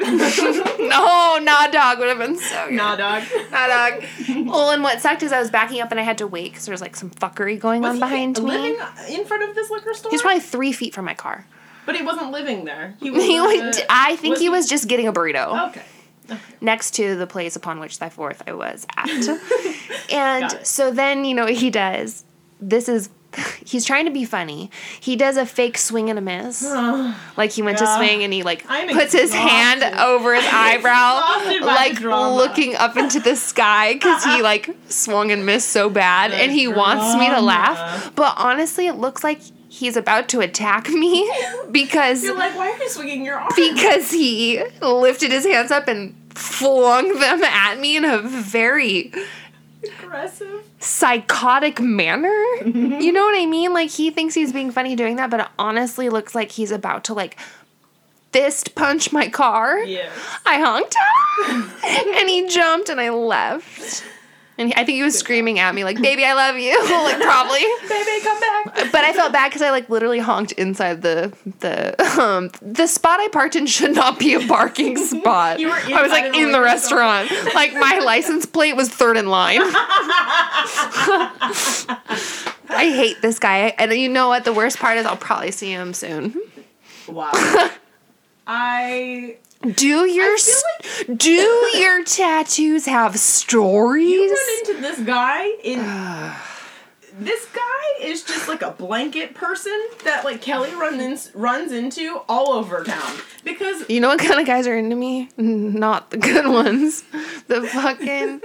Speaker 1: Nope. no, nah dog would have been so good.
Speaker 2: Nah, dog.
Speaker 1: Nah dog. well, and what sucked is I was backing up and I had to wait because there was like some fuckery going
Speaker 2: Was
Speaker 1: on
Speaker 2: he
Speaker 1: behind me.
Speaker 2: living in front of this liquor store?
Speaker 1: He's probably three feet from my car.
Speaker 2: But he wasn't living there. was
Speaker 1: He
Speaker 2: in
Speaker 1: went,
Speaker 2: the-
Speaker 1: I think he
Speaker 2: he- Oh,
Speaker 1: was just getting a burrito
Speaker 2: Okay.
Speaker 1: next to the place upon which thy fourth I was at. and
Speaker 2: Got it.
Speaker 1: so then, you know what he does? This is, he's trying to be funny. He does a fake swing and a miss. Like he went
Speaker 2: Yeah.
Speaker 1: to swing and he like
Speaker 2: I'm
Speaker 1: puts his hand
Speaker 2: exhausted.
Speaker 1: over his eyebrow,
Speaker 2: exhausted by the
Speaker 1: like
Speaker 2: drama.
Speaker 1: looking up into the sky because he like swung and missed so bad, and he wants me to laugh. But honestly, it looks like he's about to attack me because
Speaker 2: You're like, why are you swinging your arm?
Speaker 1: because he lifted his hands up and flung them at me in a very
Speaker 2: aggressive.
Speaker 1: psychotic manner. You know what I mean? Like he thinks he's being funny doing that, but it honestly looks like he's about to like fist punch my car.
Speaker 2: Yeah.
Speaker 1: I honked and he jumped and I left. And he, I think he was screaming at me like, "Baby, I love you." like probably.
Speaker 2: Baby, come back.
Speaker 1: But I felt bad cuz I like literally honked inside the the um the spot I parked in should not be a parking spot.
Speaker 2: You were
Speaker 1: I was
Speaker 2: inside of
Speaker 1: like
Speaker 2: a
Speaker 1: in the
Speaker 2: restaurant.
Speaker 1: restaurant. Like my license plate was third in line. I hate this guy. And you know what? The worst part is I'll probably see him soon.
Speaker 2: Wow. I
Speaker 1: Do your
Speaker 2: feel
Speaker 1: s- do your tattoos have stories?
Speaker 2: you run into this guy in this guy is just like a blanket person that like Kelly runs runs into all over town because
Speaker 1: You know what kind of guys are into me? Not the good ones. The fucking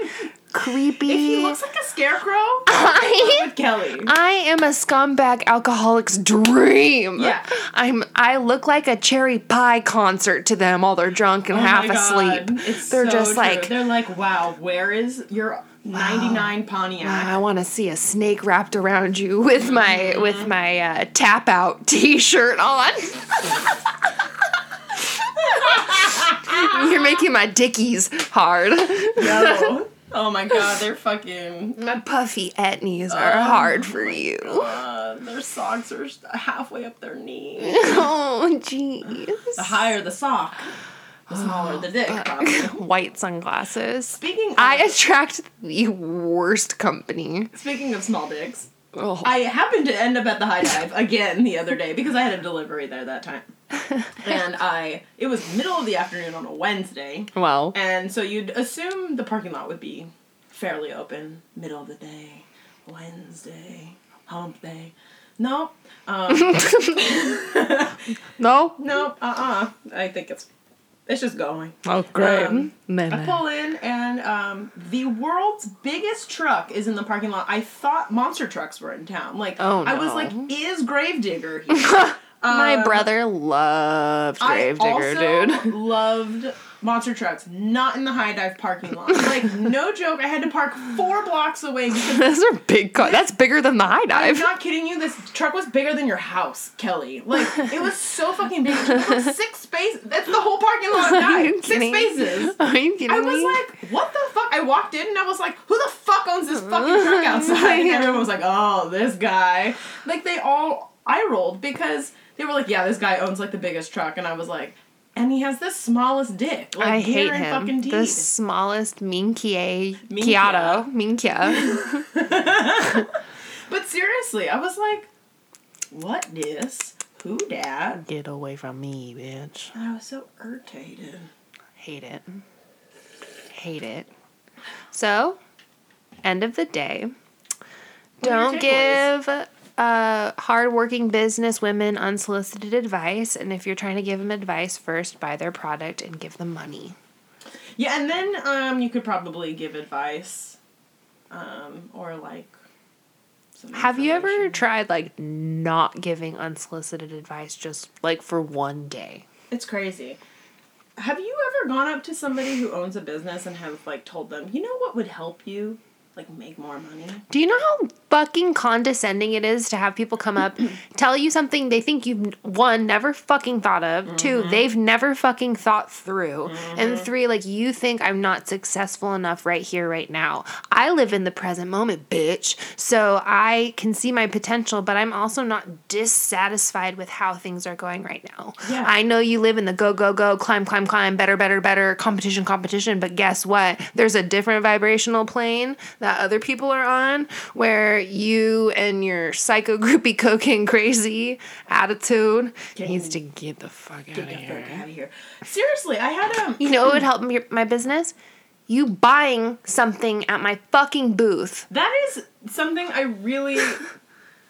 Speaker 2: he
Speaker 1: creepy.
Speaker 2: looks like a scarecrow
Speaker 1: I,
Speaker 2: with Kelly. Oh
Speaker 1: I am a scumbag alcoholic's dream.
Speaker 2: Yeah.
Speaker 1: I'm I look like a cherry pie concert to them while they're drunk and
Speaker 2: Oh my
Speaker 1: half
Speaker 2: God,
Speaker 1: asleep.
Speaker 2: it's
Speaker 1: they're
Speaker 2: so
Speaker 1: just
Speaker 2: true.
Speaker 1: like
Speaker 2: they're like, wow, where is your ninety nine Pontiac?
Speaker 1: "Ah, I want to see a snake wrapped around you with
Speaker 2: Mm-hmm.
Speaker 1: my with my uh, tap out T-shirt on. You're making my dickies hard.
Speaker 2: No. oh my god, they're fucking.
Speaker 1: My puffy etnies are
Speaker 2: Oh
Speaker 1: hard for you.
Speaker 2: Uh, their socks are halfway up their knee.
Speaker 1: Oh, jeez.
Speaker 2: The higher the sock, the
Speaker 1: Oh,
Speaker 2: smaller the dick. Probably.
Speaker 1: White sunglasses.
Speaker 2: Speaking, of,
Speaker 1: I attract the worst company.
Speaker 2: speaking of small dicks,
Speaker 1: Oh.
Speaker 2: I happened to end up at the high dive again the other day because I had a delivery there that time, and I it was middle of the afternoon on a Wednesday,
Speaker 1: well,
Speaker 2: and so you'd assume the parking lot would be fairly open middle of the day, Wednesday, hump day. No, um,
Speaker 1: no.
Speaker 2: no, uh, uh I think it's it's just going.
Speaker 1: Oh, great.
Speaker 2: Um, I
Speaker 1: Meh-meh.
Speaker 2: pull in, and um, the world's biggest truck is in the parking lot. I thought monster trucks were in town. Like,
Speaker 1: Oh,
Speaker 2: I was
Speaker 1: no.
Speaker 2: like, is Gravedigger here?
Speaker 1: My
Speaker 2: um,
Speaker 1: brother loved Gravedigger,
Speaker 2: I
Speaker 1: dude.
Speaker 2: also loved monster trucks, not in the high dive parking lot. Like, no joke, I had to park four blocks away because
Speaker 1: Those are big car. That's bigger than the high
Speaker 2: I'm
Speaker 1: dive.
Speaker 2: not kidding you. This truck was bigger than your house, Kelly. Like it was so fucking big. It was like six spaces. That's the whole parking lot.
Speaker 1: Are
Speaker 2: Guy.
Speaker 1: you
Speaker 2: Six
Speaker 1: kidding?
Speaker 2: spaces.
Speaker 1: Are you kidding
Speaker 2: I
Speaker 1: me?
Speaker 2: was like, what the fuck? I walked in and I was like, who the fuck owns this fucking truck outside? And everyone was like, oh, this guy. Like, they all eye rolled because they were like, yeah, this guy owns like the biggest truck. And I was like, and he has the smallest dick. Like,
Speaker 1: I hate
Speaker 2: Karen
Speaker 1: him.
Speaker 2: fucking
Speaker 1: The
Speaker 2: deed.
Speaker 1: smallest Minkie
Speaker 2: Minkia.
Speaker 1: Kiato. Minkia.
Speaker 2: But seriously, I was like, what this? Who dat?
Speaker 6: Get away from me, bitch.
Speaker 2: And I was so irritated.
Speaker 1: Hate it. Hate it. So, end of the day,
Speaker 2: are your
Speaker 1: don't give uh, hardworking business women unsolicited advice. And if you're trying to give them advice, first buy their product and give them money.
Speaker 2: Yeah, and then um, you could probably give advice um, or like. some
Speaker 1: Have you ever
Speaker 2: information.
Speaker 1: tried like not giving unsolicited advice just like for one day?
Speaker 2: It's crazy. Have you ever gone up to somebody who owns a business and have like told them, you know what would help you like make more money?
Speaker 1: Do you know how fucking condescending it is to have people come up, tell you something they think you've one, never fucking thought of, two, they've never fucking thought through, and three, like you think I'm not successful enough right here, right now. I live in the present moment, bitch. So I can see my potential, but I'm also not dissatisfied with how things are going right now.
Speaker 2: Yeah.
Speaker 1: I know you live in the go, go, go, climb, climb, climb, better, better, better, competition, competition, but guess what? There's a different vibrational plane that other people are on where you and your psycho groupie cocaine crazy attitude needs to get the fuck out of
Speaker 2: Get the
Speaker 1: here.
Speaker 2: fuck out of here. Seriously, I had um
Speaker 1: You know what would help me, my business? You buying something at my fucking booth.
Speaker 2: that is something I really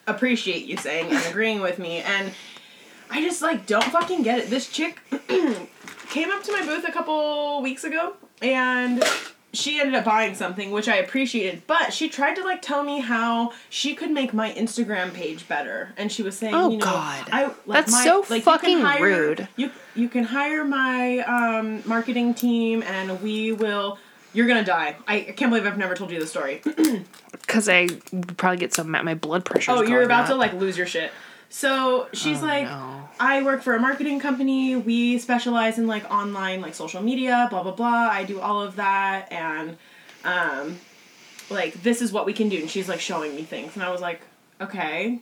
Speaker 2: appreciate you saying and agreeing with me and I just like don't fucking get it. This chick came up to my booth a couple weeks ago and she ended up buying something which I appreciated, but she tried to like tell me how she could make my Instagram page better, and she was saying,
Speaker 1: Oh,
Speaker 2: you know,
Speaker 1: God.
Speaker 2: I like,
Speaker 1: That's
Speaker 2: my,
Speaker 1: so
Speaker 2: like, you can
Speaker 1: fucking
Speaker 2: hire-
Speaker 1: rude.
Speaker 2: You you can hire my um, marketing team, and we will You're gonna die. I I can't believe I've never told you the story.
Speaker 1: Because I would probably get so mad. My blood pressure.
Speaker 2: Oh, you're about to like lose your shit. So she's like,
Speaker 1: no.
Speaker 2: I work for a marketing company. We specialize in like online, like social media, blah blah blah. I do all of that, and um, like this is what we can do. And she's like showing me things, and I was like, okay.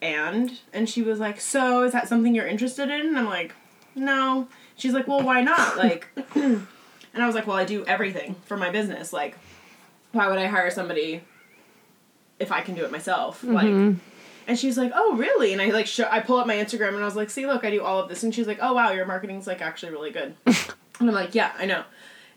Speaker 2: And and she was like, so is that something you're interested in? And I'm like, no. She's like, well, why not? Like, and I was like, well, I do everything for my business. Like, why would I hire somebody if I can do it myself?
Speaker 1: Mm-hmm.
Speaker 2: Like, and she's like, oh, really? And I like, show, I pull up my Instagram and I was like, see, look, I do all of this. And she's like, oh, wow, your marketing's like actually really good. and I'm like, yeah, I know.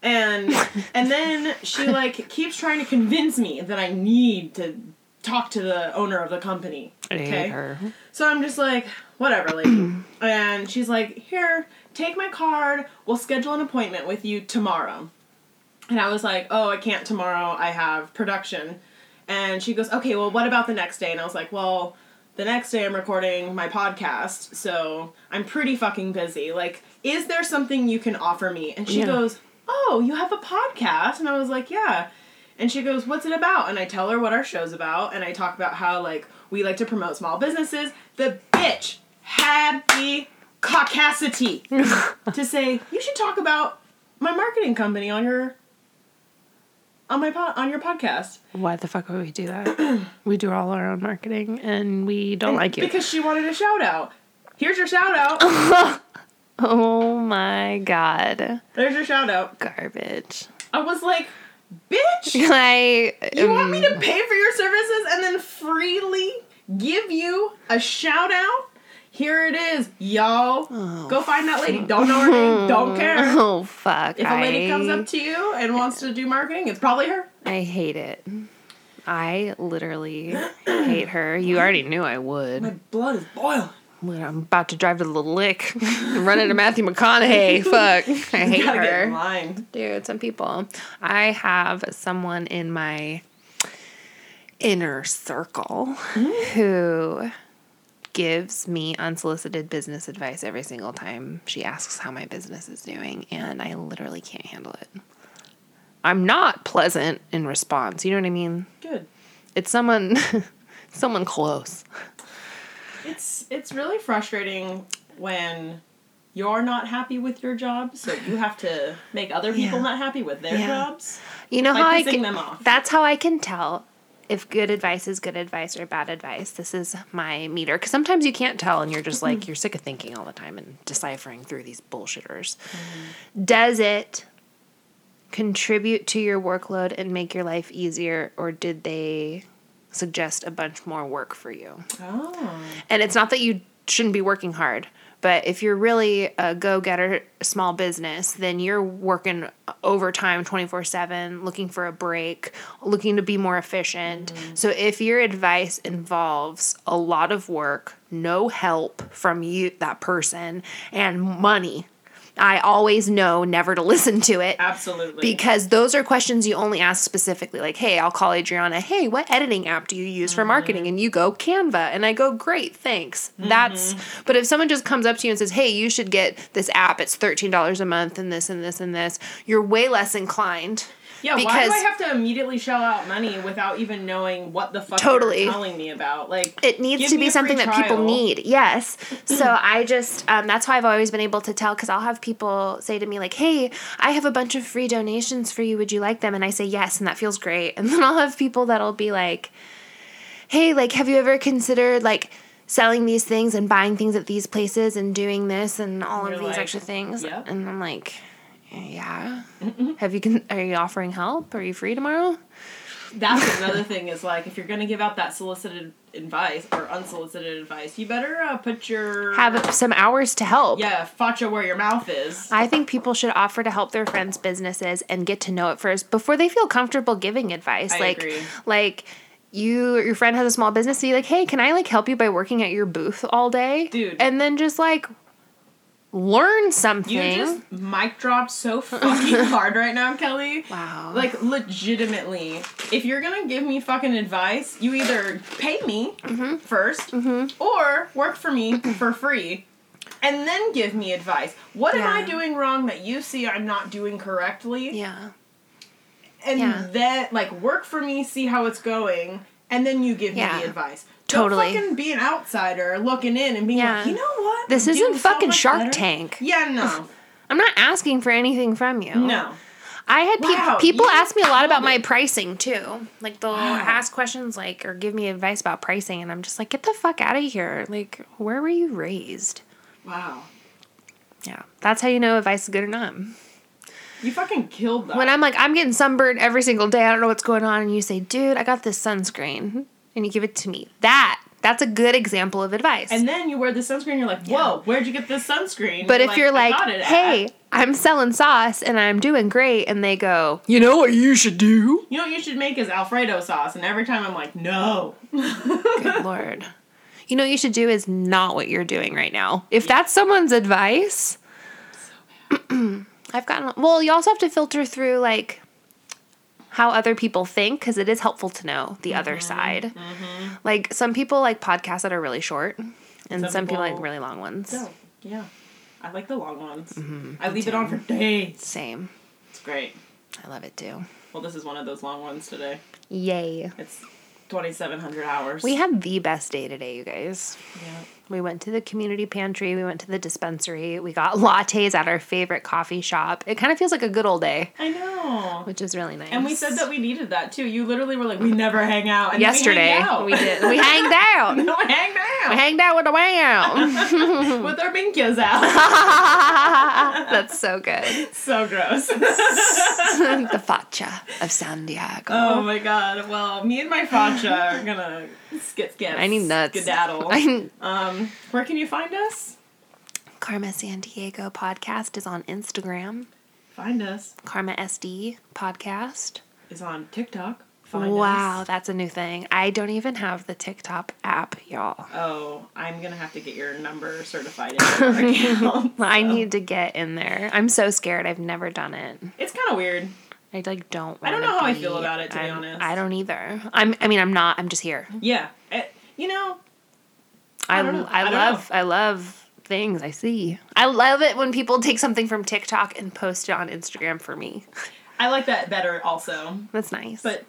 Speaker 2: And and then she like keeps trying to convince me that I need to talk to the owner of the company.
Speaker 1: I hate her.
Speaker 2: So I'm just like, whatever, lady. and she's like, here, take my card. We'll schedule an appointment with you tomorrow. And I was like, oh, I can't tomorrow. I have production. And she goes, okay, well, what about the next day? And I was like, well, the next day I'm recording my podcast, so I'm pretty fucking busy. Like, is there something you can offer me? And she
Speaker 1: Yeah.
Speaker 2: goes, oh, you have a podcast? And I was like, yeah. And she goes, What's it about? And I tell her what our show's about, and I talk about how, like, we like to promote small businesses. The bitch had the caucasity to say, You should talk about my marketing company on your. On my po- on your podcast
Speaker 1: Why the fuck would we do that? we do all our own marketing, and we don't like you.
Speaker 2: because she wanted a shout out. Here's your shout out.
Speaker 1: oh my god,
Speaker 2: There's your shout out.
Speaker 1: garbage!
Speaker 2: I was like, bitch,
Speaker 1: I
Speaker 2: you want me to
Speaker 1: Um,
Speaker 2: pay for your services and then freely give you a shout out? Here it is, y'all. Go find that lady. Don't know her name. Don't care.
Speaker 1: Oh fuck!
Speaker 2: If a lady
Speaker 1: I-
Speaker 2: comes up to you and wants to do marketing, it's probably her.
Speaker 1: I hate it. I literally hate her. You already knew I would.
Speaker 2: blood is boiling.
Speaker 1: When I'm about to drive to the lick, run into Matthew McConaughey. Fuck, I hate
Speaker 2: Gotta get in
Speaker 1: her,
Speaker 2: line.
Speaker 1: dude. Some people. I have someone in my inner circle who gives me unsolicited business advice every single time she asks how my business is doing, and I literally can't handle it. I'm not pleasant in response. You know what I mean?
Speaker 2: Good.
Speaker 1: It's someone someone close.
Speaker 2: It's it's really frustrating when you're not happy with your job, so you have to make other people
Speaker 1: Yeah.
Speaker 2: not happy with their
Speaker 1: Yeah.
Speaker 2: jobs.
Speaker 1: You know
Speaker 2: Like
Speaker 1: how I
Speaker 2: pissing
Speaker 1: can,
Speaker 2: them off.
Speaker 1: That's how I can tell if good advice is good advice or bad advice. This is my meter cuz sometimes you can't tell and you're just like
Speaker 2: Mm-hmm.
Speaker 1: you're sick of thinking all the time and deciphering through these bullshitters. Mm-hmm. Does it contribute to your workload and make your life easier or did they suggest a bunch more work for you?
Speaker 2: Oh.
Speaker 1: And it's not that you shouldn't be working hard, but if you're really a go getter small business, then you're working overtime 24 7, looking for a break, looking to be more efficient. So if your advice involves a lot of work, no help from you, that person, and money, I always know never to listen to it.
Speaker 2: Absolutely.
Speaker 1: Because those are questions you only ask specifically. Like, hey, I'll call Adriana. Hey, what editing app do you use for marketing? And you go Canva, and I go, great, thanks. That's. But if someone just comes up to you and says, hey, you should get this app. It's thirteen dollars a month, and this and this and this. You're way less inclined.
Speaker 2: yeah, why do I have to immediately shell out money without even knowing what the fuck
Speaker 1: Totally.
Speaker 2: you're telling me about? Like
Speaker 1: it needs
Speaker 2: give
Speaker 1: to
Speaker 2: me
Speaker 1: be
Speaker 2: a free
Speaker 1: something that people
Speaker 2: trial.
Speaker 1: need yes so i just um, that's how i've always been able to tell because i'll have people say to me like hey i have a bunch of free donations for you would you like them and i say yes and that feels great and then i'll have people that'll be like hey like have you ever considered like selling these things and buying things at these places and doing this and all of
Speaker 2: You're
Speaker 1: these
Speaker 2: like,
Speaker 1: extra things
Speaker 2: "Yep."
Speaker 1: and i'm like yeah have you con- are you offering help are you free tomorrow
Speaker 2: That's another thing is like if you're gonna give out that solicited advice or unsolicited advice, you better uh, put your
Speaker 1: have some hours to help
Speaker 2: yeah facha where your mouth is.
Speaker 1: I think people should offer to help their friends' businesses and get to know it first before they feel comfortable giving advice.
Speaker 2: I
Speaker 1: like,
Speaker 2: agree.
Speaker 1: like you, your friend has a small business, so you're like, hey, can I like help you by working at your booth all day,
Speaker 2: Dude.
Speaker 1: And then just like learn something.
Speaker 2: You just mic dropped so fucking hard right now, Kelly.
Speaker 1: Wow.
Speaker 2: Like legitimately, if you're gonna give me fucking advice, you either pay me
Speaker 1: Mm-hmm.
Speaker 2: 1st or work for me for free. And then give me advice. What am I
Speaker 1: Yeah.
Speaker 2: doing wrong that you see I'm not doing correctly?
Speaker 1: yeah.
Speaker 2: and
Speaker 1: Yeah.
Speaker 2: then like work for me, see how it's going, and then you give
Speaker 1: Yeah.
Speaker 2: me the advice.
Speaker 1: Totally.
Speaker 2: Don't fucking be an outsider looking in and being
Speaker 1: Yeah.
Speaker 2: like, you know what?
Speaker 1: This
Speaker 2: I'm
Speaker 1: isn't
Speaker 2: doing so
Speaker 1: fucking
Speaker 2: much
Speaker 1: Shark
Speaker 2: better."
Speaker 1: Tank.
Speaker 2: Yeah, no,
Speaker 1: I'm not asking for anything from you.
Speaker 2: no.
Speaker 1: I had peop
Speaker 2: Wow,
Speaker 1: people
Speaker 2: you
Speaker 1: ask me a lot about
Speaker 2: killed
Speaker 1: my pricing too. Like they'll ask questions like or give me advice about pricing and I'm just like, "Get the fuck out of here. Like, where were you raised?"
Speaker 2: Wow,
Speaker 1: Yeah. That's how you know if advice is good or not.
Speaker 2: you fucking killed that.
Speaker 1: When I'm like, "I'm getting sunburned every single day. I don't know what's going on." And you say, "Dude, I got this sunscreen." And you give it to me. That that's a good example of advice.
Speaker 2: and then you wear the sunscreen. You're like, whoa, where'd you get this sunscreen?
Speaker 1: But if you're
Speaker 2: "I
Speaker 1: like,
Speaker 2: got it at-"
Speaker 1: hey, I'm selling sauce and I'm doing great, and they go, you know what you should do?
Speaker 2: you know what you should make is Alfredo sauce. And every time I'm like, no,
Speaker 1: Good lord. You know what you should do is not what you're doing right now. If that's someone's advice, I've gotten, well, you also have to filter through like how other people think because it is helpful to know the other side. Like some people like podcasts that are really short, and Mm-hmm. some,
Speaker 2: Some
Speaker 1: people like
Speaker 2: people-
Speaker 1: really long ones.
Speaker 2: no, yeah. I like the long ones.
Speaker 1: Mm-hmm.
Speaker 2: I leave it on for days.
Speaker 1: Same.
Speaker 2: It's great.
Speaker 1: I love it too.
Speaker 2: Well, this is one of those long ones today.
Speaker 1: Yay.
Speaker 2: It's 2,700 hours.
Speaker 1: We had the best day today, you guys.
Speaker 2: yeah.
Speaker 1: We went to the community pantry, we went to the dispensary, we got lattes at our favorite coffee shop. It kind of feels like a good old day,
Speaker 2: I know.
Speaker 1: which is really nice.
Speaker 2: And we said that we needed that too. You literally were like, we never hang out. And then
Speaker 1: yesterday we,
Speaker 2: we, hang out.
Speaker 1: did. We hanged out.
Speaker 2: no, hang
Speaker 1: We
Speaker 2: out
Speaker 1: hanged out with the wham.
Speaker 2: with our binkies out.
Speaker 1: That's so good.
Speaker 2: so gross.
Speaker 1: the facha of San Diego.
Speaker 2: oh my god. Well, me and my facha are gonna skit skit.
Speaker 1: I need nuts.
Speaker 2: Skedaddle.
Speaker 1: I'm-
Speaker 2: um, where can you find us?
Speaker 1: Karma San Diego podcast is on Instagram.
Speaker 2: Find us
Speaker 1: Karma SD podcast.
Speaker 2: is on TikTok. Find
Speaker 1: wow,
Speaker 2: Us.
Speaker 1: that's a new thing. I don't even have the TikTok app, y'all.
Speaker 2: Oh, I'm gonna have to get your number certified in your account.
Speaker 1: I need to get in there. I'm so scared. I've never done it.
Speaker 2: It's kind of weird.
Speaker 1: I like don't.
Speaker 2: I
Speaker 1: wanna
Speaker 2: don't know how I
Speaker 1: be-
Speaker 2: feel about it, to be
Speaker 1: I'm-
Speaker 2: honest.
Speaker 1: I don't either. I'm. I mean, I'm not. I'm just here.
Speaker 2: Yeah. It, you know,
Speaker 1: I.
Speaker 2: I don't know.
Speaker 1: I,
Speaker 2: I don't
Speaker 1: love. I love things I see. I love it when people take something from TikTok and post it on Instagram for me.
Speaker 2: I like that better also.
Speaker 1: That's nice.
Speaker 2: But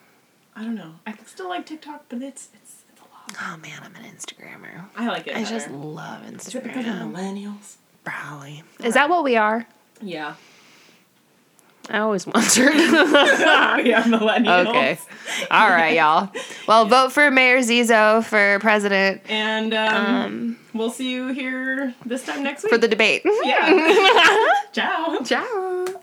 Speaker 2: I don't know. I still like TikTok, but it's it's, it's a lot.
Speaker 1: oh man, I'm an Instagrammer.
Speaker 2: I like it.
Speaker 1: I
Speaker 2: better.
Speaker 1: just love
Speaker 2: Is it because of
Speaker 1: Instagram.
Speaker 2: millennials?
Speaker 1: Probably. Is that what we are?
Speaker 2: Yeah.
Speaker 1: I always wondered.
Speaker 2: we are millennials.
Speaker 1: okay. All right, y'all. Well, vote for Mayor Zizo for president
Speaker 2: And um, we'll see you here this time next week.
Speaker 1: for the debate.
Speaker 2: yeah. Ciao.
Speaker 1: Ciao.